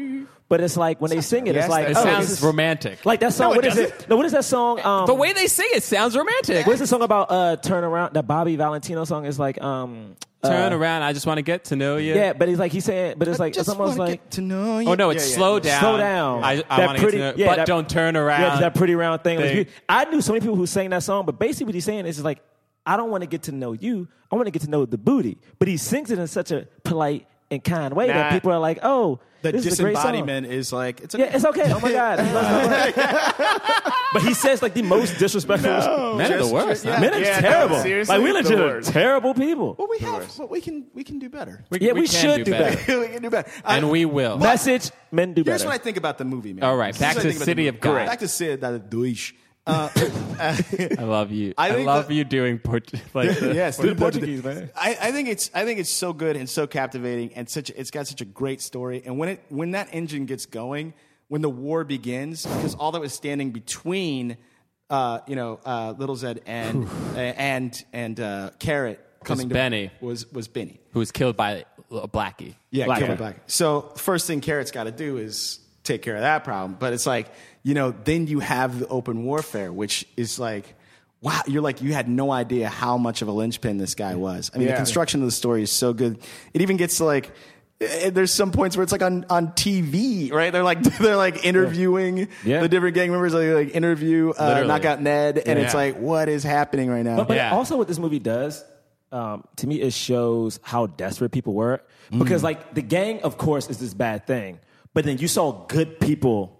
[SPEAKER 5] But it's like when they sing it,
[SPEAKER 7] Yes,
[SPEAKER 5] it's like
[SPEAKER 7] that
[SPEAKER 5] oh,
[SPEAKER 6] sounds
[SPEAKER 5] this is-
[SPEAKER 6] romantic.
[SPEAKER 5] Like that song.
[SPEAKER 7] it
[SPEAKER 5] what is
[SPEAKER 7] doesn't.
[SPEAKER 5] it? No, what is that song? Um,
[SPEAKER 6] the way they sing it sounds romantic.
[SPEAKER 5] What's the song about? Uh, turn around. The Bobby Valentino song is like. Um, uh,
[SPEAKER 6] Turn around. I just want to get to know you.
[SPEAKER 5] Yeah, but he's like he's saying, but it's like
[SPEAKER 8] Just
[SPEAKER 5] it's almost
[SPEAKER 8] wanna
[SPEAKER 5] like
[SPEAKER 8] get to know you.
[SPEAKER 6] Oh no, it's
[SPEAKER 8] Yeah, yeah.
[SPEAKER 6] slow down.
[SPEAKER 5] Slow down.
[SPEAKER 6] I, I
[SPEAKER 5] That
[SPEAKER 6] want to get to
[SPEAKER 5] pretty-
[SPEAKER 6] know,
[SPEAKER 5] yeah,
[SPEAKER 6] but
[SPEAKER 5] that-
[SPEAKER 6] don't turn around.
[SPEAKER 5] Yeah, it's that pretty round thing. It was
[SPEAKER 6] thing.
[SPEAKER 5] beautiful. I knew so many people who sang that song, but basically what he's saying is, is like, I don't want to get to know you. I want to get to know the booty. But he sings it in such a polite and kind way that
[SPEAKER 7] Nah.
[SPEAKER 5] people are like, oh,
[SPEAKER 8] The
[SPEAKER 5] this is a great song.
[SPEAKER 8] disembodiment is like, it's okay.
[SPEAKER 5] Yeah, it's okay. Oh my god. but he says like the most disrespectful.
[SPEAKER 6] Men of the worst. huh?
[SPEAKER 5] Men are
[SPEAKER 7] Yeah, no,
[SPEAKER 5] terrible.
[SPEAKER 7] seriously,
[SPEAKER 5] like we
[SPEAKER 7] the
[SPEAKER 5] legit are
[SPEAKER 7] worst.
[SPEAKER 5] terrible people.
[SPEAKER 8] But we have, but we can, we can do better.
[SPEAKER 5] yeah,
[SPEAKER 6] can
[SPEAKER 5] we should do better.
[SPEAKER 8] we can do better.
[SPEAKER 6] and we will.
[SPEAKER 5] Message men do
[SPEAKER 8] Here's
[SPEAKER 5] better.
[SPEAKER 8] what I think about the movie, man.
[SPEAKER 6] All right,
[SPEAKER 8] This is
[SPEAKER 6] back
[SPEAKER 8] what I
[SPEAKER 6] to
[SPEAKER 8] think about
[SPEAKER 6] City
[SPEAKER 8] the
[SPEAKER 6] of
[SPEAKER 8] movie.
[SPEAKER 6] God.
[SPEAKER 8] Back to Sid, that is douche.
[SPEAKER 6] I love you.
[SPEAKER 8] I
[SPEAKER 6] I,
[SPEAKER 8] think
[SPEAKER 6] love
[SPEAKER 8] that-
[SPEAKER 6] you doing port- like the-
[SPEAKER 8] yes,
[SPEAKER 5] do the Portuguese, man.
[SPEAKER 8] I, I think it's I think it's so good and so captivating, and such it's got such a great story. And when it when that engine gets going, when the war begins, because all that was standing between, uh, you know, uh, Little Zed and uh, and and uh, Carrot coming to
[SPEAKER 6] Benny.
[SPEAKER 8] was was Benny.
[SPEAKER 6] who was killed by a Blackie.
[SPEAKER 8] Yeah,
[SPEAKER 5] Black
[SPEAKER 8] kill
[SPEAKER 5] guy.
[SPEAKER 8] the black. So first thing Carrot's got to do is take care of that problem. But it's like you know, then you have the open warfare, which is like. Wow, you're like you had no idea how much of a linchpin this guy was. I mean, the
[SPEAKER 7] Yeah.
[SPEAKER 8] construction of the story is so good. It even gets to like eh, there's some points where it's like on, on TV, right? They're like they're like interviewing
[SPEAKER 5] Yeah.
[SPEAKER 8] the different gang members, like, like interview uh,
[SPEAKER 6] Literally.
[SPEAKER 8] knockout Ned, and it's
[SPEAKER 6] Yeah.
[SPEAKER 8] like what is happening right now?
[SPEAKER 5] But, but
[SPEAKER 6] Yeah.
[SPEAKER 5] also, what this movie does um, to me, it shows how desperate people were. Because like the gang, of course, is this bad thing, but then you saw good people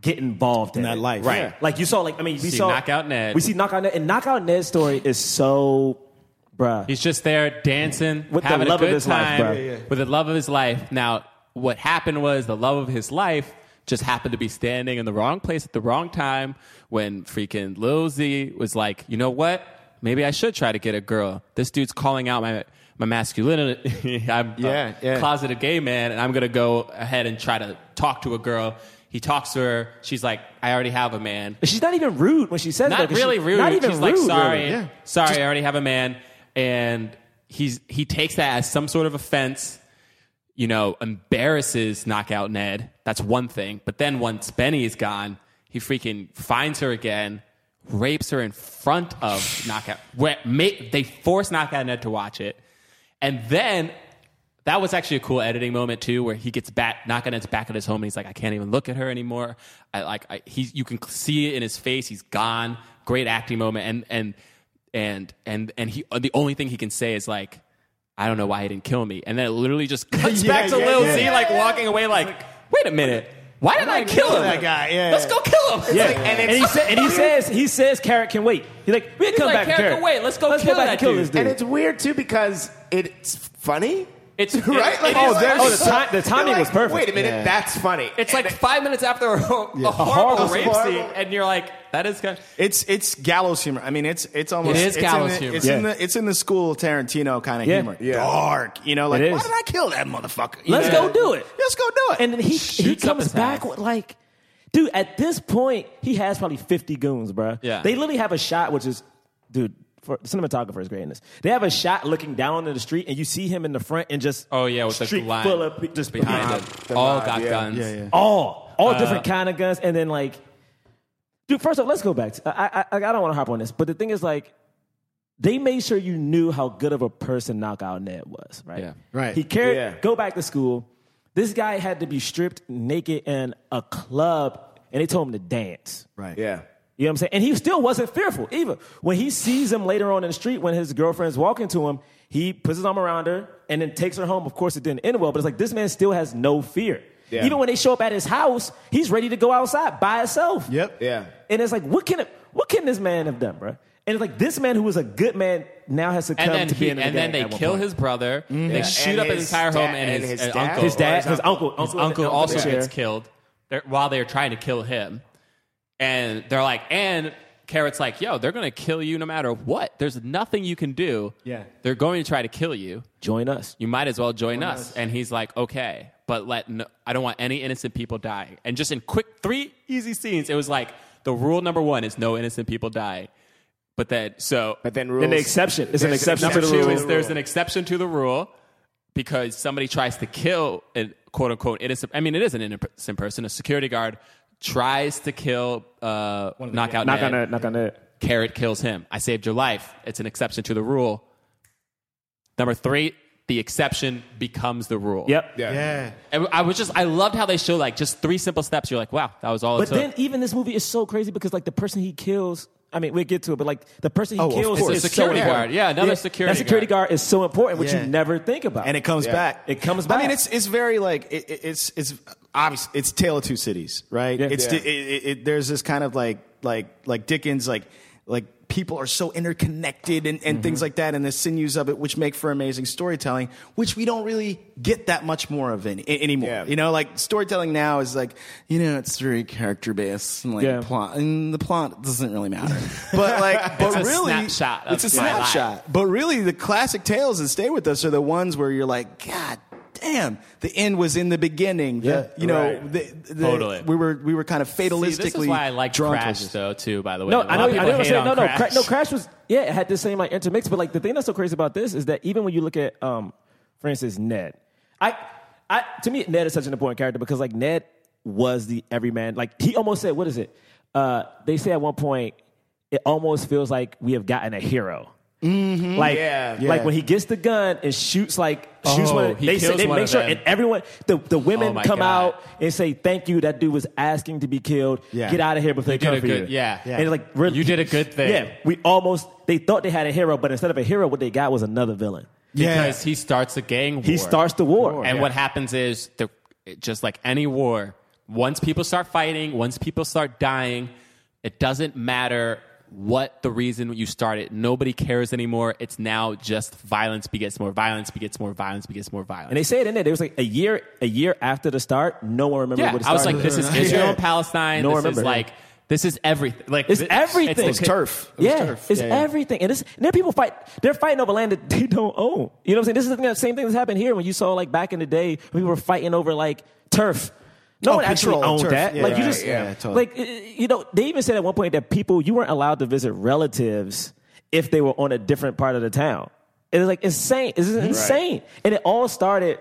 [SPEAKER 5] get involved in,
[SPEAKER 8] that
[SPEAKER 5] it.
[SPEAKER 8] life.
[SPEAKER 5] right?
[SPEAKER 8] Yeah.
[SPEAKER 5] Like you saw, like I mean, we
[SPEAKER 6] See
[SPEAKER 5] saw
[SPEAKER 6] Knockout Ned.
[SPEAKER 5] We see knockout Ned, and knockout Ned's story is so, bruh.
[SPEAKER 6] He's just there dancing,
[SPEAKER 5] With the
[SPEAKER 6] having
[SPEAKER 5] love
[SPEAKER 6] a
[SPEAKER 5] of
[SPEAKER 6] good
[SPEAKER 5] his life,
[SPEAKER 6] time,
[SPEAKER 5] bro. Yeah, yeah.
[SPEAKER 6] with the love of his life. Now, what happened was the love of his life just happened to be standing in the wrong place at the wrong time when freaking Lil Z was like, you know what? Maybe I should try to get a girl. This dude's calling out my my masculinity. I'm
[SPEAKER 7] Yeah,
[SPEAKER 6] a
[SPEAKER 7] yeah.
[SPEAKER 6] closeted gay man, and I'm gonna go ahead and try to talk to a girl. He talks to her. She's like, I already have a man.
[SPEAKER 5] She's not even rude when she says that.
[SPEAKER 6] Not
[SPEAKER 5] 'cause
[SPEAKER 6] really
[SPEAKER 5] she-
[SPEAKER 6] rude.
[SPEAKER 5] Not even
[SPEAKER 6] She's
[SPEAKER 5] rude.
[SPEAKER 6] like, sorry,
[SPEAKER 5] really.
[SPEAKER 6] sorry, I already have a man, and he's he takes that as some sort of offense. You know, embarrasses knockout Ned. That's one thing. But then once Benny is gone, he freaking finds her again, rapes her in front of knockout. Where make, they force knockout Ned to watch it, and then that was actually a cool editing moment too, where he gets back, knocking his back at his home, and he's like, "I can't even look at her anymore." I like, I, he's you can see it in his face. He's gone. Great acting moment, and and and and and he the only thing he can say is like, "I don't know why he didn't kill me," and then it literally just cuts
[SPEAKER 8] Yeah,
[SPEAKER 6] back to
[SPEAKER 8] yeah,
[SPEAKER 6] Lil
[SPEAKER 8] yeah.
[SPEAKER 6] Z like walking away, like, "Wait a minute, why did I kill him?
[SPEAKER 7] that guy? Yeah,
[SPEAKER 6] let's
[SPEAKER 7] yeah.
[SPEAKER 6] go kill him." It's
[SPEAKER 5] Yeah.
[SPEAKER 6] like-
[SPEAKER 5] and, he sa- and he says he says Carrot can wait. He's like, we can come
[SPEAKER 6] like,
[SPEAKER 5] back.
[SPEAKER 6] "Carrot
[SPEAKER 5] Carrot
[SPEAKER 6] can wait. Let's go
[SPEAKER 5] Let's
[SPEAKER 6] kill
[SPEAKER 5] go back
[SPEAKER 6] that
[SPEAKER 5] and kill
[SPEAKER 6] dude."
[SPEAKER 5] this dude.
[SPEAKER 7] And it's weird too because it's funny.
[SPEAKER 6] It's it-
[SPEAKER 7] right?
[SPEAKER 6] it
[SPEAKER 7] Like,
[SPEAKER 6] is-
[SPEAKER 7] oh, there's-
[SPEAKER 5] oh, the, time, the timing
[SPEAKER 7] You're
[SPEAKER 5] was
[SPEAKER 7] like,
[SPEAKER 5] perfect.
[SPEAKER 7] Wait a minute, that's funny.
[SPEAKER 6] It's like five minutes after a, ho- a horrible
[SPEAKER 5] horrible
[SPEAKER 6] rape
[SPEAKER 7] horrible-
[SPEAKER 6] scene, and you're like, "That is kind."
[SPEAKER 8] It's it's gallows humor. I mean, it's it's almost
[SPEAKER 6] It
[SPEAKER 8] it's
[SPEAKER 6] is gallows
[SPEAKER 8] in the,
[SPEAKER 6] humor.
[SPEAKER 8] It's in
[SPEAKER 5] Yeah.
[SPEAKER 8] the it's in the school Tarantino kind of
[SPEAKER 5] Yeah.
[SPEAKER 8] humor.
[SPEAKER 7] Yeah.
[SPEAKER 8] Dark, you know, like
[SPEAKER 5] It
[SPEAKER 8] why
[SPEAKER 5] is.
[SPEAKER 8] did I kill that motherfucker? You
[SPEAKER 5] Let's
[SPEAKER 8] know?
[SPEAKER 5] go do it.
[SPEAKER 8] Let's go do it.
[SPEAKER 5] And then he he
[SPEAKER 6] Shoots up
[SPEAKER 5] comes
[SPEAKER 6] his
[SPEAKER 5] back
[SPEAKER 6] ass.
[SPEAKER 5] with like, dude. At this point, he has probably fifty goons, bruh.
[SPEAKER 6] Yeah.
[SPEAKER 5] They literally have a shot, which is, dude. For cinematographer is great in this. They have a shot looking down into the street, and you see him in the front, and just
[SPEAKER 6] Oh yeah, with
[SPEAKER 5] street
[SPEAKER 6] the line
[SPEAKER 5] full of pe- just
[SPEAKER 6] behind
[SPEAKER 5] behind
[SPEAKER 6] it. All got guns.
[SPEAKER 5] all all different kind of guns, and then like, dude. First off, let's go back. To, I, I I I don't want to harp on this, but the thing is like. They made sure you knew how good of a person Knockout Ned was, right?
[SPEAKER 6] Yeah.
[SPEAKER 8] Right.
[SPEAKER 5] He carried.
[SPEAKER 8] Yeah.
[SPEAKER 5] Go back to school. This guy had to be stripped naked in a club, and they told him to dance.
[SPEAKER 8] Right.
[SPEAKER 7] Yeah.
[SPEAKER 5] You know what I'm saying? And he still wasn't fearful either. When he sees him later on in the street, when his girlfriend's walking to him, he puts his arm around her and then takes her home. Of course, it didn't end well, but it's like this man still has no fear.
[SPEAKER 7] Yeah.
[SPEAKER 5] Even when they show up at his house, he's ready to go outside by himself.
[SPEAKER 8] Yep.
[SPEAKER 7] Yeah.
[SPEAKER 5] And it's like, what can what can this man have done, bro? And it's like this man who was a good man now has succumbed
[SPEAKER 6] And then
[SPEAKER 5] to
[SPEAKER 6] he,
[SPEAKER 5] being in the
[SPEAKER 6] and then
[SPEAKER 5] gang
[SPEAKER 6] they
[SPEAKER 5] at one
[SPEAKER 6] kill
[SPEAKER 5] point. Mm-hmm.
[SPEAKER 6] his brother. They shoot
[SPEAKER 7] And
[SPEAKER 6] up his
[SPEAKER 7] his
[SPEAKER 6] entire
[SPEAKER 7] dad-
[SPEAKER 6] home and,
[SPEAKER 7] and
[SPEAKER 6] his,
[SPEAKER 7] his
[SPEAKER 6] and
[SPEAKER 7] dad?
[SPEAKER 6] uncle.
[SPEAKER 5] his
[SPEAKER 7] or
[SPEAKER 5] dad,
[SPEAKER 7] his
[SPEAKER 5] his uncle,
[SPEAKER 6] his uncle
[SPEAKER 5] in-
[SPEAKER 6] also
[SPEAKER 5] in the
[SPEAKER 6] gets
[SPEAKER 5] chair.
[SPEAKER 6] killed they're, while they're trying to kill him. And they're like, and Carrot's like, yo, they're going to kill you no matter what. There's nothing you can do.
[SPEAKER 8] Yeah.
[SPEAKER 6] They're going to try to kill you.
[SPEAKER 5] Join us.
[SPEAKER 6] You might as well join us. And he's like, okay, but let no, I don't want any innocent people dying. And just in quick three easy scenes, it was like the rule number one is no innocent people die. But then, so
[SPEAKER 7] But then rules.
[SPEAKER 5] An exception. It's an
[SPEAKER 7] There's
[SPEAKER 5] exception to
[SPEAKER 6] Number
[SPEAKER 5] the
[SPEAKER 6] two
[SPEAKER 5] rule.
[SPEAKER 6] is there's an exception to the rule because somebody tries to kill a quote unquote innocent. I mean, it is an innocent person. A security guard tries to kill uh, knockout.
[SPEAKER 5] Knock
[SPEAKER 6] Ned.
[SPEAKER 5] on that. Knock on that.
[SPEAKER 6] Carrot kills him. I saved your life. It's an exception to the rule. Number three, the exception becomes the rule.
[SPEAKER 5] Yep.
[SPEAKER 7] Yeah.
[SPEAKER 6] And I was just, I loved how they show like just three simple steps. You're like, wow, that was all
[SPEAKER 5] But
[SPEAKER 6] it took.
[SPEAKER 5] then even this movie is so crazy because like the person he kills. I mean, we'll get to it, but like the person he
[SPEAKER 8] Oh, of
[SPEAKER 5] kills
[SPEAKER 8] course.
[SPEAKER 5] is
[SPEAKER 8] The
[SPEAKER 6] security
[SPEAKER 5] so important.
[SPEAKER 6] guard. Yeah, another security
[SPEAKER 5] That security
[SPEAKER 6] guard.
[SPEAKER 5] guard. is so important, which
[SPEAKER 8] Yeah.
[SPEAKER 5] you never think about.
[SPEAKER 8] and it comes
[SPEAKER 7] Yeah.
[SPEAKER 8] back.
[SPEAKER 5] It comes
[SPEAKER 8] I
[SPEAKER 5] back.
[SPEAKER 8] mean, it's it's very like it, it- it's it's obvious. It's Tale of Two Cities, right?
[SPEAKER 5] Yeah.
[SPEAKER 8] It's
[SPEAKER 5] Yeah.
[SPEAKER 8] it, it, it, there's this kind of like like like Dickens like. Like people are so interconnected and, and things like that, and the sinews of it, which make for amazing storytelling, which we don't really get that much more of in, a- anymore.
[SPEAKER 7] Yeah.
[SPEAKER 8] You know, like storytelling now is like, you know, it's very character based and like
[SPEAKER 5] Yeah.
[SPEAKER 8] plot, and the plot doesn't really matter. But like, but
[SPEAKER 6] It's a
[SPEAKER 8] really,
[SPEAKER 6] snapshot of
[SPEAKER 8] it's a
[SPEAKER 6] my life.
[SPEAKER 8] snapshot. But really, the classic tales that stay with us are the ones where you're like, God damn, the end was in the beginning.
[SPEAKER 5] Yeah,
[SPEAKER 8] the, you know,
[SPEAKER 7] right.
[SPEAKER 8] the, the,
[SPEAKER 6] Totally.
[SPEAKER 8] We were we were kind of fatalistically.
[SPEAKER 6] See, this is why I like
[SPEAKER 8] drawn
[SPEAKER 6] Crash,
[SPEAKER 8] towards this.
[SPEAKER 6] though, too. By the way, A
[SPEAKER 5] No,
[SPEAKER 6] lot
[SPEAKER 5] I know.
[SPEAKER 6] of
[SPEAKER 5] I
[SPEAKER 6] people
[SPEAKER 5] know. What I'm
[SPEAKER 6] hate
[SPEAKER 5] saying.
[SPEAKER 6] on
[SPEAKER 5] No, no, Cra- no. Crash was yeah. It had the same like intermix, but like the thing that's so crazy about this is that even when you look at, um, for instance, Ned, I, I to me Ned is such an important character because like Ned was the everyman. Like he almost said, what is it? Uh, they say at one point, it almost feels like we have gotten a hero. Like,
[SPEAKER 7] Yeah.
[SPEAKER 5] like
[SPEAKER 8] Mm-hmm, Yeah.
[SPEAKER 5] when he gets the gun and shoots like shoots
[SPEAKER 6] Oh,
[SPEAKER 5] one.
[SPEAKER 6] he
[SPEAKER 5] They say,
[SPEAKER 6] kills
[SPEAKER 5] they
[SPEAKER 6] one
[SPEAKER 5] make
[SPEAKER 6] of
[SPEAKER 5] sure,
[SPEAKER 6] them.
[SPEAKER 5] and everyone the, the
[SPEAKER 6] Oh
[SPEAKER 5] women
[SPEAKER 6] my
[SPEAKER 5] come
[SPEAKER 6] God.
[SPEAKER 5] out and say thank you. That dude was asking to be killed.
[SPEAKER 8] Yeah.
[SPEAKER 5] Get out of here before they
[SPEAKER 6] did
[SPEAKER 5] come
[SPEAKER 6] a
[SPEAKER 5] for
[SPEAKER 6] good-
[SPEAKER 5] you.
[SPEAKER 6] yeah. Yeah.
[SPEAKER 5] and like really,
[SPEAKER 6] You did a good thing.
[SPEAKER 5] Yeah, we almost they thought they had a hero, but instead of a hero, what they got was another villain.
[SPEAKER 6] because he starts a gang war.
[SPEAKER 5] He starts the war,
[SPEAKER 6] and what happens is the just like any war, once people start fighting, once people start dying, it doesn't matter what the reason you started. Nobody cares anymore. It's now just violence begets more violence begets more violence begets more violence.
[SPEAKER 5] and they say it in there. It was like a year, a year after the start, no one remembered
[SPEAKER 6] yeah,
[SPEAKER 5] what it
[SPEAKER 6] I was
[SPEAKER 5] started.
[SPEAKER 6] like, this is Israel and Palestine.
[SPEAKER 5] No
[SPEAKER 6] this
[SPEAKER 5] one
[SPEAKER 6] is
[SPEAKER 5] remembered.
[SPEAKER 6] like this is everything. Like
[SPEAKER 5] It's
[SPEAKER 6] thi-
[SPEAKER 5] everything.
[SPEAKER 6] It's, the-
[SPEAKER 8] turf. It was
[SPEAKER 5] yeah,
[SPEAKER 8] turf.
[SPEAKER 5] it's
[SPEAKER 8] Yeah, yeah.
[SPEAKER 5] everything, and, it's, and then people fight. They're fighting over land that they don't own. You know what I'm saying? This is the same thing that's happened here when you saw like back in the day when we were fighting over like turf. No
[SPEAKER 8] Oh,
[SPEAKER 5] one actually
[SPEAKER 8] control,
[SPEAKER 5] owned
[SPEAKER 8] turf.
[SPEAKER 5] that.
[SPEAKER 8] Yeah,
[SPEAKER 5] like you
[SPEAKER 8] right,
[SPEAKER 5] just,
[SPEAKER 8] yeah, totally.
[SPEAKER 5] like uh, you know, they even said at one point that people you weren't allowed to visit relatives if they were on a different part of the town. It is like insane. This is insane, and it all started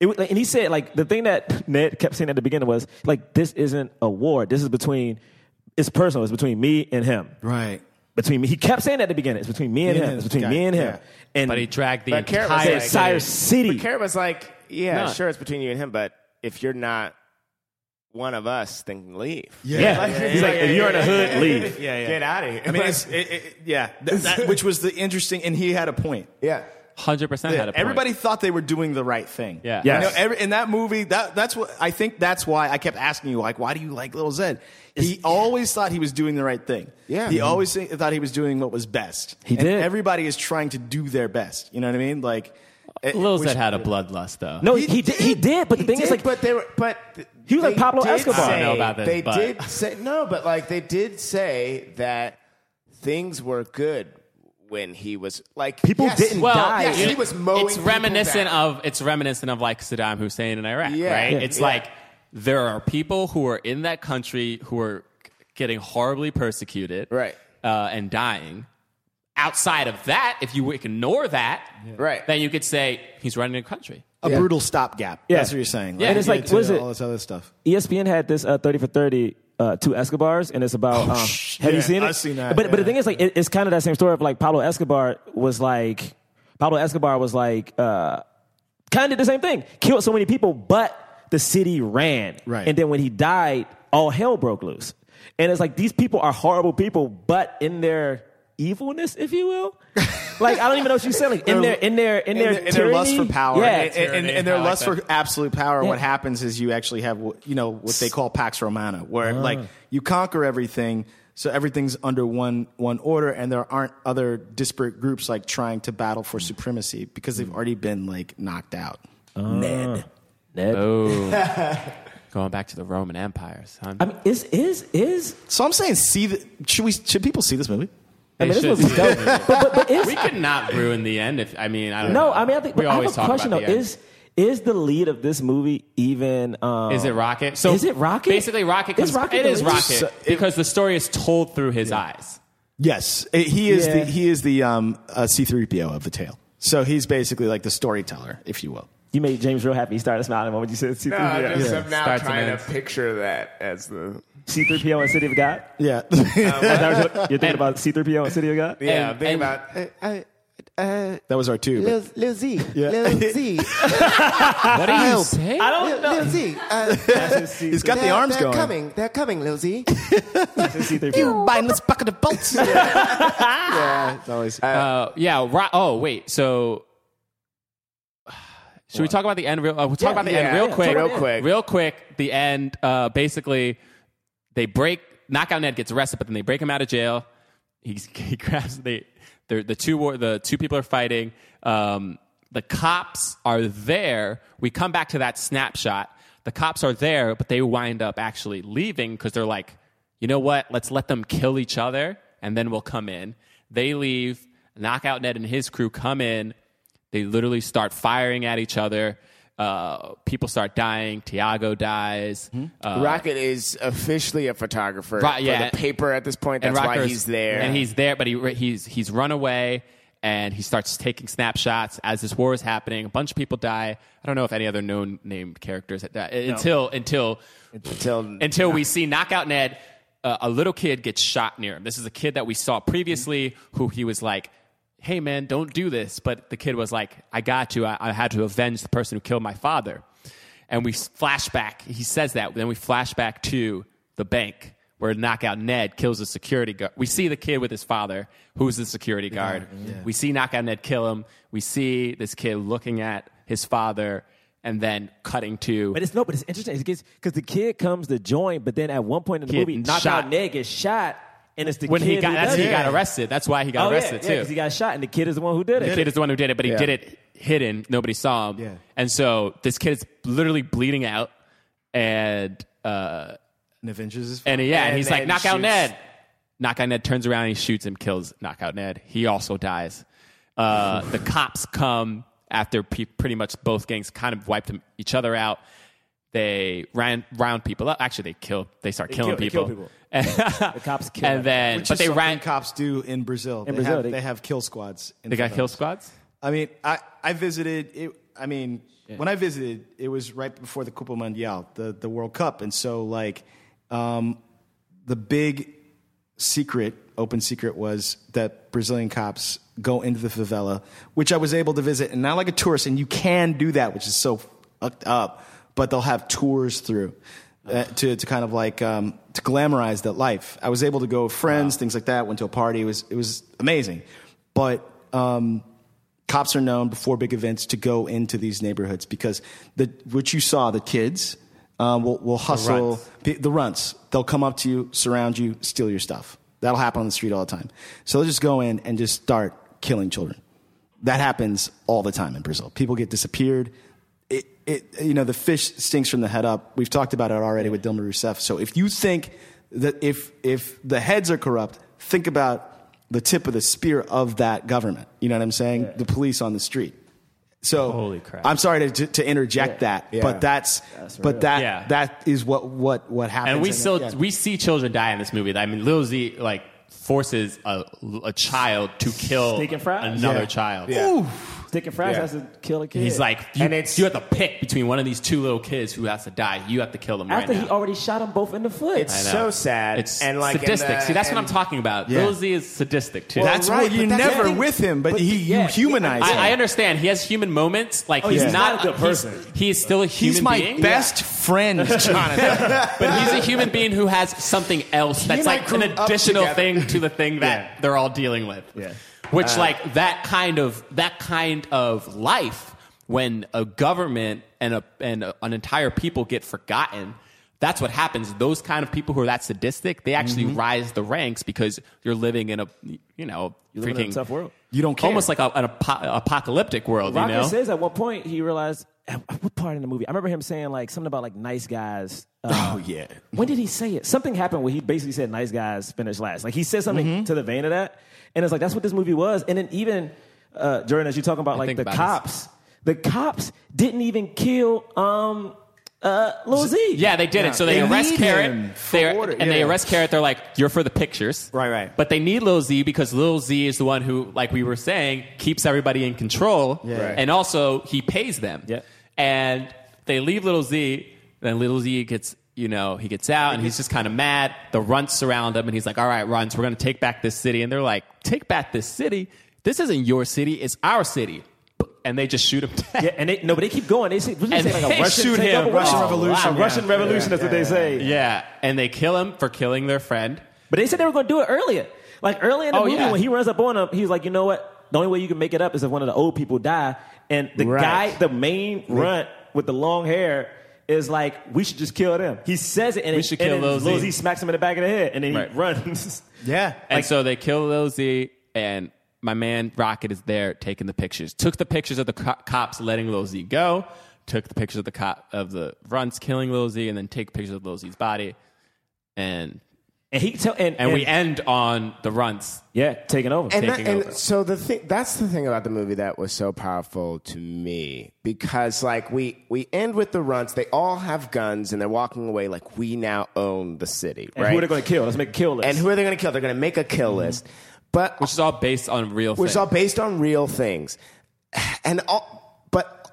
[SPEAKER 5] it, was- and he said like the thing that Ned kept saying at the beginning was like this isn't a war. This is between it's personal. It's between me and him.
[SPEAKER 8] Right.
[SPEAKER 5] Between me, he kept saying at the beginning, it's between me and
[SPEAKER 8] Me and
[SPEAKER 5] him. It's
[SPEAKER 8] this
[SPEAKER 5] between
[SPEAKER 8] guy.
[SPEAKER 5] me and him.
[SPEAKER 8] Yeah.
[SPEAKER 5] And
[SPEAKER 6] But he dragged the
[SPEAKER 7] But Carrot was
[SPEAKER 5] the
[SPEAKER 6] entire
[SPEAKER 7] like-
[SPEAKER 5] entire
[SPEAKER 7] But
[SPEAKER 5] city.
[SPEAKER 7] Carrot was like, yeah,
[SPEAKER 6] No.
[SPEAKER 7] sure, it's between you and him, but if you're not one of us, then leave.
[SPEAKER 8] Yeah.
[SPEAKER 5] yeah. he's like, if you're in a hood, leave.
[SPEAKER 8] Yeah, yeah.
[SPEAKER 7] Get out of here.
[SPEAKER 8] I mean, it's, it, it, yeah, Th- that- which was the interesting, and he had a point.
[SPEAKER 7] yeah.
[SPEAKER 6] hundred percent had a point.
[SPEAKER 8] Everybody thought they were doing the right thing.
[SPEAKER 6] Yeah.
[SPEAKER 8] You know,
[SPEAKER 5] Yes.
[SPEAKER 8] every, in that movie, that that's what I think. That's why I kept asking you, like, why do you like Little Zed? He always thought he was doing the right thing.
[SPEAKER 7] Yeah.
[SPEAKER 8] He
[SPEAKER 7] Mhm.
[SPEAKER 8] always thi- thought he was doing what was best.
[SPEAKER 5] He
[SPEAKER 8] And
[SPEAKER 5] did.
[SPEAKER 8] Everybody is trying to do their best. You know what I mean? Like, it-
[SPEAKER 6] Lil
[SPEAKER 8] which-
[SPEAKER 6] Zed had a bloodlust though.
[SPEAKER 5] No, he, he did. He did. But the
[SPEAKER 7] He
[SPEAKER 5] thing is,
[SPEAKER 7] did,
[SPEAKER 5] like,
[SPEAKER 7] but they were, but th-
[SPEAKER 5] He was like
[SPEAKER 7] they
[SPEAKER 5] Pablo
[SPEAKER 7] did
[SPEAKER 5] Escobar. I
[SPEAKER 6] don't know about this,
[SPEAKER 7] They
[SPEAKER 6] but-
[SPEAKER 7] did say no, but like they did say that things were good when he was like
[SPEAKER 5] People
[SPEAKER 7] yes,
[SPEAKER 5] didn't
[SPEAKER 6] Well,
[SPEAKER 5] die.
[SPEAKER 7] Yes, he was mowing.
[SPEAKER 6] It's
[SPEAKER 7] people
[SPEAKER 6] reminiscent
[SPEAKER 7] down.
[SPEAKER 6] of it's reminiscent of like Saddam Hussein in Iraq,
[SPEAKER 7] Yeah.
[SPEAKER 6] right?
[SPEAKER 7] Yeah.
[SPEAKER 6] It's
[SPEAKER 7] Yeah.
[SPEAKER 6] like there are people who are in that country who are getting horribly persecuted,
[SPEAKER 7] Right.
[SPEAKER 6] uh, and dying. Outside of that, if you ignore that,
[SPEAKER 7] Right.
[SPEAKER 6] then you could say he's running a country.
[SPEAKER 8] a brutal stopgap.
[SPEAKER 5] Yeah.
[SPEAKER 8] That's what you're saying.
[SPEAKER 6] Yeah. And it's
[SPEAKER 8] you
[SPEAKER 5] like,
[SPEAKER 8] get to
[SPEAKER 5] what is it?
[SPEAKER 8] all this other stuff?
[SPEAKER 5] ESPN had this uh, 30 for 30, uh, two Escobars, and it's about.
[SPEAKER 8] Oh,
[SPEAKER 5] um,
[SPEAKER 8] sh-
[SPEAKER 5] have
[SPEAKER 8] yeah,
[SPEAKER 5] you seen it?
[SPEAKER 8] I've seen that,
[SPEAKER 5] But, but the
[SPEAKER 8] yeah.
[SPEAKER 5] thing is, like, it, it's kind of that same story of like Pablo Escobar was like. Pablo Escobar was like. Uh, kind of the same thing. Killed so many people, but the city ran.
[SPEAKER 2] Right.
[SPEAKER 5] And then when he died, all hell broke loose. And it's like these people are horrible people, but in their evilness, if you will, like I don't even know what you said. Like in their in their in, their,
[SPEAKER 2] in, their, in their lust for
[SPEAKER 5] tyranny?
[SPEAKER 2] power,
[SPEAKER 5] Yeah.
[SPEAKER 2] and, and- and- and their
[SPEAKER 6] I like
[SPEAKER 2] lust
[SPEAKER 6] that.
[SPEAKER 2] for absolute power. What
[SPEAKER 5] Yeah.
[SPEAKER 2] happens is you actually have what- you know what they call Pax Romana, where
[SPEAKER 5] Ah.
[SPEAKER 2] like you conquer everything, so everything's under one one order, and there aren't other disparate groups like trying to battle for supremacy because they've already been like knocked out. Ned.
[SPEAKER 5] Ned.
[SPEAKER 6] Oh. Going back to the Roman Empire, son.
[SPEAKER 5] I mean, is is is
[SPEAKER 2] So I'm saying, see, the, should we? Should people see this movie?
[SPEAKER 5] I mean, this movie's dope. but, but, but is,
[SPEAKER 6] we could not ruin the end. If I mean, I don't know.
[SPEAKER 5] no, I mean, I think.
[SPEAKER 6] we
[SPEAKER 5] but I
[SPEAKER 6] always
[SPEAKER 5] have
[SPEAKER 6] talk
[SPEAKER 5] a question
[SPEAKER 6] about
[SPEAKER 5] though.
[SPEAKER 6] the end.
[SPEAKER 5] Is is the lead of this movie even? Um,
[SPEAKER 6] Is it Rocket? So
[SPEAKER 5] Is it Rocket?
[SPEAKER 6] Basically, Rocket.
[SPEAKER 5] Is
[SPEAKER 6] Comes,
[SPEAKER 5] Rocket
[SPEAKER 6] Rocket it
[SPEAKER 5] the
[SPEAKER 6] is
[SPEAKER 5] leader?
[SPEAKER 6] Rocket
[SPEAKER 2] So it-
[SPEAKER 6] because the story is told through his eyes.
[SPEAKER 2] Yes, It- he is
[SPEAKER 5] Yeah.
[SPEAKER 2] the he is the um, uh, C-3PO of the tale. So he's basically like the storyteller, if you will.
[SPEAKER 5] You made James real happy. He started smiling when you said C three
[SPEAKER 7] Uh,
[SPEAKER 5] PO.
[SPEAKER 7] just, I'm now
[SPEAKER 6] Starts and
[SPEAKER 7] trying
[SPEAKER 6] ends.
[SPEAKER 7] to picture that as the
[SPEAKER 5] C three PO and City of God.
[SPEAKER 2] Yeah. Um,
[SPEAKER 5] Is that what you're thinking about C three PO and City of God?
[SPEAKER 7] yeah.
[SPEAKER 6] And-
[SPEAKER 7] think
[SPEAKER 6] and-
[SPEAKER 7] about
[SPEAKER 2] That was our two. but-
[SPEAKER 7] uh, Lil Z,
[SPEAKER 2] Yeah. Lil
[SPEAKER 7] Z,
[SPEAKER 6] What do you say?
[SPEAKER 5] I don't know.
[SPEAKER 7] Z.
[SPEAKER 2] He's got the arms going.
[SPEAKER 7] They're coming, Lil Z.
[SPEAKER 5] C3PO.
[SPEAKER 2] mindless bucket of bolts. yeah. it's always.
[SPEAKER 6] Uh, yeah. Ro- oh wait. So should we talk about the end? Real. Uh, we'll talk about the end real quick.
[SPEAKER 7] Real quick.
[SPEAKER 6] Real quick. The end. Uh, basically, they break. Knockout Ned gets arrested, but then they break him out of jail. He, he grabs the the the two war, the two people are fighting. Um, the cops are there. We come back to that snapshot. The cops are there, but they wind up actually leaving because they're like, you know what? Let's let them kill each other, and then we'll come in. They leave. Knockout Ned and his crew come in. They literally start firing at each other. Uh, people start dying. Tiago dies. Uh,
[SPEAKER 7] Rocket is officially a photographer
[SPEAKER 6] Right,
[SPEAKER 7] for
[SPEAKER 6] yeah.
[SPEAKER 7] the paper at this point.
[SPEAKER 6] and
[SPEAKER 7] That's why
[SPEAKER 6] Rutgers-
[SPEAKER 7] he's there.
[SPEAKER 6] And he's there, but he he's he's run away, and he starts taking snapshots as this war is happening. A bunch of people die. I don't know if any other known named characters that die, until until
[SPEAKER 7] until
[SPEAKER 6] until we see Knockout Ned. Uh, a little kid gets shot near him. This is a kid that we saw previously, who he was like, "Hey man, don't do this," but the kid was like, "I got you. I, I had to avenge the person who killed my father." And we s- flashback. He says that. Then we flashback to the bank where Knockout Ned kills the security guard. We see the kid with his father, who's the security guard. We see Knockout Ned kill him. We see this kid looking at his father, and then cutting to.
[SPEAKER 5] But it's no, but it's interesting because the kid comes to join, but then at one point in the
[SPEAKER 6] Kid
[SPEAKER 5] movie, knockout
[SPEAKER 6] shot.
[SPEAKER 5] Ned gets shot, and it's the
[SPEAKER 6] when
[SPEAKER 5] kid
[SPEAKER 6] he got
[SPEAKER 5] who
[SPEAKER 6] that's
[SPEAKER 5] does
[SPEAKER 6] he
[SPEAKER 5] it.
[SPEAKER 6] got arrested. That's why he got
[SPEAKER 5] Oh, yeah,
[SPEAKER 6] arrested
[SPEAKER 5] yeah, 'cause
[SPEAKER 6] too.
[SPEAKER 5] he got shot, and the kid is the one who did it.
[SPEAKER 6] the kid is the one who did it, but he
[SPEAKER 2] Yeah.
[SPEAKER 6] did it hidden. Nobody saw him.
[SPEAKER 2] Yeah.
[SPEAKER 6] And so this kid is literally bleeding out, and uh,
[SPEAKER 2] And Avengers is
[SPEAKER 6] and yeah, and he's
[SPEAKER 7] And
[SPEAKER 6] like
[SPEAKER 7] Ned
[SPEAKER 6] knockout
[SPEAKER 7] shoots-
[SPEAKER 6] Ned. Knockout Ned turns around, and he shoots him, kills knockout Ned. He also dies. Uh, the cops come after pe- pretty much both gangs kind of wiped them, each other out. They ran round people up. Actually, they kill. They start killing
[SPEAKER 5] kill- they kill
[SPEAKER 6] people.
[SPEAKER 5] people.
[SPEAKER 6] the
[SPEAKER 5] cops kill
[SPEAKER 6] And then,
[SPEAKER 2] Which
[SPEAKER 6] but
[SPEAKER 2] is
[SPEAKER 6] they
[SPEAKER 2] something
[SPEAKER 6] ran.
[SPEAKER 2] cops do in Brazil. they
[SPEAKER 5] Brazil,
[SPEAKER 2] have,
[SPEAKER 5] they-
[SPEAKER 2] they, have kill squads. in
[SPEAKER 6] They got
[SPEAKER 2] Brazil.
[SPEAKER 6] kill squads.
[SPEAKER 2] I mean, I, I visited. It, I mean, when I visited, it was right before the Copa Mundial, the the World Cup, and so like, um, the big secret, open secret, was that Brazilian cops go into the favela, which I was able to visit, and not like a tourist, and you can do that, which is so fucked up. But they'll have tours through. Uh, to, to kind of like um, to glamorize that life. I was able to go with friends, things like that. Went to a party. It was it was amazing, but um, cops are known before big events to go into these neighborhoods because the what you saw the kids um, will, will hustle
[SPEAKER 6] runts.
[SPEAKER 2] the, the runts they'll come up to you surround you steal your stuff that'll happen on the street all the time so they'll just go in and just start killing children that happens all the time in brazil people get disappeared it, it, you know the fish stinks from the head up we've talked about it already with dilma rousseff so if you think that if if the heads are corrupt think about the tip of the spear of that government. You know what I'm saying? The police on the street. So
[SPEAKER 6] Holy crap.
[SPEAKER 2] I'm sorry to, to interject that, but that's, but that
[SPEAKER 6] Yeah.
[SPEAKER 2] that is what what what happens.
[SPEAKER 6] and we
[SPEAKER 2] in it.
[SPEAKER 6] still
[SPEAKER 2] Yeah.
[SPEAKER 6] we see children die in this movie. I mean, Lil Z like forces a, a child to kill
[SPEAKER 5] Steak and fries?
[SPEAKER 6] another
[SPEAKER 2] Yeah.
[SPEAKER 6] child.
[SPEAKER 2] Ooh.
[SPEAKER 5] stick and fries
[SPEAKER 7] Yeah.
[SPEAKER 5] has to kill a kid.
[SPEAKER 6] He's like, you,
[SPEAKER 7] And it's-
[SPEAKER 6] you have to pick between one of these two little kids who has to die. You have to kill them
[SPEAKER 5] after
[SPEAKER 6] right
[SPEAKER 5] he
[SPEAKER 6] now.
[SPEAKER 5] already shot them both in the foot.
[SPEAKER 7] It's
[SPEAKER 6] I know.
[SPEAKER 7] so sad.
[SPEAKER 6] uh, It's
[SPEAKER 7] and like in
[SPEAKER 6] sadistic.
[SPEAKER 7] the-
[SPEAKER 6] See, that's what I'm
[SPEAKER 7] and-
[SPEAKER 6] talking about.
[SPEAKER 8] Yeah.
[SPEAKER 6] Lil Z is sadistic too.
[SPEAKER 8] That's
[SPEAKER 7] right,
[SPEAKER 8] right. You're
[SPEAKER 7] but that's the
[SPEAKER 8] never
[SPEAKER 7] thing.
[SPEAKER 8] with him, but,
[SPEAKER 5] But
[SPEAKER 8] he,
[SPEAKER 5] the- yeah,
[SPEAKER 8] you humanize him.
[SPEAKER 6] I, I understand. He has human moments. Like he's,
[SPEAKER 5] Oh, he's
[SPEAKER 6] not,
[SPEAKER 5] not a good person.
[SPEAKER 6] He's, he is still a human.
[SPEAKER 8] He's my
[SPEAKER 6] being.
[SPEAKER 8] best friend, Jonathan.
[SPEAKER 6] but he's a human being who has something else that's
[SPEAKER 7] and I
[SPEAKER 6] like an
[SPEAKER 7] grew up
[SPEAKER 6] additional
[SPEAKER 7] together.
[SPEAKER 6] thing to the thing that they're all dealing with.
[SPEAKER 5] Yeah.
[SPEAKER 6] Which like that kind of that kind of life when a government and a and a, an entire people get forgotten. That's what happens. Those kind of people who are that sadistic, they actually rise the ranks because you're living in a you know
[SPEAKER 5] live in a
[SPEAKER 6] freaking
[SPEAKER 5] tough world.
[SPEAKER 8] You don't care.
[SPEAKER 6] almost like a, an apo- apocalyptic world.
[SPEAKER 5] Rocker
[SPEAKER 6] you know,
[SPEAKER 5] says at one point he realized at what part in the movie? I remember him saying like something about like nice guys. Uh,
[SPEAKER 8] oh yeah.
[SPEAKER 5] when did he say it? Something happened where he basically said nice guys finish last. Like he said something
[SPEAKER 6] Mm-hmm.
[SPEAKER 5] to the vein of that, and it's like that's what this movie was. And then even uh, Jordan, as you're talking about like
[SPEAKER 6] think
[SPEAKER 5] the
[SPEAKER 6] about this.
[SPEAKER 5] cops, the cops didn't even kill um uh Lil Z.
[SPEAKER 6] Yeah, they did it. So they,
[SPEAKER 8] They
[SPEAKER 6] arrest
[SPEAKER 8] need
[SPEAKER 6] Carrot.
[SPEAKER 8] him for
[SPEAKER 6] They
[SPEAKER 8] order-
[SPEAKER 6] and they
[SPEAKER 8] yeah.
[SPEAKER 6] arrest Carrot. They're like, "You're for the pictures."
[SPEAKER 8] Right, right.
[SPEAKER 6] But they need Lil Z because Lil Z is the one who, like we were saying, keeps everybody in control.
[SPEAKER 8] Yeah. Right.
[SPEAKER 6] And also he pays them.
[SPEAKER 5] Yeah.
[SPEAKER 6] And they leave Lil Z. Then Lil Z gets. You know, he gets out and he's just kind of mad. The runts surround him and he's like, All right, runts, we're going to take back this city. And they're like, Take back this city? This isn't your city, it's our city. And they just shoot him down.
[SPEAKER 5] Yeah, and they no, but they keep going. They say, what did they
[SPEAKER 6] And
[SPEAKER 5] say like
[SPEAKER 6] they
[SPEAKER 5] a Russian
[SPEAKER 6] shoot
[SPEAKER 5] takeover?
[SPEAKER 6] him.
[SPEAKER 5] What is it?
[SPEAKER 6] Russian
[SPEAKER 8] Revolution,
[SPEAKER 5] A Russian
[SPEAKER 8] yeah.
[SPEAKER 5] Revolution. That's what they say.
[SPEAKER 6] Yeah. And they kill him for killing their friend.
[SPEAKER 5] But they said they were going to do it earlier. Like early in the
[SPEAKER 6] Oh,
[SPEAKER 5] movie,
[SPEAKER 6] yeah.
[SPEAKER 5] when he runs up on him, he's like, you know what? The only way you can make it up is if one of the old people die. And the
[SPEAKER 7] Right.
[SPEAKER 5] guy, the main runt with the long hair, is like, we should just kill them. He says it, and,
[SPEAKER 6] We
[SPEAKER 5] it-
[SPEAKER 6] should
[SPEAKER 5] and
[SPEAKER 6] kill
[SPEAKER 5] then
[SPEAKER 6] Lil Z.
[SPEAKER 5] Lil Z smacks him in the back of the head, and then he
[SPEAKER 6] Right.
[SPEAKER 5] runs.
[SPEAKER 8] Yeah.
[SPEAKER 6] And so they kill Lil Z, and my man Rocket is there taking the pictures. Took the pictures of the co- cops letting Lil Z go. Took the pictures of the cop of the runts killing Lil Z, and then take pictures of Lil Z's body. And
[SPEAKER 5] and he tell and,
[SPEAKER 6] and, we end on the runts.
[SPEAKER 5] yeah taking over.
[SPEAKER 7] and, that-
[SPEAKER 6] taking
[SPEAKER 7] and
[SPEAKER 6] over.
[SPEAKER 7] so the thing that's the thing about the movie that was so powerful to me because like we we end with the runts they all have guns and they're walking away like we now own the city
[SPEAKER 5] And
[SPEAKER 7] right
[SPEAKER 5] who are they going to kill? Let's make a kill list.
[SPEAKER 7] and who are they going to kill they're going to make a kill list but
[SPEAKER 6] Mm-hmm. Which is all based on real
[SPEAKER 7] which is
[SPEAKER 6] things.
[SPEAKER 7] all based on real things and all but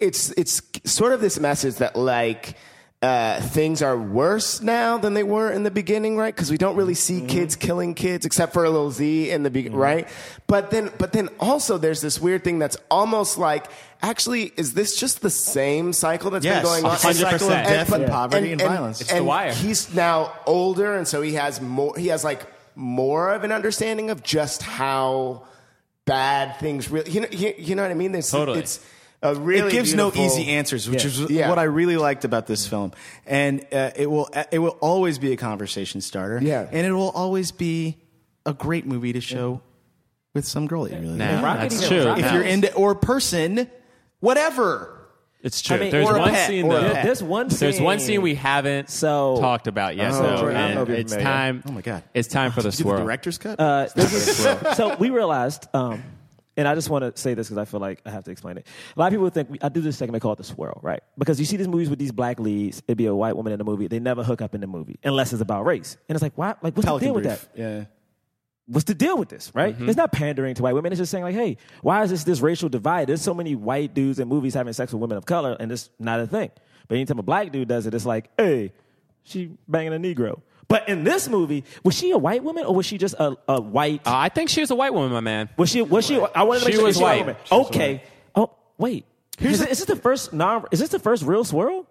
[SPEAKER 7] it's it's sort of this message that like uh, things are worse now than they were in the beginning, right? Because we don't really see
[SPEAKER 6] Mm-hmm.
[SPEAKER 7] kids killing kids, except for a little Z in the beginning, right? But then, but then also there's this weird thing that's almost like, actually, is this just the same cycle that's
[SPEAKER 8] Yes.
[SPEAKER 7] been going
[SPEAKER 8] A
[SPEAKER 7] on?
[SPEAKER 8] cycle
[SPEAKER 6] of
[SPEAKER 8] death and poverty and violence. It's
[SPEAKER 6] The Wire.
[SPEAKER 7] He's now older, and so he has more. He has like more of an understanding of just how bad things really. You know, you, you know what I mean? There's,
[SPEAKER 6] Totally.
[SPEAKER 7] It's a really.
[SPEAKER 8] it gives no
[SPEAKER 7] beautiful-
[SPEAKER 8] easy answers, which is
[SPEAKER 7] Yeah.
[SPEAKER 8] what I really liked about this film. And uh, it will it will always be a conversation starter.
[SPEAKER 7] Yeah.
[SPEAKER 8] and it will always be a great movie to show with some girl that you really
[SPEAKER 6] Nah,
[SPEAKER 8] like.
[SPEAKER 6] that's
[SPEAKER 5] even-
[SPEAKER 6] true.
[SPEAKER 5] Rocket-
[SPEAKER 8] If you're into or person, whatever.
[SPEAKER 6] it's true.
[SPEAKER 5] I mean,
[SPEAKER 6] there's
[SPEAKER 5] or a
[SPEAKER 6] one
[SPEAKER 8] pet,
[SPEAKER 6] scene
[SPEAKER 8] or
[SPEAKER 6] though.
[SPEAKER 8] a
[SPEAKER 5] There- There's one. Scene.
[SPEAKER 6] There's one scene we haven't
[SPEAKER 5] So-
[SPEAKER 6] talked about yet, though,
[SPEAKER 7] Jordan, I'm
[SPEAKER 6] and
[SPEAKER 7] not gonna be
[SPEAKER 6] it's
[SPEAKER 7] familiar.
[SPEAKER 6] time.
[SPEAKER 8] Oh my god!
[SPEAKER 6] It's time for the
[SPEAKER 8] Did you do
[SPEAKER 6] swirl.
[SPEAKER 8] The director's cut.
[SPEAKER 5] Uh, this is, so we realized, um, and I just want to say this because I feel like I have to explain it. A lot of people think I do this segment called "The Swirl," right? Because you see these movies with these black leads. It'd be a white woman in the movie. They never hook up in the movie unless it's about race. And it's like, why? Like, what's the
[SPEAKER 8] Pelican
[SPEAKER 5] deal with
[SPEAKER 8] Brief.
[SPEAKER 5] that?
[SPEAKER 8] Yeah.
[SPEAKER 5] What's the deal with this? Right? It's not pandering to white women. It's just saying like, hey, why is this this racial divide? There's so many white dudes in movies having sex with women of color, and it's not a thing. But anytime a black dude does it, it's like, hey, she banging a Negro. But in this movie, was she a white woman or was she just a, a white?
[SPEAKER 6] Uh, I think she was a white woman, my man.
[SPEAKER 5] Was she? Was she? I wanted to make
[SPEAKER 6] She
[SPEAKER 5] sure
[SPEAKER 6] was
[SPEAKER 5] she was
[SPEAKER 6] white.
[SPEAKER 5] woman.
[SPEAKER 6] She was
[SPEAKER 5] okay. Oh wait. Here's is, this the first non? Is this the first real swirl?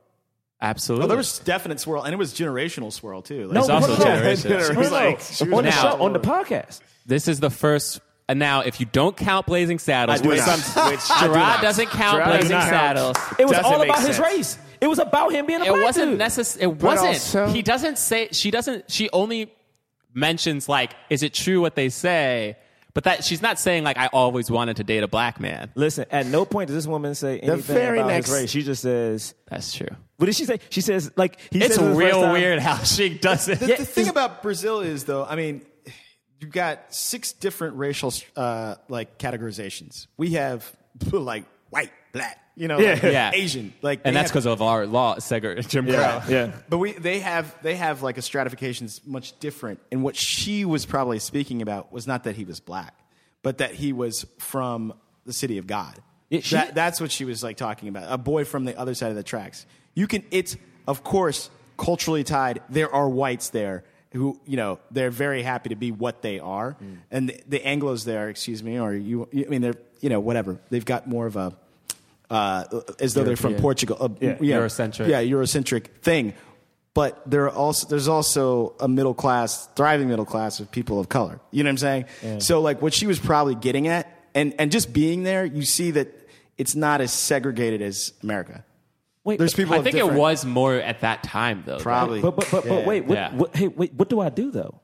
[SPEAKER 6] Absolutely.
[SPEAKER 8] Well, there was definite swirl, and it was generational swirl too. Like,
[SPEAKER 5] No,
[SPEAKER 6] also
[SPEAKER 5] no, no, no.
[SPEAKER 6] generation.
[SPEAKER 5] No, no, no.
[SPEAKER 8] She's like- she was
[SPEAKER 5] on the
[SPEAKER 6] now-
[SPEAKER 5] show, on the podcast.
[SPEAKER 6] This is the first. And now, if you don't count Blazing Saddles,
[SPEAKER 8] do
[SPEAKER 6] which
[SPEAKER 8] not.
[SPEAKER 6] some,
[SPEAKER 8] Which I do
[SPEAKER 6] Gerard
[SPEAKER 8] not.
[SPEAKER 6] doesn't count
[SPEAKER 8] Gerard
[SPEAKER 6] Blazing
[SPEAKER 8] does not count.
[SPEAKER 6] Saddles.
[SPEAKER 5] It was
[SPEAKER 8] Doesn't
[SPEAKER 5] all
[SPEAKER 8] make
[SPEAKER 5] about his
[SPEAKER 8] sense.
[SPEAKER 5] race. It was about him being a
[SPEAKER 6] It
[SPEAKER 5] black
[SPEAKER 6] wasn't
[SPEAKER 5] dude.
[SPEAKER 6] necessary. It wasn't.
[SPEAKER 7] also-
[SPEAKER 6] he doesn't say. She doesn't. She only mentions like, "Is it true what they say?" But that she's not saying like, "I always wanted to date a black man."
[SPEAKER 5] Listen, at no point does this woman say anything
[SPEAKER 7] very
[SPEAKER 5] about
[SPEAKER 7] next-
[SPEAKER 5] his race. She just says,
[SPEAKER 6] That's true.
[SPEAKER 5] "What did she say?" She says, "Like he
[SPEAKER 6] It's
[SPEAKER 5] says it the first
[SPEAKER 6] real
[SPEAKER 5] time.
[SPEAKER 6] weird how she does it.
[SPEAKER 8] The, the thing about Brazil is, though, I mean, you've got six different racial uh, like categorizations. We have like white, black, you know, like,
[SPEAKER 6] Yeah.
[SPEAKER 8] Asian, like,
[SPEAKER 6] and
[SPEAKER 8] they
[SPEAKER 6] that's
[SPEAKER 8] have-
[SPEAKER 6] because of our law, Segre, Jim
[SPEAKER 8] Yeah.
[SPEAKER 6] Crow.
[SPEAKER 5] Yeah.
[SPEAKER 8] but we they have they have like a stratification that's much different. And what she was probably speaking about was not that he was black, but that he was from
[SPEAKER 2] the city of God.
[SPEAKER 5] Yeah, she-
[SPEAKER 2] that, that's what she was like talking about. A boy from the other side of the tracks. You can. It's of course culturally tied. There are whites there who you know they're very happy to be what they are,
[SPEAKER 5] Mm.
[SPEAKER 2] and the, the Anglo's there. Excuse me, or you. I mean, they're you know whatever. They've got more of a. Uh, as though they're from
[SPEAKER 6] European.
[SPEAKER 2] Portugal, uh, yeah,
[SPEAKER 6] Eurocentric.
[SPEAKER 2] yeah, Eurocentric thing. But there are also there's also a middle class, thriving middle class of people of color. You know what I'm saying? So like what she was probably getting at, and and just being there, you see that it's not as segregated as America.
[SPEAKER 5] Wait,
[SPEAKER 2] There's
[SPEAKER 5] but-
[SPEAKER 2] people.
[SPEAKER 6] I
[SPEAKER 2] of
[SPEAKER 6] think it
[SPEAKER 2] different-
[SPEAKER 6] was more at that time though.
[SPEAKER 2] probably,
[SPEAKER 5] But but but, but wait, what,
[SPEAKER 6] Yeah.
[SPEAKER 5] what, hey, wait, what do I do though?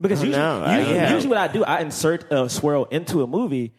[SPEAKER 5] Because usually,
[SPEAKER 7] know. I
[SPEAKER 5] usually,
[SPEAKER 7] don't know.
[SPEAKER 5] usually what I do, I insert a swirl into a movie,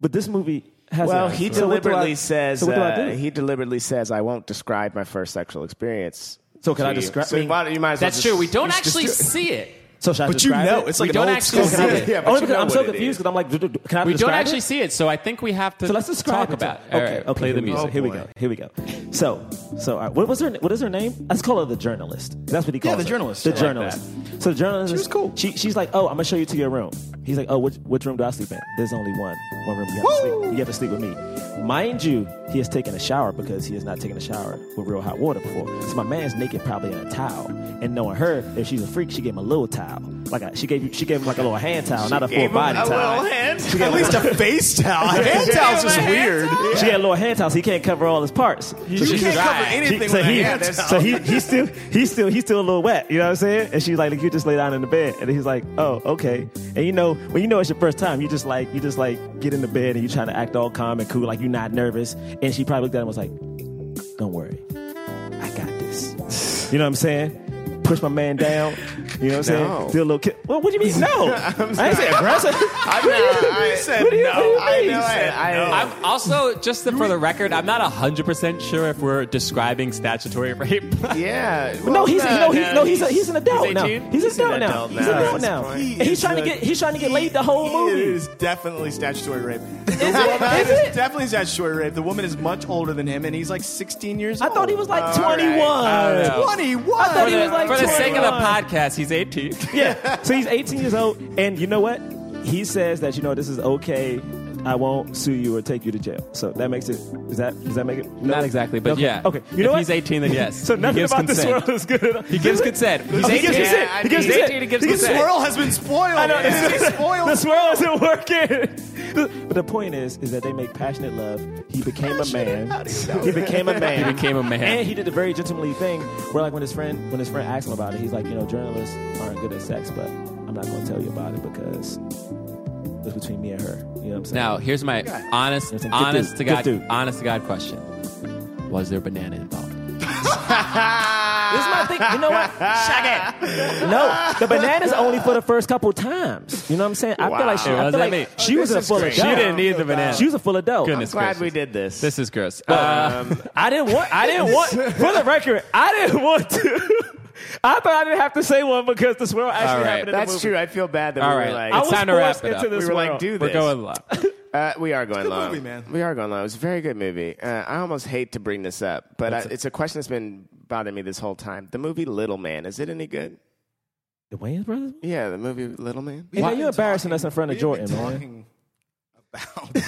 [SPEAKER 5] but this movie has.
[SPEAKER 7] Well,
[SPEAKER 5] a,
[SPEAKER 7] he
[SPEAKER 5] so what do I-
[SPEAKER 7] deliberately says.
[SPEAKER 5] So what do I
[SPEAKER 7] uh,
[SPEAKER 5] do?
[SPEAKER 7] he deliberately says, "I won't describe my first sexual experience."
[SPEAKER 5] So can I
[SPEAKER 7] to you."
[SPEAKER 5] describe-
[SPEAKER 7] So
[SPEAKER 5] I mean,
[SPEAKER 7] why don't- you might as well
[SPEAKER 6] That's
[SPEAKER 7] just-
[SPEAKER 6] true. We don't
[SPEAKER 7] you should
[SPEAKER 6] actually
[SPEAKER 7] just do it.
[SPEAKER 6] see it.
[SPEAKER 5] so should I
[SPEAKER 2] but you
[SPEAKER 5] describe
[SPEAKER 2] know,
[SPEAKER 5] it?
[SPEAKER 2] it's like
[SPEAKER 6] We
[SPEAKER 2] an
[SPEAKER 6] don't
[SPEAKER 2] old
[SPEAKER 6] actually
[SPEAKER 2] school
[SPEAKER 6] see
[SPEAKER 2] movie.
[SPEAKER 6] it.
[SPEAKER 7] Yeah, but
[SPEAKER 5] Only
[SPEAKER 7] you
[SPEAKER 5] because
[SPEAKER 7] know
[SPEAKER 5] I'm so
[SPEAKER 7] what it
[SPEAKER 5] confused
[SPEAKER 7] is.
[SPEAKER 5] because I'm like, do- do- do- can I
[SPEAKER 6] We don't
[SPEAKER 5] describe
[SPEAKER 6] actually
[SPEAKER 5] it?
[SPEAKER 6] see it, so I think we have to.
[SPEAKER 5] So let's describe
[SPEAKER 6] talk
[SPEAKER 5] it.
[SPEAKER 6] about. it.
[SPEAKER 5] Okay,
[SPEAKER 6] All right,
[SPEAKER 5] okay,
[SPEAKER 6] play the
[SPEAKER 5] here we go,
[SPEAKER 6] music.
[SPEAKER 5] Here we go. Here we go. So, so all right, what was her? What is her name? Let's call her the journalist. That's what he calls
[SPEAKER 2] the
[SPEAKER 5] her.
[SPEAKER 2] journalist.
[SPEAKER 5] The
[SPEAKER 2] I like
[SPEAKER 5] journalist. so the journalist. She
[SPEAKER 2] was cool.
[SPEAKER 5] She, she's like, oh, I'm gonna show you to your room. He's like, oh, which, which room do I sleep in? There's only one. One room. You have, to sleep. you have to sleep with me. Mind you, he has taken a shower because he has not taken a shower with real hot water before. So my man's naked, probably in a towel. And knowing her, if she's a freak, she gave him a little towel. Like a, she gave she gave him like a little hand towel, not a full
[SPEAKER 7] Gave him
[SPEAKER 5] body
[SPEAKER 7] a
[SPEAKER 5] towel.
[SPEAKER 7] little hand.
[SPEAKER 2] At least a face towel. A hand towel's just weird.
[SPEAKER 5] She had a little hand towel, so he can't cover all his parts. so
[SPEAKER 2] You
[SPEAKER 5] she-
[SPEAKER 2] can't cover anything
[SPEAKER 5] so
[SPEAKER 2] with a
[SPEAKER 5] he,
[SPEAKER 2] hand towel.
[SPEAKER 5] so he, he's still, he's still, he's still a little wet. You know what I'm saying? And she's like, "Look, you just lay down in the bed, and he's like, oh, okay. And you know, when you know it's your first time, you just like, you just like get in the bed and you trying to act all calm and cool, like you're not nervous. And she probably looked at him and was like, don't worry, I got this. You know what I'm saying? Push my man down. You know what I'm
[SPEAKER 7] No.
[SPEAKER 5] saying? Do a little kiss. Well, what do you mean? No, I ain't say aggressive.
[SPEAKER 7] I'm not. I said
[SPEAKER 5] What do you- what do you
[SPEAKER 7] no. I
[SPEAKER 5] mean?
[SPEAKER 7] know.
[SPEAKER 5] He said
[SPEAKER 7] I- I-
[SPEAKER 6] I'm also just for the record, I'm not hundred percent sure if we're describing statutory rape.
[SPEAKER 7] Yeah.
[SPEAKER 5] No,
[SPEAKER 7] well,
[SPEAKER 5] he's no, he's, no, he's a,
[SPEAKER 7] he's-
[SPEAKER 5] he's an adult
[SPEAKER 7] he's
[SPEAKER 5] now.
[SPEAKER 7] 18?
[SPEAKER 5] He's, an adult, now.
[SPEAKER 7] adult
[SPEAKER 5] He's an
[SPEAKER 7] now.
[SPEAKER 5] adult
[SPEAKER 7] That's
[SPEAKER 5] now.
[SPEAKER 7] fine.
[SPEAKER 5] And he's trying to get he's trying to get laid the whole movie.
[SPEAKER 2] It is definitely statutory rape. The
[SPEAKER 5] Is
[SPEAKER 2] woman
[SPEAKER 5] it? Is it?
[SPEAKER 2] definitely statutory rape. The woman is much older than him, and he's like 16 years
[SPEAKER 5] I
[SPEAKER 2] old.
[SPEAKER 5] thought he was like
[SPEAKER 7] All right.
[SPEAKER 5] 21.
[SPEAKER 6] I don't know.
[SPEAKER 2] 21.
[SPEAKER 5] I thought he
[SPEAKER 6] for the,
[SPEAKER 5] was like
[SPEAKER 6] for the sake of the
[SPEAKER 5] 21.
[SPEAKER 6] podcast, he's 18.
[SPEAKER 5] Yeah. So he's 18 years old, and you know what? He says that you know this is okay. I won't sue you or take you to jail. So that makes it. Is that does that make it? No?
[SPEAKER 6] Not exactly, but
[SPEAKER 5] Okay.
[SPEAKER 6] yeah.
[SPEAKER 5] Okay. You know
[SPEAKER 6] if
[SPEAKER 5] what?
[SPEAKER 6] he's 18, then yes.
[SPEAKER 5] So
[SPEAKER 6] He
[SPEAKER 5] nothing
[SPEAKER 6] gives
[SPEAKER 5] about
[SPEAKER 6] consent.
[SPEAKER 5] this world is good. Enough.
[SPEAKER 6] He gives consent. He's
[SPEAKER 5] he
[SPEAKER 6] 18.
[SPEAKER 5] gives consent.
[SPEAKER 7] Yeah,
[SPEAKER 5] he gives
[SPEAKER 7] he's
[SPEAKER 5] consent.
[SPEAKER 6] 18, he gives
[SPEAKER 5] He
[SPEAKER 2] The
[SPEAKER 6] consent.
[SPEAKER 2] swirl has been spoiled.
[SPEAKER 5] I know.
[SPEAKER 2] It's been spoiled.
[SPEAKER 5] The swirl isn't working. but the point is, is that they make passionate love. He became a man. He became a man.
[SPEAKER 6] He became a man.
[SPEAKER 5] And he did a very gentlemanly thing, where like when his friend, when his friend asked him about it, he's like, you know, journalists aren't good at sex, but I'm not going to tell you about it because it's between me and her. You know what I'm saying?
[SPEAKER 6] Now, here's my honest,
[SPEAKER 5] Listen, good
[SPEAKER 6] honest
[SPEAKER 5] dude,
[SPEAKER 6] to
[SPEAKER 5] good
[SPEAKER 6] God,
[SPEAKER 5] dude.
[SPEAKER 6] honest to God question: Was there banana involved?
[SPEAKER 5] This is my thing. You know what? Shut it. No, the banana's only for the first couple times. You know what I'm saying? I feel like she,
[SPEAKER 6] It
[SPEAKER 5] I feel
[SPEAKER 6] wasn't
[SPEAKER 5] like
[SPEAKER 6] me.
[SPEAKER 5] she was a
[SPEAKER 7] is
[SPEAKER 5] full
[SPEAKER 7] great.
[SPEAKER 5] adult.
[SPEAKER 7] She
[SPEAKER 6] didn't need the banana.
[SPEAKER 5] She was a full adult.
[SPEAKER 6] Goodness
[SPEAKER 7] Glad
[SPEAKER 6] gracious.
[SPEAKER 7] we did this. Um,
[SPEAKER 6] This is gross. Uh,
[SPEAKER 5] I didn't want. I didn't want. For the record, I didn't want to. I thought I didn't have to say one because the swirl
[SPEAKER 6] All
[SPEAKER 5] actually
[SPEAKER 6] right.
[SPEAKER 5] happened in
[SPEAKER 7] That's
[SPEAKER 5] the movie.
[SPEAKER 7] true. I feel bad that
[SPEAKER 6] All
[SPEAKER 7] we
[SPEAKER 6] right.
[SPEAKER 7] were like.
[SPEAKER 6] I
[SPEAKER 5] I
[SPEAKER 6] It's
[SPEAKER 5] was
[SPEAKER 6] time to wrap
[SPEAKER 5] forced
[SPEAKER 6] it up.
[SPEAKER 5] into this
[SPEAKER 7] we were like,
[SPEAKER 5] world.
[SPEAKER 7] do this.
[SPEAKER 6] we're going live.
[SPEAKER 7] Uh, we are going long.
[SPEAKER 2] movie, man.
[SPEAKER 7] We are going long. It was a very good movie. Uh, I almost hate to bring this up, but I, it's a question that's been bothering me this whole time. The movie Little Man is it any good?
[SPEAKER 5] The Wayans brothers?
[SPEAKER 7] Yeah, the movie Little Man.
[SPEAKER 5] Why are you embarrassing us in front of Jordan, man?
[SPEAKER 2] About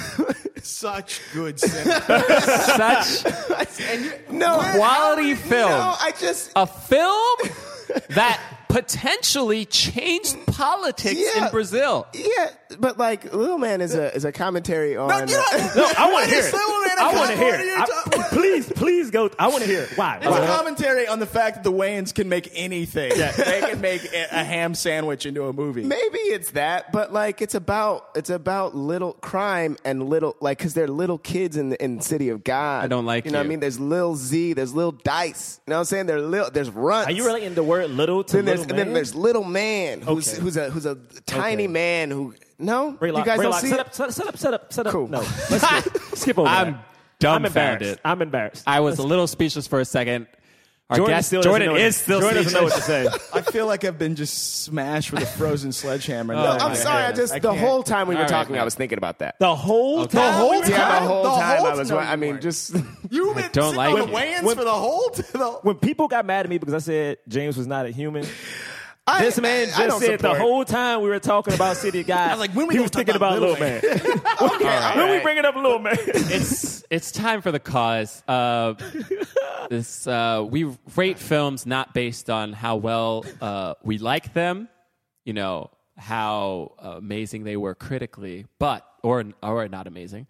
[SPEAKER 2] such good cinema.
[SPEAKER 6] Such
[SPEAKER 2] and you,
[SPEAKER 7] No,
[SPEAKER 6] quality film.
[SPEAKER 7] No, I just
[SPEAKER 6] a film that potentially changed politics
[SPEAKER 7] Yeah.
[SPEAKER 6] in Brazil.
[SPEAKER 7] yeah, but like Little Man is a is a commentary on.
[SPEAKER 2] Uh,
[SPEAKER 7] uh,
[SPEAKER 2] no,
[SPEAKER 5] No, I want to hear it.
[SPEAKER 2] Little man,
[SPEAKER 5] I want to
[SPEAKER 2] come
[SPEAKER 5] hear
[SPEAKER 2] on,
[SPEAKER 5] it.
[SPEAKER 2] you're
[SPEAKER 5] I- Please, please go. I want to hear it. Why?
[SPEAKER 2] It's
[SPEAKER 5] Why?
[SPEAKER 2] a commentary on the fact that the Wayans can make anything. they can make a, a ham sandwich into a movie.
[SPEAKER 7] Maybe it's that, but like it's about it's about little crime and little like because they're little kids in the in City of God.
[SPEAKER 6] I don't like
[SPEAKER 7] you know what I
[SPEAKER 6] you.
[SPEAKER 7] mean. There's Lil Z, there's Lil Dice. You know what I'm saying? There's Lil, there's Runt.
[SPEAKER 5] Are you relating the word little to
[SPEAKER 7] Then there's
[SPEAKER 5] little
[SPEAKER 7] and then
[SPEAKER 5] man?
[SPEAKER 7] there's Little Man who's
[SPEAKER 5] Okay.
[SPEAKER 7] who's a who's a tiny
[SPEAKER 5] Okay.
[SPEAKER 7] man who no
[SPEAKER 5] Raylock,
[SPEAKER 7] you guys
[SPEAKER 5] Raylock,
[SPEAKER 7] don't see
[SPEAKER 5] set
[SPEAKER 7] it?
[SPEAKER 5] up, set up, set up, set up, set up.
[SPEAKER 7] Cool.
[SPEAKER 5] No, let's skip, skip over
[SPEAKER 6] I'm
[SPEAKER 5] that. I'm embarrassed.
[SPEAKER 6] dumbfounded.
[SPEAKER 5] I'm embarrassed.
[SPEAKER 6] I was a little speechless for a second. Our
[SPEAKER 5] Jordan
[SPEAKER 6] guest
[SPEAKER 5] still doesn't
[SPEAKER 6] Jordan
[SPEAKER 5] know what-
[SPEAKER 6] is still
[SPEAKER 5] Jordan doesn't know what
[SPEAKER 6] speechless.
[SPEAKER 5] to say.
[SPEAKER 2] I feel like I've been just smashed with a frozen sledgehammer.
[SPEAKER 6] No,
[SPEAKER 7] I'm
[SPEAKER 6] Yeah,
[SPEAKER 7] sorry. I just the
[SPEAKER 2] can't.
[SPEAKER 7] whole time we were
[SPEAKER 6] All right,
[SPEAKER 7] talking,
[SPEAKER 6] man.
[SPEAKER 7] I was thinking about that.
[SPEAKER 5] The whole
[SPEAKER 6] Okay.
[SPEAKER 5] time.
[SPEAKER 6] The whole
[SPEAKER 7] yeah, the
[SPEAKER 2] time?
[SPEAKER 7] whole
[SPEAKER 2] The
[SPEAKER 7] time
[SPEAKER 2] whole
[SPEAKER 7] I was.
[SPEAKER 2] time
[SPEAKER 7] I mean,
[SPEAKER 2] you
[SPEAKER 7] just
[SPEAKER 2] You've been sitting
[SPEAKER 6] don't like
[SPEAKER 2] on the
[SPEAKER 6] it.
[SPEAKER 2] Wayans for the whole. The,
[SPEAKER 5] When people got mad at me because I said James was not a human,
[SPEAKER 7] I-
[SPEAKER 5] this man
[SPEAKER 7] I-
[SPEAKER 5] just
[SPEAKER 7] I don't
[SPEAKER 5] said
[SPEAKER 7] support-
[SPEAKER 5] the whole time we were talking about City Guys.
[SPEAKER 8] I was like, when we
[SPEAKER 5] he
[SPEAKER 8] gonna
[SPEAKER 5] was
[SPEAKER 8] talk
[SPEAKER 5] thinking
[SPEAKER 8] about Lil
[SPEAKER 5] about Little Man. when we bringing up Little Man,
[SPEAKER 6] it's it's time for the cause. Uh, this uh, we rate films not based on how well uh, we like them, you know, how amazing they were critically, but or or not amazing.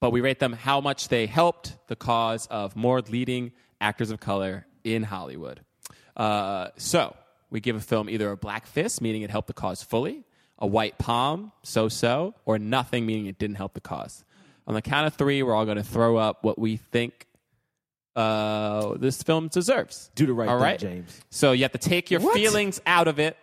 [SPEAKER 6] But we rate them how much they helped the cause of more leading actors of color in Hollywood. Uh, so we give a film either a black fist, meaning it helped the cause fully, a white palm, so so, or nothing, meaning it didn't help the cause. On the count of three, we're all going to throw up what we think uh, this film deserves.
[SPEAKER 5] Do the right
[SPEAKER 6] All
[SPEAKER 5] thing,
[SPEAKER 6] right,
[SPEAKER 5] James.
[SPEAKER 6] So you have to take your feelings out of it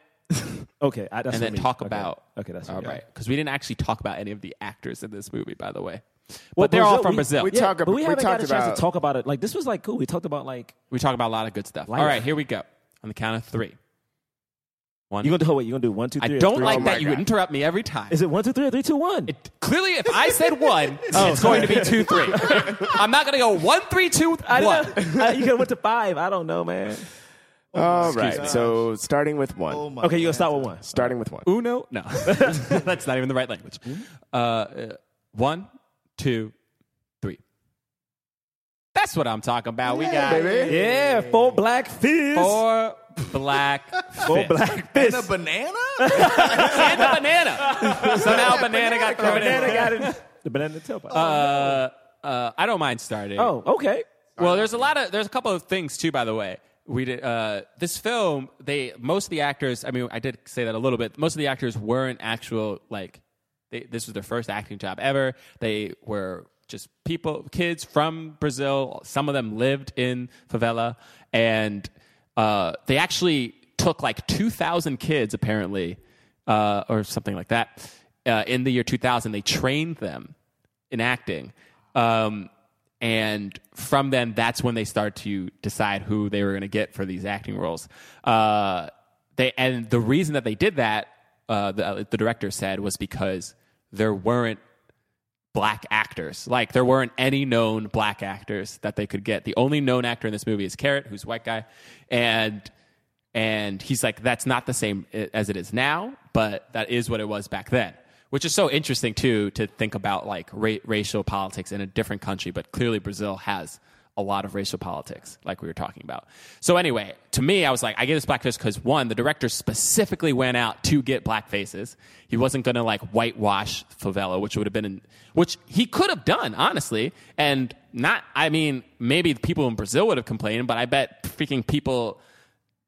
[SPEAKER 5] okay, I,
[SPEAKER 6] and
[SPEAKER 5] that's what
[SPEAKER 6] then
[SPEAKER 5] I mean.
[SPEAKER 6] talk
[SPEAKER 5] Okay.
[SPEAKER 6] about.
[SPEAKER 5] Okay, that's
[SPEAKER 6] all
[SPEAKER 5] what I mean.
[SPEAKER 6] right. Because we didn't actually talk about any of the actors in this movie, by the way. But
[SPEAKER 5] Well,
[SPEAKER 6] they're all from
[SPEAKER 5] we-
[SPEAKER 6] Brazil.
[SPEAKER 7] we
[SPEAKER 6] We,
[SPEAKER 5] Yeah,
[SPEAKER 7] talk ab-
[SPEAKER 5] but we
[SPEAKER 7] we
[SPEAKER 5] haven't got
[SPEAKER 7] talked
[SPEAKER 5] a chance
[SPEAKER 7] about-
[SPEAKER 5] to talk about it. Like this was like cool. We talked about like
[SPEAKER 6] talk about a lot of good stuff.
[SPEAKER 5] Life.
[SPEAKER 6] All right, here we go. On the count of three. One.
[SPEAKER 5] you gonna do what? You gonna do one, two,
[SPEAKER 6] I
[SPEAKER 5] three? or
[SPEAKER 6] don't
[SPEAKER 5] three?
[SPEAKER 6] like
[SPEAKER 7] Oh my
[SPEAKER 6] that you
[SPEAKER 7] God.
[SPEAKER 6] interrupt me every time.
[SPEAKER 5] Is it one, two, three, or three, two, one?
[SPEAKER 6] Clearly, if I said one,
[SPEAKER 5] Oh,
[SPEAKER 6] it's going to be two, three. I'm not going to go one, three, two,
[SPEAKER 5] I
[SPEAKER 6] one.
[SPEAKER 5] don't know. you could have went to five. I don't know, man.
[SPEAKER 7] All right. So starting with one.
[SPEAKER 5] Okay, you gonna start with one.
[SPEAKER 7] starting with one.
[SPEAKER 6] Uno? No. That's not even the right language.
[SPEAKER 5] Mm-hmm.
[SPEAKER 6] Uh, Uh, one, two, three. That's what I'm talking about. We got
[SPEAKER 5] Yeah, full black fist.
[SPEAKER 6] four black
[SPEAKER 5] Full
[SPEAKER 6] fists.
[SPEAKER 5] black fist.
[SPEAKER 9] A banana?
[SPEAKER 6] and a banana. Somehow banana got thrown
[SPEAKER 5] banana
[SPEAKER 6] in.
[SPEAKER 5] got in the banana tailpipe.
[SPEAKER 6] Uh, uh, I don't mind starting.
[SPEAKER 5] oh, okay.
[SPEAKER 6] Well, there's a lot of there's a couple of things too. By the way, we did uh, this film. They most of the actors. I mean, I did say that a little bit. Most of the actors weren't actual like. They, this was their first acting job ever. They were just people, kids from Brazil. Some of them lived in favela, and uh, they actually took like 2,000 kids apparently, uh, or something like that. Uh, in the year 2000, they trained them in acting. Um, and from then, that's when they start to decide who they were going to get for these acting roles. Uh, they and the reason that they did that, uh, the, the director said, was because there weren't black actors. Like there weren't any known black actors that they could get. The only known actor in this movie is Carrot, who's a white guy, and and he's like, that's not the same i- as it is now, but that is what it was back then, which is so interesting too to think about like ra- racial politics in a different country, but clearly Brazil has a lot of racial politics, like we were talking about. So anyway, to me, I was like, I get this black face because one, the director specifically went out to get black faces. He wasn't going to like whitewash favela, which would have been, in, which he could have done honestly, and not. I mean, maybe the people in Brazil would have complained, but I bet freaking people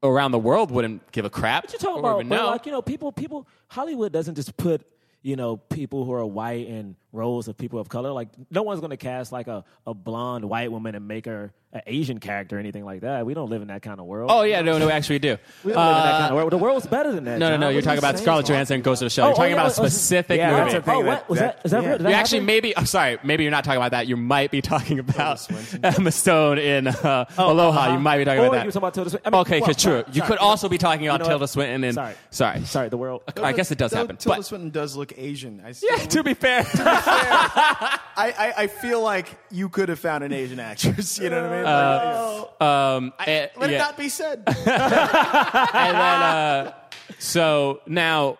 [SPEAKER 6] around the world wouldn't give a crap.
[SPEAKER 5] What you talking
[SPEAKER 6] or
[SPEAKER 5] about?
[SPEAKER 6] even
[SPEAKER 5] bro?
[SPEAKER 6] know.
[SPEAKER 5] Like you know, people, people, Hollywood doesn't just put you know people who are white in roles of people of color. Like no one's going to cast like a, a blonde white woman and make her an Asian character or anything like that. We don't live in that kind of world.
[SPEAKER 6] oh yeah, no, no, actually we do.
[SPEAKER 5] we don't live in that
[SPEAKER 6] Uh,
[SPEAKER 5] kind of world. The world's better than that.
[SPEAKER 6] no, no,
[SPEAKER 5] John.
[SPEAKER 6] no.
[SPEAKER 5] What
[SPEAKER 6] You're
[SPEAKER 5] are you
[SPEAKER 6] talking about
[SPEAKER 5] saying?
[SPEAKER 6] Scarlett Johansson and Ghost of the Shell.
[SPEAKER 5] Oh,
[SPEAKER 6] you're talking
[SPEAKER 5] oh, yeah,
[SPEAKER 6] about a
[SPEAKER 5] oh, oh,
[SPEAKER 6] specific
[SPEAKER 5] yeah,
[SPEAKER 6] movie.
[SPEAKER 5] that's a thing Oh, what? Was that- is that real? Did that
[SPEAKER 6] You actually
[SPEAKER 5] happen?
[SPEAKER 6] maybe I'm sorry, maybe you're not talking about that. You might be talking about Emma Stone in uh, Aloha. You might be talking
[SPEAKER 5] Oh,
[SPEAKER 6] about that.
[SPEAKER 5] uh-huh. Or you were talking about Tilda Swinton. I mean,
[SPEAKER 6] okay,
[SPEAKER 5] well,
[SPEAKER 6] cause true.
[SPEAKER 5] sorry,
[SPEAKER 6] you
[SPEAKER 5] sorry.
[SPEAKER 6] could also be talking
[SPEAKER 5] You
[SPEAKER 6] about
[SPEAKER 5] know
[SPEAKER 6] Tilda
[SPEAKER 5] what?
[SPEAKER 6] Swinton and
[SPEAKER 5] Sorry.
[SPEAKER 6] sorry,
[SPEAKER 5] Sorry, the world.
[SPEAKER 6] I guess it does
[SPEAKER 8] Though
[SPEAKER 6] happen.
[SPEAKER 8] Tilda
[SPEAKER 6] but-
[SPEAKER 8] Swinton does look Asian. I still,
[SPEAKER 6] yeah, to be fair,
[SPEAKER 8] I, I, I feel like you could have found an Asian actress. You know what I mean?
[SPEAKER 6] um, eh,
[SPEAKER 8] Let
[SPEAKER 6] yeah.
[SPEAKER 8] it not be said.
[SPEAKER 6] and then uh, so now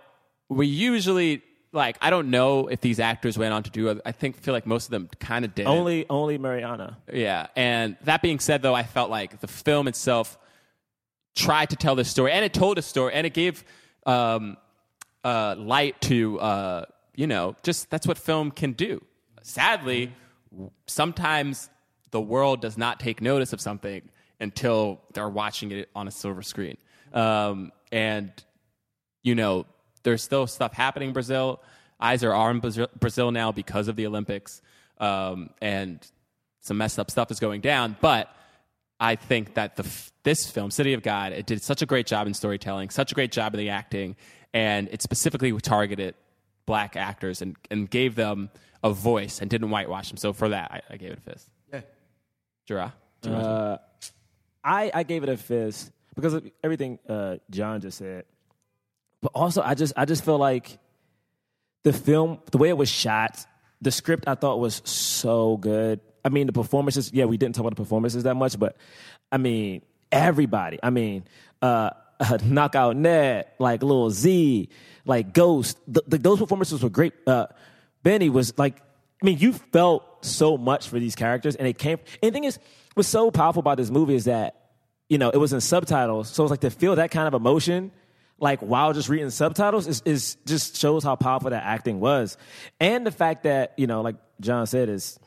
[SPEAKER 6] we usually like I don't know if these actors went on to do. Other, I think feel like most of them kind of did.
[SPEAKER 5] Only, only Mariana.
[SPEAKER 6] yeah. And that being said, though, I felt like the film itself tried to tell this story, and it told a story, and it gave um, uh, light to uh, you know just that's what film can do. Sadly, sometimes the world does not take notice of something until they're watching it on a silver screen. Um, and you know, there's still stuff happening in Brazil. Eyes are on Brazil Brazil now because of the Olympics, um, and some messed up stuff is going down. But I think that the f- this film, City of God, it did such a great job in storytelling, such a great job in the acting, and it specifically targeted black actors and, and gave them a voice and didn't whitewash them. So for that, I, I gave it a fist. Yeah, Jura.
[SPEAKER 5] Uh, I I gave it a fist because of everything uh, John just said, but also I just I just feel like the film, the way it was shot, the script I thought was so good. I mean, the performances. Yeah, we didn't talk about the performances that much, but I mean, everybody. I mean, uh, uh, Knockout Net, like Lil Z, like Ghost. Th- th- those performances were great. Uh, Benny was like, I mean, you felt so much for these characters, and it came. And the thing is, what's so powerful about this movie is that you know it was in subtitles, so it's like to feel that kind of emotion. Like while just reading subtitles is, is just shows how powerful that acting was, and the fact that you know, like John said, is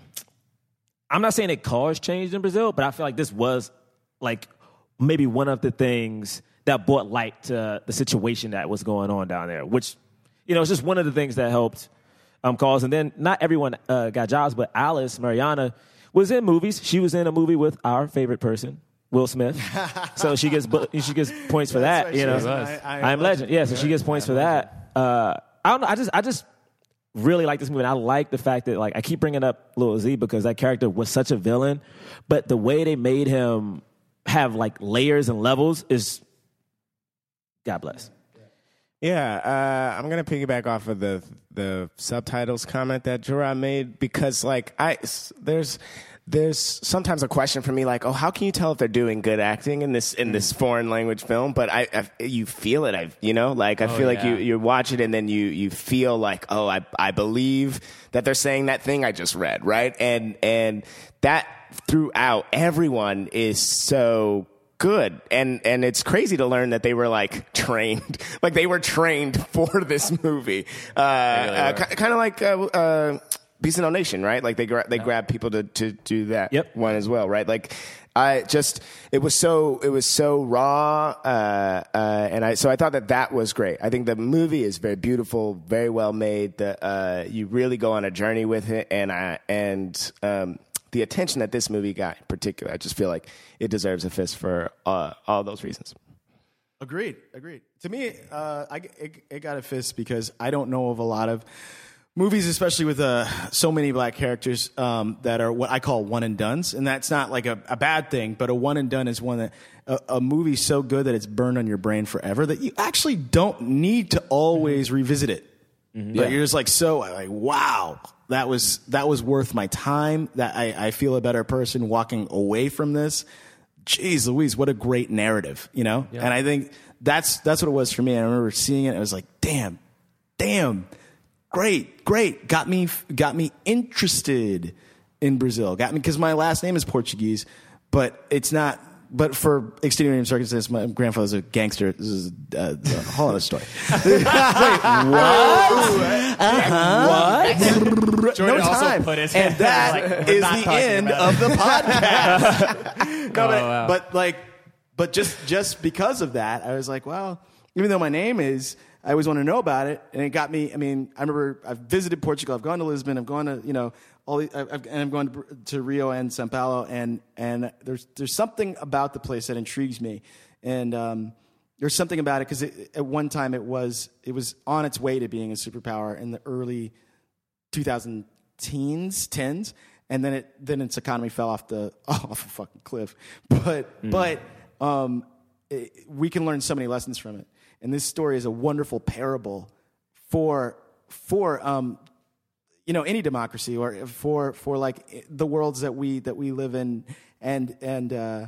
[SPEAKER 5] I'm not saying that cars changed in Brazil, but I feel like this was like maybe one of the things that brought light to the situation that was going on down there, which, you know, it's just one of the things that helped um, cause. And then not everyone uh, got jobs, but Alice, Mariana, was in movies. She was in a movie with our favorite person. Will Smith, so she gets bu- she gets points for that.
[SPEAKER 2] right,
[SPEAKER 5] you
[SPEAKER 2] she
[SPEAKER 5] know,
[SPEAKER 2] was in I- I Am
[SPEAKER 5] am Legend. Yeah, so she gets points for that. Uh, I don't know. I just I just really like this movie. And I like the fact that like I keep bringing up Lil Z because that character was such a villain, but the way they made him have like layers and levels is God bless.
[SPEAKER 7] Yeah, uh, I'm gonna piggyback off of the the subtitles comment that Gerard made because like I s- there's there's sometimes a question for me like oh how can you tell if they're doing good acting in this in this foreign language film but I, I you feel it I you know like I feel like you
[SPEAKER 6] yeah.
[SPEAKER 7] you watch it and then you you feel like oh I I believe that they're saying that thing I just read right and and that throughout everyone is so good and and it's crazy to learn that they were like trained like they were trained for this movie uh, uh kind of like uh, uh Beast of No Nation right like they gra- they grab people to to do that
[SPEAKER 5] Yep.
[SPEAKER 7] one as well right like I just it was so it was so raw uh, uh, and I so I thought that that was great I think the movie is very beautiful very well made the uh, you really go on a journey with it and I and um the attention that this movie got in particular. I just feel like it deserves a fist for uh, all those reasons.
[SPEAKER 2] Agreed. Agreed. To me, uh, I it, it got a fist because I don't know of a lot of movies, especially with uh, so many black characters um, that are what I call one and duns, and that's not like a, a bad thing, but a one and done is one that a, a movie so good that it's burned on your brain forever that you actually don't need to always revisit it. But you're just like so like wow that was that was worth my time that I, I feel a better person walking away from this Jeez Louise, what a great narrative, you know? And I think that's that's what it was for me. I remember seeing it, and I was like, damn, damn, great, great. Got me got me interested in Brazil. Got me because my last name is Portuguese, but it's not but for extenuating circumstances, my grandfather's a gangster. This is uh, a whole other story.
[SPEAKER 6] Jordan
[SPEAKER 2] no
[SPEAKER 6] also
[SPEAKER 2] time.
[SPEAKER 6] put his
[SPEAKER 2] and that
[SPEAKER 6] like,
[SPEAKER 2] is
[SPEAKER 6] we're not
[SPEAKER 2] the
[SPEAKER 6] talking
[SPEAKER 2] end
[SPEAKER 6] about
[SPEAKER 2] of the podcast. no, but,
[SPEAKER 6] Oh, wow.
[SPEAKER 2] but like, but just just because of that, I was like, well, even though my name is, I always want to know about it, and it got me. I mean, I remember I've visited Portugal, I've gone to Lisbon, I've gone to you know all, the, I've, I've- and I'm going to, to Rio and Sao Paulo, and and there's there's something about the place that intrigues me, and. um there's something about it because at one time it was it was on its way to being a superpower in the early 2000 teens, tens, and then it then its economy fell off the off a fucking cliff. But but um, it, we can learn so many lessons from it, and this story is a wonderful parable for for um, you know any democracy or for for like the worlds that we that we live in, and and. Uh,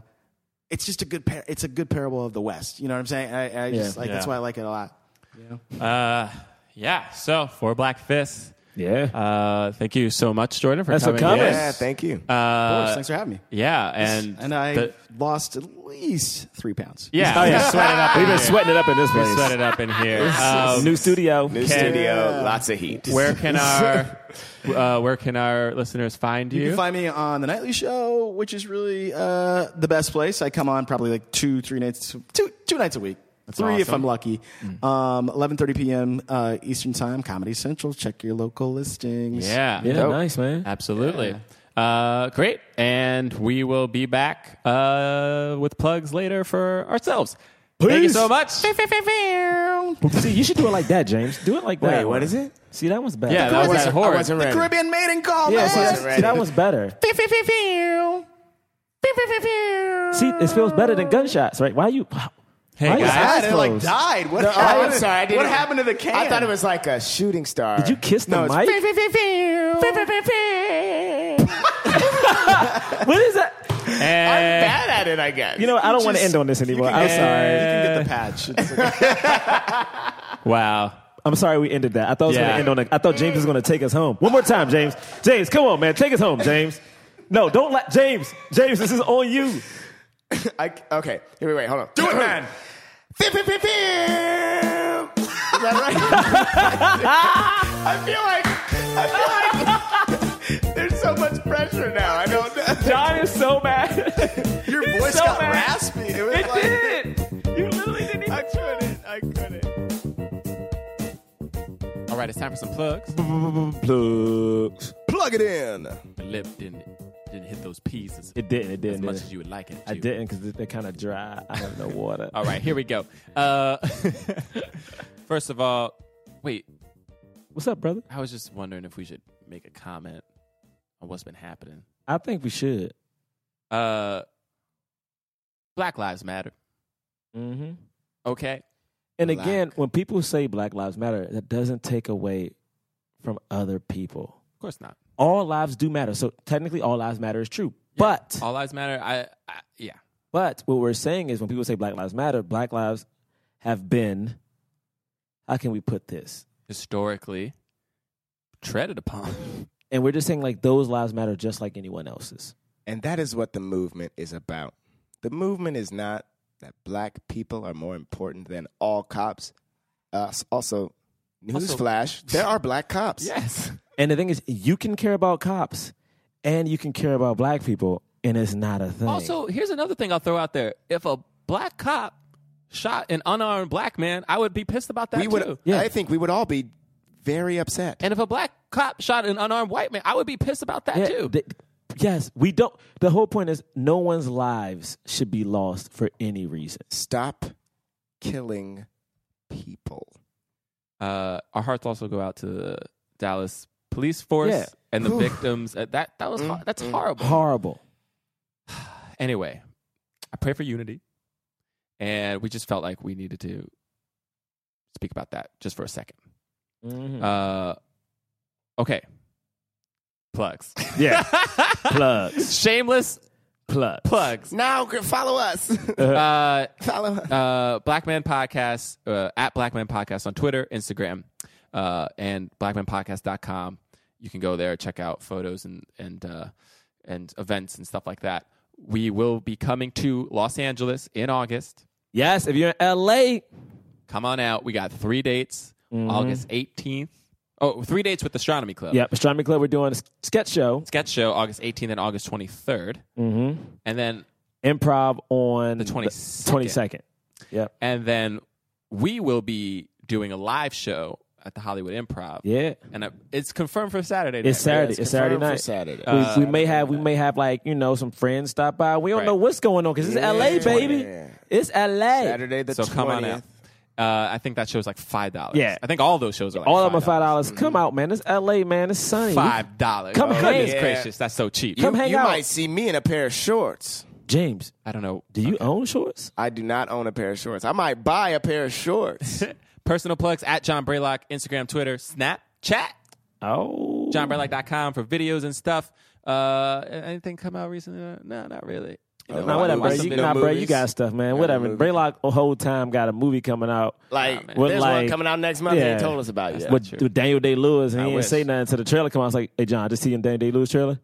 [SPEAKER 2] it's just a good par- it's a good parable of the West. You know what I'm saying? I, I just like that's
[SPEAKER 6] Yeah.
[SPEAKER 2] why I like it a lot.
[SPEAKER 6] Uh, yeah. So for Black Fist,
[SPEAKER 5] Yeah.
[SPEAKER 6] uh, thank you so much, Jordan, for
[SPEAKER 5] Thanks for
[SPEAKER 6] coming.
[SPEAKER 5] coming.
[SPEAKER 6] in.
[SPEAKER 5] Yeah,
[SPEAKER 7] thank you.
[SPEAKER 2] Of
[SPEAKER 6] Uh,
[SPEAKER 2] course, thanks for having me.
[SPEAKER 6] yeah, and
[SPEAKER 2] And I
[SPEAKER 6] the-
[SPEAKER 2] lost at least three pounds.
[SPEAKER 6] yeah,
[SPEAKER 5] Oh,
[SPEAKER 6] we sweat it up.
[SPEAKER 5] We've been sweating it up in this place.
[SPEAKER 6] sweat it up in here. Um,
[SPEAKER 5] New studio.
[SPEAKER 7] New
[SPEAKER 6] Ken-
[SPEAKER 7] studio, lots of heat.
[SPEAKER 6] where can our uh, where can our listeners find you?
[SPEAKER 2] You can find me on the nightly show, which is really uh, the best place. I come on probably like two, three nights, two, two nights a week, three if
[SPEAKER 6] awesome.
[SPEAKER 2] I'm lucky.
[SPEAKER 7] Mm.
[SPEAKER 2] Um, 11:30 p.m. Uh, Eastern Time, Comedy Central. Check your local listings.
[SPEAKER 6] yeah,
[SPEAKER 5] Yeah, nice man.
[SPEAKER 6] absolutely. Uh, great, and we will be back uh, with plugs later for ourselves. Thank you
[SPEAKER 5] Peace.
[SPEAKER 6] so much.
[SPEAKER 5] See, you should do it like that, James. Do it like that.
[SPEAKER 7] Wait, what is it?
[SPEAKER 5] See, that one's better.
[SPEAKER 6] Yeah, that was
[SPEAKER 7] I
[SPEAKER 6] horrid.
[SPEAKER 7] wasn't ready.
[SPEAKER 2] Caribbean maiden call.
[SPEAKER 5] yeah,
[SPEAKER 2] man.
[SPEAKER 5] see,
[SPEAKER 7] wasn't
[SPEAKER 5] that, see, that
[SPEAKER 7] ready.
[SPEAKER 5] one's better. See, it feels better than gunshots, right? Why you? Wow.
[SPEAKER 6] Hey,
[SPEAKER 5] Why you
[SPEAKER 6] guys.
[SPEAKER 5] eyes
[SPEAKER 7] It like
[SPEAKER 5] closed?
[SPEAKER 7] died. What
[SPEAKER 2] happened?
[SPEAKER 7] oh, I'm sorry. I didn't,
[SPEAKER 2] What happened to the can?
[SPEAKER 7] I thought it was like a shooting star.
[SPEAKER 5] Did you kiss the
[SPEAKER 7] No, it's-
[SPEAKER 5] mic? what is that?
[SPEAKER 7] bad at it, I guess.
[SPEAKER 5] You know, I don't want to end on this anymore.
[SPEAKER 2] Oh,
[SPEAKER 5] I'm sorry.
[SPEAKER 8] You can get the patch. It's like-
[SPEAKER 6] Wow.
[SPEAKER 5] I'm sorry we ended that. I thought it was
[SPEAKER 6] Yeah.
[SPEAKER 5] gonna end on. A, I thought James was gonna take us home. One more time, James. James, come on, man, take us home, James. No, don't let James. James, this is on you.
[SPEAKER 7] I, okay, here we wait. Hold on. Do it, man. Is that right? I feel like I feel like there's so much pressure now. I don't. know.
[SPEAKER 5] John is so mad.
[SPEAKER 8] Your
[SPEAKER 5] It's
[SPEAKER 8] voice
[SPEAKER 5] so
[SPEAKER 8] got
[SPEAKER 5] bad.
[SPEAKER 8] raspy. It was
[SPEAKER 5] It
[SPEAKER 8] like-
[SPEAKER 5] did. You literally didn't even.
[SPEAKER 7] I couldn't. I couldn't.
[SPEAKER 6] All right, it's time for some plugs.
[SPEAKER 7] Plug it in.
[SPEAKER 6] My lip didn't didn't hit those P's as,
[SPEAKER 5] It didn't. It didn't.
[SPEAKER 6] as much
[SPEAKER 5] did it?
[SPEAKER 6] as you would like it.
[SPEAKER 5] I
[SPEAKER 6] to.
[SPEAKER 5] didn't because they're kind of dry. I have no water.
[SPEAKER 6] All right, here we go. Uh, first of all, wait.
[SPEAKER 5] What's up, brother?
[SPEAKER 6] I was just wondering if we should make a comment on what's been happening.
[SPEAKER 5] I think we should.
[SPEAKER 6] Uh, Black Lives Matter.
[SPEAKER 5] Mm-hmm.
[SPEAKER 6] Okay.
[SPEAKER 5] And again, when people say Black Lives Matter, that doesn't take away from other people.
[SPEAKER 6] Of course not.
[SPEAKER 5] All lives do matter. So technically, all lives matter is true. But
[SPEAKER 6] All lives matter. I, I yeah.
[SPEAKER 5] but what we're saying is when people say Black Lives Matter, Black lives have been. How can we put this?
[SPEAKER 6] Historically treaded upon.
[SPEAKER 5] And we're just saying like those lives matter just like anyone else's.
[SPEAKER 7] And that is what the movement is about. The movement is not that black people are more important than all cops. Uh, also, newsflash: there are black cops.
[SPEAKER 6] Yes.
[SPEAKER 5] And the thing is, you can care about cops, and you can care about black people, and it's not a thing.
[SPEAKER 6] Also, here's another thing I'll throw out there. If a black cop shot an unarmed black man, I would be pissed about that
[SPEAKER 7] we
[SPEAKER 6] too.
[SPEAKER 7] would.
[SPEAKER 5] Yeah.
[SPEAKER 7] I think we would all be very upset.
[SPEAKER 6] And if a black cop shot an unarmed white man, I would be pissed about that
[SPEAKER 5] Yeah,
[SPEAKER 6] too.
[SPEAKER 5] th- yes, we don't. The whole point is no one's lives should be lost for any reason.
[SPEAKER 7] Stop killing people.
[SPEAKER 6] uh, our hearts also go out to the Dallas police force
[SPEAKER 5] Yeah.
[SPEAKER 6] and the victims. Uh, that that was hor- that's horrible.
[SPEAKER 5] Horrible.
[SPEAKER 6] Anyway, I pray for unity, and we just felt like we needed to speak about that just for a 2nd Uh, okay, plugs,
[SPEAKER 5] Yeah. Plugs.
[SPEAKER 6] shameless
[SPEAKER 5] Plugs.
[SPEAKER 6] plugs.
[SPEAKER 7] Now g- follow us.
[SPEAKER 6] Uh,
[SPEAKER 7] follow us.
[SPEAKER 6] uh, Black Man Podcast, uh, at Black Man Podcast on Twitter, Instagram, uh, and blackmanpodcast.com. You can go there, check out photos and, and, uh, and events and stuff like that. We will be coming to Los Angeles in August.
[SPEAKER 5] Yes, if you're in LA,
[SPEAKER 6] Come on out. We got three dates August 18th. Oh, three dates with Astronomy Club.
[SPEAKER 5] yeah, Astronomy Club, we're doing a s- sketch show,
[SPEAKER 6] Sketch show August 18th and August 23rd. And then
[SPEAKER 5] improv on
[SPEAKER 6] The 22nd.
[SPEAKER 5] 22nd. Yep.
[SPEAKER 6] and then we will be doing a live show at the Hollywood Improv.
[SPEAKER 5] Yeah.
[SPEAKER 6] and I, it's confirmed for Saturday.
[SPEAKER 5] It's
[SPEAKER 6] night, right?
[SPEAKER 5] Saturday. It's Saturday
[SPEAKER 7] confirmed for
[SPEAKER 5] night.
[SPEAKER 7] Saturday. Uh,
[SPEAKER 5] We, we may have we may have like you know some friends stop by. We don't
[SPEAKER 6] Right.
[SPEAKER 5] know what's going on because it's LA, baby.
[SPEAKER 7] Yeah.
[SPEAKER 5] It's LA.
[SPEAKER 7] Saturday the
[SPEAKER 6] So
[SPEAKER 7] 20th.
[SPEAKER 6] come on out. Uh, I think that show's like five dollars.
[SPEAKER 5] Yeah.
[SPEAKER 6] I think all those shows are like
[SPEAKER 5] All of
[SPEAKER 6] $5.
[SPEAKER 5] my five dollars.
[SPEAKER 7] Mm-hmm.
[SPEAKER 5] Come out, man. It's LA, man. It's sunny. We-
[SPEAKER 6] Five dollars. Oh,
[SPEAKER 5] Come
[SPEAKER 6] goodness
[SPEAKER 5] hang.
[SPEAKER 6] gracious, that's so cheap.
[SPEAKER 5] Come hang
[SPEAKER 7] you
[SPEAKER 5] out.
[SPEAKER 7] might see me in a pair of shorts.
[SPEAKER 5] James,
[SPEAKER 6] I don't know.
[SPEAKER 5] do you own shorts?
[SPEAKER 7] I do not own a pair of shorts. I might buy a pair of shorts.
[SPEAKER 6] Personal plugs at John Braylock, Instagram, Twitter, Snap, Chat,
[SPEAKER 5] Oh,
[SPEAKER 6] JohnBraylock.com for videos and stuff. Uh, anything come out recently? Uh, No, not really. You know,
[SPEAKER 5] Nah, whatever, bro.
[SPEAKER 7] Watch some
[SPEAKER 5] You,
[SPEAKER 7] video
[SPEAKER 5] nah, bro, you
[SPEAKER 7] movies.
[SPEAKER 5] got stuff, man. whatever.
[SPEAKER 7] movie.
[SPEAKER 5] Braylock whole time got a movie coming out.
[SPEAKER 7] Like,
[SPEAKER 5] With
[SPEAKER 7] there's
[SPEAKER 5] like-
[SPEAKER 7] one coming out next month. They ain't told us about yet.
[SPEAKER 5] with,
[SPEAKER 6] true.
[SPEAKER 5] with Daniel Day Lewis, and he didn't
[SPEAKER 6] wish.
[SPEAKER 5] say nothing until the trailer come out. I was like, "Hey, John, just seeing Daniel Day Lewis trailer."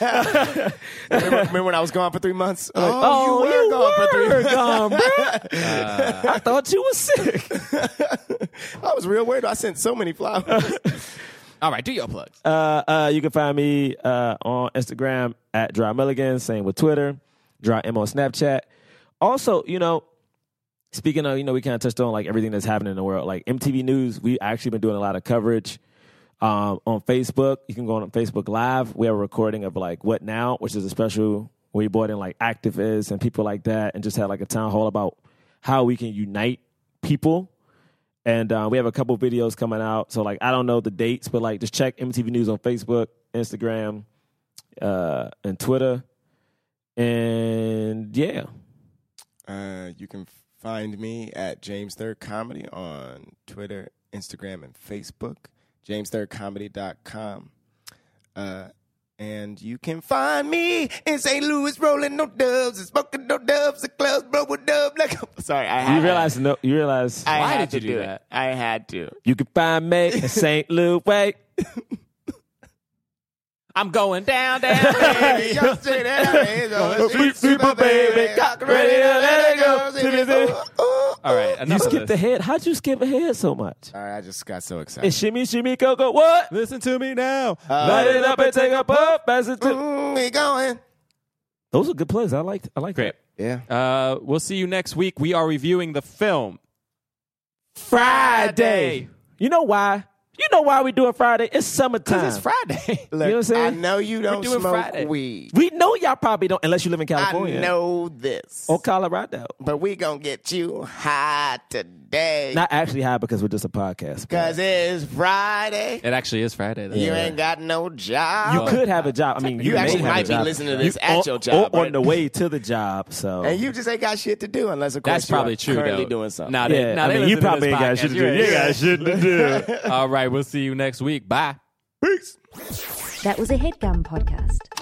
[SPEAKER 7] remember, remember when I was gone for three months? Oh, you were
[SPEAKER 5] you
[SPEAKER 7] gone for three.
[SPEAKER 5] were gone, bro. I thought you was sick.
[SPEAKER 7] I was real worried. I sent so many flowers.
[SPEAKER 6] All right, do your plugs.
[SPEAKER 5] Uh, uh, you can find me uh, on Instagram at Dry Milligan, same with Twitter, Dry M on Snapchat. Also, you know, speaking of, you know, we kind of touched on like everything that's happening in the world. Like MTV News, we've actually been doing a lot of coverage um, on Facebook. You can go on Facebook Live. We have a recording of like What Now, which is a special where we brought in like activists and people like that and just had like a town hall about how we can unite people and uh, we have a couple videos coming out. So like, I don't know the dates, but like, just check MTV News on Facebook, Instagram, uh, and Twitter. And yeah,
[SPEAKER 7] Uh, you can find me at James Third Comedy on Twitter, Instagram, and Facebook. JamesThirdComedy.com. Uh, And you can find me in St. Louis rolling no dubs and smoking no dubs and clubs blowing dub like a- Sorry, I had
[SPEAKER 5] You realize no. You realize
[SPEAKER 7] I
[SPEAKER 6] Why
[SPEAKER 7] had
[SPEAKER 6] did
[SPEAKER 7] to
[SPEAKER 6] you do
[SPEAKER 7] it.
[SPEAKER 6] that?
[SPEAKER 7] I had to.
[SPEAKER 5] you can find me in St. Louis.
[SPEAKER 6] I'm going down, down.
[SPEAKER 7] Baby, y'all say that out here, though.
[SPEAKER 5] Sweet, sweet, my baby, cock ready to let it go.
[SPEAKER 6] All right,
[SPEAKER 5] You
[SPEAKER 6] enough of
[SPEAKER 5] skipped
[SPEAKER 6] this.
[SPEAKER 5] ahead. How'd you skip ahead so much?
[SPEAKER 7] All right, I just got so
[SPEAKER 5] And
[SPEAKER 7] excited.
[SPEAKER 5] shimmy, shimmy, go, go, what?
[SPEAKER 6] Listen to me now.
[SPEAKER 7] Uh,
[SPEAKER 5] Light it up and take a puff. Pass it to.
[SPEAKER 7] Mm, we going.
[SPEAKER 5] Those are good plays. I liked. I like
[SPEAKER 6] Great.
[SPEAKER 7] Yeah.
[SPEAKER 6] Uh, we'll see you next week. We are reviewing the film
[SPEAKER 5] Friday. You know why? You know why we doing Friday? It's summertime.
[SPEAKER 6] It's Friday.
[SPEAKER 7] Look,
[SPEAKER 5] know what I'm saying?
[SPEAKER 7] I know you don't
[SPEAKER 6] doing
[SPEAKER 7] smoke
[SPEAKER 6] Friday.
[SPEAKER 7] weed.
[SPEAKER 5] we know y'all probably don't, unless you live
[SPEAKER 7] I
[SPEAKER 5] in California
[SPEAKER 7] know this.
[SPEAKER 5] or Colorado.
[SPEAKER 7] But we gonna get you high today.
[SPEAKER 5] Not actually high because we're just a podcast. but-
[SPEAKER 7] Cause it's Friday.
[SPEAKER 6] It actually is Friday.
[SPEAKER 7] You ain't got no job.
[SPEAKER 5] You could have a job. I mean,
[SPEAKER 7] You
[SPEAKER 5] may
[SPEAKER 7] actually
[SPEAKER 5] have a
[SPEAKER 7] might be
[SPEAKER 5] job.
[SPEAKER 7] listening to this
[SPEAKER 5] You-
[SPEAKER 7] at
[SPEAKER 5] or-
[SPEAKER 7] your job,
[SPEAKER 5] or
[SPEAKER 7] right?
[SPEAKER 5] on the way to the job. So
[SPEAKER 7] and you just ain't got shit to do unless of course
[SPEAKER 6] That's
[SPEAKER 7] you
[SPEAKER 6] probably
[SPEAKER 7] are
[SPEAKER 6] true.
[SPEAKER 7] currently
[SPEAKER 6] though.
[SPEAKER 7] doing something.
[SPEAKER 6] Nah, they-
[SPEAKER 5] yeah,
[SPEAKER 6] nah,
[SPEAKER 5] I
[SPEAKER 6] they
[SPEAKER 5] mean, you
[SPEAKER 6] listen to
[SPEAKER 5] probably
[SPEAKER 6] this
[SPEAKER 5] ain't got shit
[SPEAKER 6] podcast.
[SPEAKER 5] to do.
[SPEAKER 6] You're
[SPEAKER 5] You
[SPEAKER 6] right.
[SPEAKER 5] got shit to do.
[SPEAKER 6] All right, we'll see you next week. Bye.
[SPEAKER 1] That was a headgum podcast.